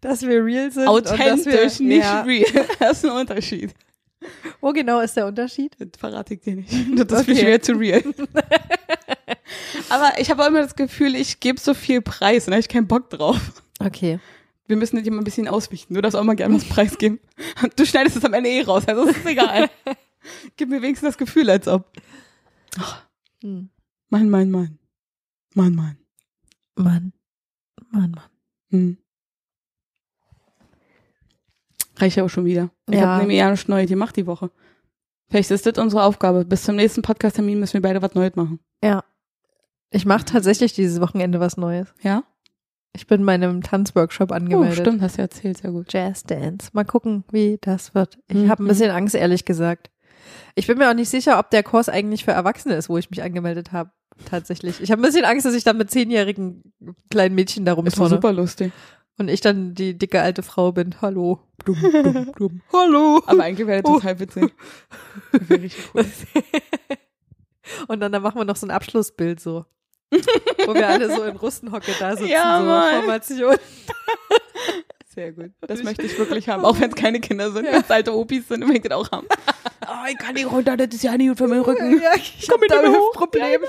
Speaker 4: dass wir real sind. und
Speaker 2: Authentisch,
Speaker 4: dass wir,
Speaker 2: nicht
Speaker 4: ja.
Speaker 2: real. Das ist ein Unterschied.
Speaker 4: Wo genau ist der Unterschied?
Speaker 2: Das verrate ich dir nicht. Das ist
Speaker 4: Okay.
Speaker 2: viel schwer zu real. Aber ich habe auch immer das Gefühl, ich gebe so viel Preis und da habe ich keinen Bock drauf.
Speaker 4: Okay.
Speaker 2: Wir müssen das immer ein bisschen auswichten. Du darfst auch mal gerne was preisgeben. Du schneidest es am Ende eh raus, also ist es egal. Gib mir wenigstens das Gefühl, als ob.
Speaker 4: Hm.
Speaker 2: Mann, Mann, Mann. Mann, Mann.
Speaker 4: Mann. Mann, Mann.
Speaker 2: Hm. Reicht ja auch schon wieder. Ich
Speaker 4: Ja.
Speaker 2: habe nämlich ja nichts Neues gemacht die Woche. Vielleicht ist das unsere Aufgabe. Bis zum nächsten Podcast-Termin müssen wir beide was Neues machen.
Speaker 4: Ich mache tatsächlich dieses Wochenende was Neues.
Speaker 2: Ja?
Speaker 4: Ich bin meinem Tanzworkshop
Speaker 2: Oh,
Speaker 4: angemeldet.
Speaker 2: stimmt, hast du erzählt, sehr gut.
Speaker 4: Jazzdance. Mal gucken, wie das wird. Ich
Speaker 2: Mhm.
Speaker 4: habe ein bisschen Angst, ehrlich gesagt. Ich bin mir auch nicht sicher, ob der Kurs eigentlich für Erwachsene ist, wo ich mich angemeldet habe. Tatsächlich. Ich habe ein bisschen Angst, dass ich dann mit zehnjährigen kleinen Mädchen da
Speaker 2: Ist doch
Speaker 4: rumturne.
Speaker 2: super lustig.
Speaker 4: Und ich dann die dicke alte Frau bin. Hallo. Dum, dum, dum. Hallo.
Speaker 2: Aber eigentlich wäre das
Speaker 4: Oh.
Speaker 2: total witzig. Das wäre richtig cool.
Speaker 4: Und dann, dann machen wir noch so ein Abschlussbild so. wo wir alle so in Russenhocke da sitzen.
Speaker 2: Ja,
Speaker 4: so um.
Speaker 2: Mann.
Speaker 4: Formation.
Speaker 2: Sehr gut. Das möchte ich wirklich haben, auch wenn es keine Kinder sind. Wenn es alte Opis sind, will ich das auch haben. Oh, ich kann nicht runter, das ist ja nicht gut für meinen Rücken.
Speaker 4: Ja, ich
Speaker 2: Komm
Speaker 4: habe
Speaker 2: mit
Speaker 4: da
Speaker 2: dem hoch.
Speaker 4: Hüftproblem.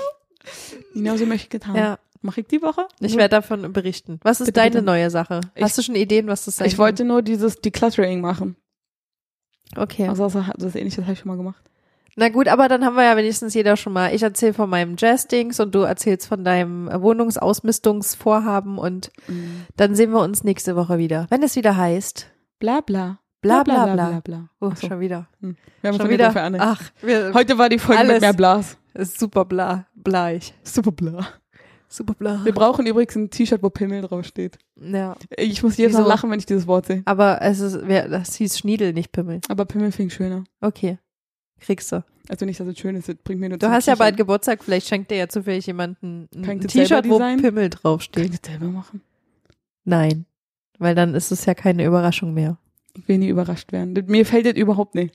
Speaker 2: Genau so möchte ich das haben.
Speaker 4: Ja.
Speaker 2: Mach ich die Woche?
Speaker 4: Ich werde davon berichten. Was ist
Speaker 2: Bitte,
Speaker 4: deine
Speaker 2: bitte.
Speaker 4: neue Sache?
Speaker 2: Ich-
Speaker 4: Hast du schon Ideen, was das sein
Speaker 2: Ich wollte nur dieses Decluttering machen.
Speaker 4: kann? Okay.
Speaker 2: Also das, das ähnliches habe ich schon mal gemacht.
Speaker 4: Na gut, aber dann haben wir ja wenigstens jeder schon mal. Ich erzähle von meinem Jazz-Dings und du erzählst von deinem Wohnungsausmistungsvorhaben und dann sehen wir uns nächste Woche wieder. Wenn es wieder heißt.
Speaker 2: Bla bla.
Speaker 4: Bla bla bla. Oh,
Speaker 2: Ach so.
Speaker 4: schon wieder.
Speaker 2: Wir haben
Speaker 4: Schon
Speaker 2: uns
Speaker 4: wieder.
Speaker 2: wieder für andere.
Speaker 4: Ach, wir,
Speaker 2: Heute war die Folge
Speaker 4: Alles.
Speaker 2: mit mehr Blas.
Speaker 4: ist super bla, bleich.
Speaker 2: Super bla.
Speaker 4: Super bla.
Speaker 2: Wir brauchen übrigens ein T-Shirt, wo Pimmel draufsteht.
Speaker 4: Ja.
Speaker 2: Ich muss jedes Mal
Speaker 4: Wieso?
Speaker 2: lachen, wenn ich dieses Wort sehe.
Speaker 4: Aber es ist, wer- das hieß Schniedel, nicht Pimmel.
Speaker 2: Aber Pimmel fing schöner.
Speaker 4: Okay. Kriegst du.
Speaker 2: Also nicht, dass es schön ist, es bringt mir nur
Speaker 4: Du
Speaker 2: zum
Speaker 4: hast ja
Speaker 2: Kichern.
Speaker 4: bald Geburtstag, vielleicht schenkt dir ja zufällig jemanden ein,
Speaker 2: Kann
Speaker 4: ein
Speaker 2: ich das selber
Speaker 4: T-Shirt, wo
Speaker 2: designen?
Speaker 4: Pimmel draufsteht.
Speaker 2: Kann ich das selber machen?
Speaker 4: Nein. Weil dann ist es ja keine Überraschung mehr.
Speaker 2: Ich will nie überrascht werden. Das- Mir fällt das überhaupt nicht.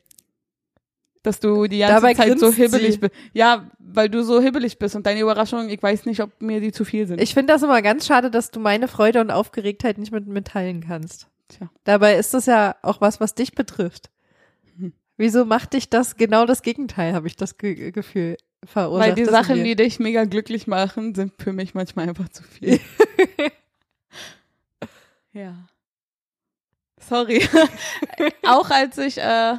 Speaker 2: Dass du die ganze
Speaker 4: Dabei
Speaker 2: Zeit so
Speaker 4: grinst sie.
Speaker 2: hibbelig bist. Ja, weil du so hibbelig bist und deine Überraschungen, ich weiß nicht, ob mir die zu viel sind.
Speaker 4: Ich finde das immer ganz schade, dass du meine Freude und Aufgeregtheit nicht mit mir teilen kannst.
Speaker 2: Tja.
Speaker 4: Dabei ist das ja auch was, was dich betrifft.
Speaker 2: Mhm.
Speaker 4: Wieso macht dich das genau das Gegenteil, habe ich das Ge Gefühl verursacht.
Speaker 2: weil die
Speaker 4: das in
Speaker 2: Sachen,
Speaker 4: dir.
Speaker 2: die dich mega glücklich machen, sind für mich manchmal einfach zu viel. ja. Sorry. auch als ich äh,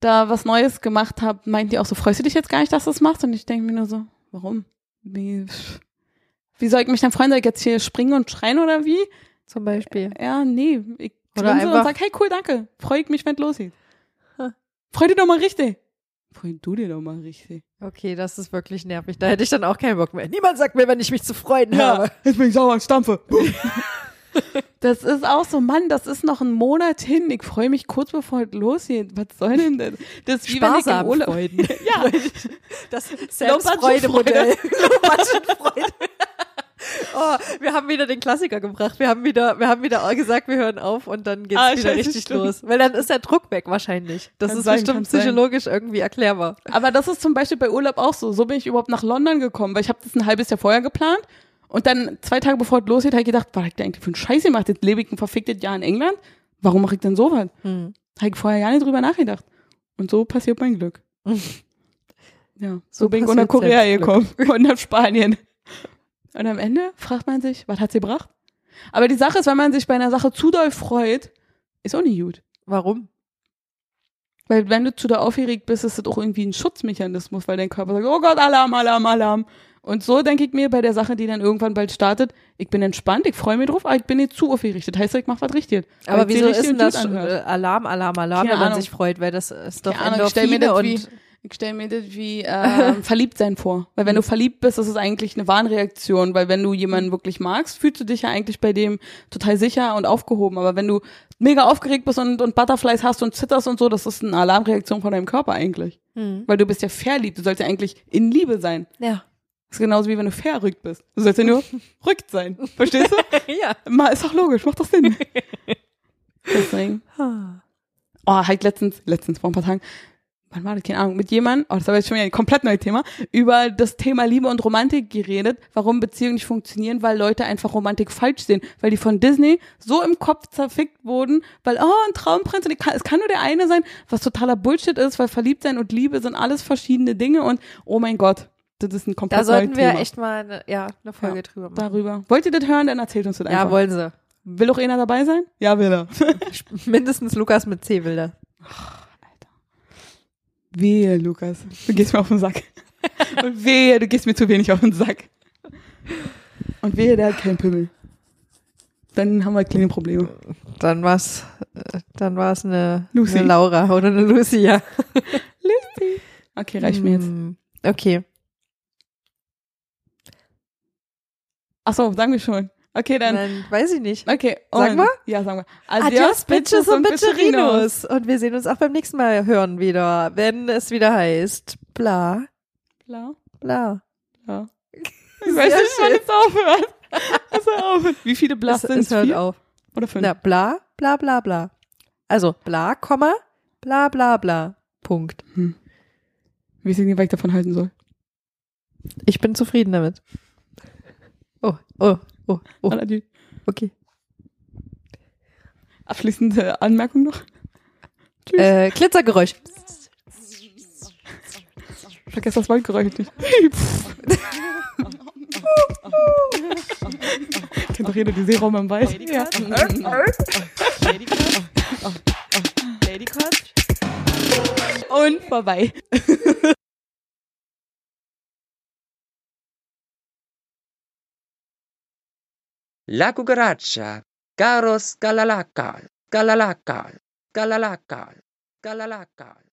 Speaker 2: da was Neues gemacht habe, meinten die auch so, freust du dich jetzt gar nicht, dass du es machst? Und ich denke mir nur so, warum? Wie, wie soll ich mich dann freuen? Soll ich jetzt hier springen und schreien oder wie?
Speaker 4: zum Beispiel.
Speaker 2: Ja, nee. Ich
Speaker 4: Oder
Speaker 2: grinse
Speaker 4: einfach-
Speaker 2: und sag, hey, cool, danke. Freue ich mich, wenn es losgeht.
Speaker 4: Huh.
Speaker 2: Freu dich doch mal richtig. Freu du dir doch mal richtig.
Speaker 4: Okay, das ist wirklich nervig. Da hätte ich dann auch keinen Bock mehr. Niemand sagt mir, wenn ich mich zu freuen habe.
Speaker 2: jetzt bin ich sauer und stampfe. Das ist auch so, Mann, das ist noch ein Monat hin. Ich freue mich kurz bevor es losgeht. Was soll denn das? Das ist wie wenn ich im
Speaker 4: Sparsam
Speaker 2: Urlaub-
Speaker 4: Freuden.
Speaker 2: Ja,
Speaker 4: Das
Speaker 2: Lumbatschenfreude.
Speaker 4: Selbstfreudemodell. Lumbatschenfreude. Oh, wir haben wieder den Klassiker gebracht. Wir haben wieder, wir haben wieder gesagt, wir hören auf und dann geht's
Speaker 2: Ah,
Speaker 4: wieder
Speaker 2: scheiße,
Speaker 4: richtig
Speaker 2: stimmt.
Speaker 4: los. Weil dann ist der Druck weg wahrscheinlich. Das
Speaker 2: Kann
Speaker 4: ist
Speaker 2: sein, kann
Speaker 4: bestimmt
Speaker 2: sein.
Speaker 4: psychologisch irgendwie erklärbar.
Speaker 2: aber das ist zum Beispiel bei Urlaub auch so. So bin ich überhaupt nach London gekommen, weil ich habe das ein halbes Jahr vorher geplant. Und dann zwei Tage bevor es losgeht, habe ich gedacht, was hab ich denn eigentlich für einen Scheiß gemacht? Jetzt lebe ich ein verficktes Jahr in England. Warum mache ich denn sowas? Habe ich vorher ja nicht drüber nachgedacht. Und so passiert mein Glück. ja, so,
Speaker 4: So
Speaker 2: bin ich unter
Speaker 4: passiert
Speaker 2: Korea gekommen
Speaker 4: Selbstglück.
Speaker 2: und nach Spanien. Und am Ende fragt man sich, was hat sie gebracht? Aber die Sache ist, wenn man sich bei einer Sache zu doll freut, ist auch nicht gut.
Speaker 4: Warum?
Speaker 2: Weil wenn du zu da aufgeregt bist, ist das auch irgendwie ein Schutzmechanismus, weil dein Körper sagt, oh Gott, Alarm, Alarm, Alarm. Und so denke ich mir bei der Sache, die dann irgendwann bald startet, ich bin entspannt, ich freue mich drauf, aber ich bin nicht zu aufgeregt. Das heißt, ich mache was richtig.
Speaker 4: Aber
Speaker 2: Weil ich
Speaker 4: wieso
Speaker 2: sie
Speaker 4: ist denn
Speaker 2: richtig
Speaker 4: das
Speaker 2: und gut anhört.
Speaker 4: äh, Alarm, Alarm, Alarm,
Speaker 2: Keine
Speaker 4: wenn man
Speaker 2: Ahnung.
Speaker 4: sich freut? Weil das ist doch
Speaker 2: Keine Ahnung, ich stell mir
Speaker 4: Endorphine
Speaker 2: das
Speaker 4: und
Speaker 2: wie- Ich stelle mir das wie ähm, verliebt sein vor. Weil wenn du verliebt bist, ist es eigentlich eine Warnreaktion, weil wenn du jemanden wirklich magst, fühlst du dich ja eigentlich bei dem total sicher und aufgehoben. Aber wenn du mega aufgeregt bist und, und Butterflies hast und zitterst und so, das ist eine Alarmreaktion von deinem Körper eigentlich. Weil du bist ja verliebt, du sollst ja eigentlich in Liebe sein.
Speaker 4: Hm, ja.
Speaker 2: Das ist genauso wie wenn du verrückt bist. Du sollst ja nur rückt sein. Verstehst du?
Speaker 4: ja.
Speaker 2: Ma, ist doch logisch, macht doch Sinn. Deswegen. Oh, halt letztens, letztens vor ein paar Tagen, wann war das? Keine Ahnung, mit jemandem, oh, das war jetzt schon wieder ein komplett neues Thema, über das Thema Liebe und Romantik geredet, warum Beziehungen nicht funktionieren, weil Leute einfach Romantik falsch sehen, weil die von Disney so im Kopf zerfickt wurden, weil, oh, ein Traumprinz, und ich kann, es kann nur der eine sein, was totaler Bullshit ist, weil Verliebtsein und Liebe sind alles verschiedene Dinge und, oh mein Gott, das ist ein komplett
Speaker 4: Da
Speaker 2: neues
Speaker 4: sollten wir
Speaker 2: Thema.
Speaker 4: echt mal eine, ja, eine Folge drüber machen.
Speaker 2: darüber. Wollt ihr das hören, dann erzählt uns das einfach.
Speaker 4: Ja, wollen sie.
Speaker 2: Will auch einer dabei sein? Ja, will er.
Speaker 4: Mindestens Lukas mit C-Bilder.
Speaker 2: Wehe, Lukas, du gehst mir auf den Sack. Und wehe, du gehst mir zu wenig auf den Sack. Und wehe, der hat keinen Pimmel. Dann haben wir kleine Probleme.
Speaker 4: Dann war's, äh, dann war's eine,
Speaker 2: Lucy.
Speaker 4: eine Laura oder eine Lucy, ja.
Speaker 2: Okay, reicht mir jetzt.
Speaker 4: Hm, Okay.
Speaker 2: Ach so, sagen wir schon. Okay, dann.
Speaker 4: Dann weiß ich nicht.
Speaker 2: Okay.
Speaker 4: Sagen
Speaker 2: und-
Speaker 4: wir?
Speaker 2: Ja, sagen wir.
Speaker 4: Adios, Bitches und Bitcherinos. Und wir sehen uns auch beim nächsten Mal hören wieder, wenn es wieder heißt bla
Speaker 2: Klar,
Speaker 4: bla.
Speaker 2: klar. Ich weiß nicht, wann
Speaker 4: schön.
Speaker 2: es aufhört. Es hört auf. Wie viele Blasts
Speaker 4: Es,
Speaker 2: sind
Speaker 4: es hört
Speaker 2: Vier
Speaker 4: auf.
Speaker 2: Oder fünf?
Speaker 4: Na, bla bla bla bla. Also bla, Komma, bla bla bla. Punkt.
Speaker 2: Wir sind nicht, was ich davon halten soll.
Speaker 4: Ich bin zufrieden damit. Oh, oh, oh, oh.
Speaker 2: Adieu.
Speaker 4: Okay.
Speaker 2: Abschließende Anmerkung noch. Tschüss.
Speaker 4: Äh, Glitzergeräusch.
Speaker 2: Vergesst das Waldgeräusch nicht. Kennt doch jeder die Seeraum im Wald.
Speaker 3: Lady Cut. Lady Cut. Lady Cut.
Speaker 2: Und vorbei.
Speaker 5: La cucaracha. Caros galalacal. Galalacal. Galalacal. Galalacal.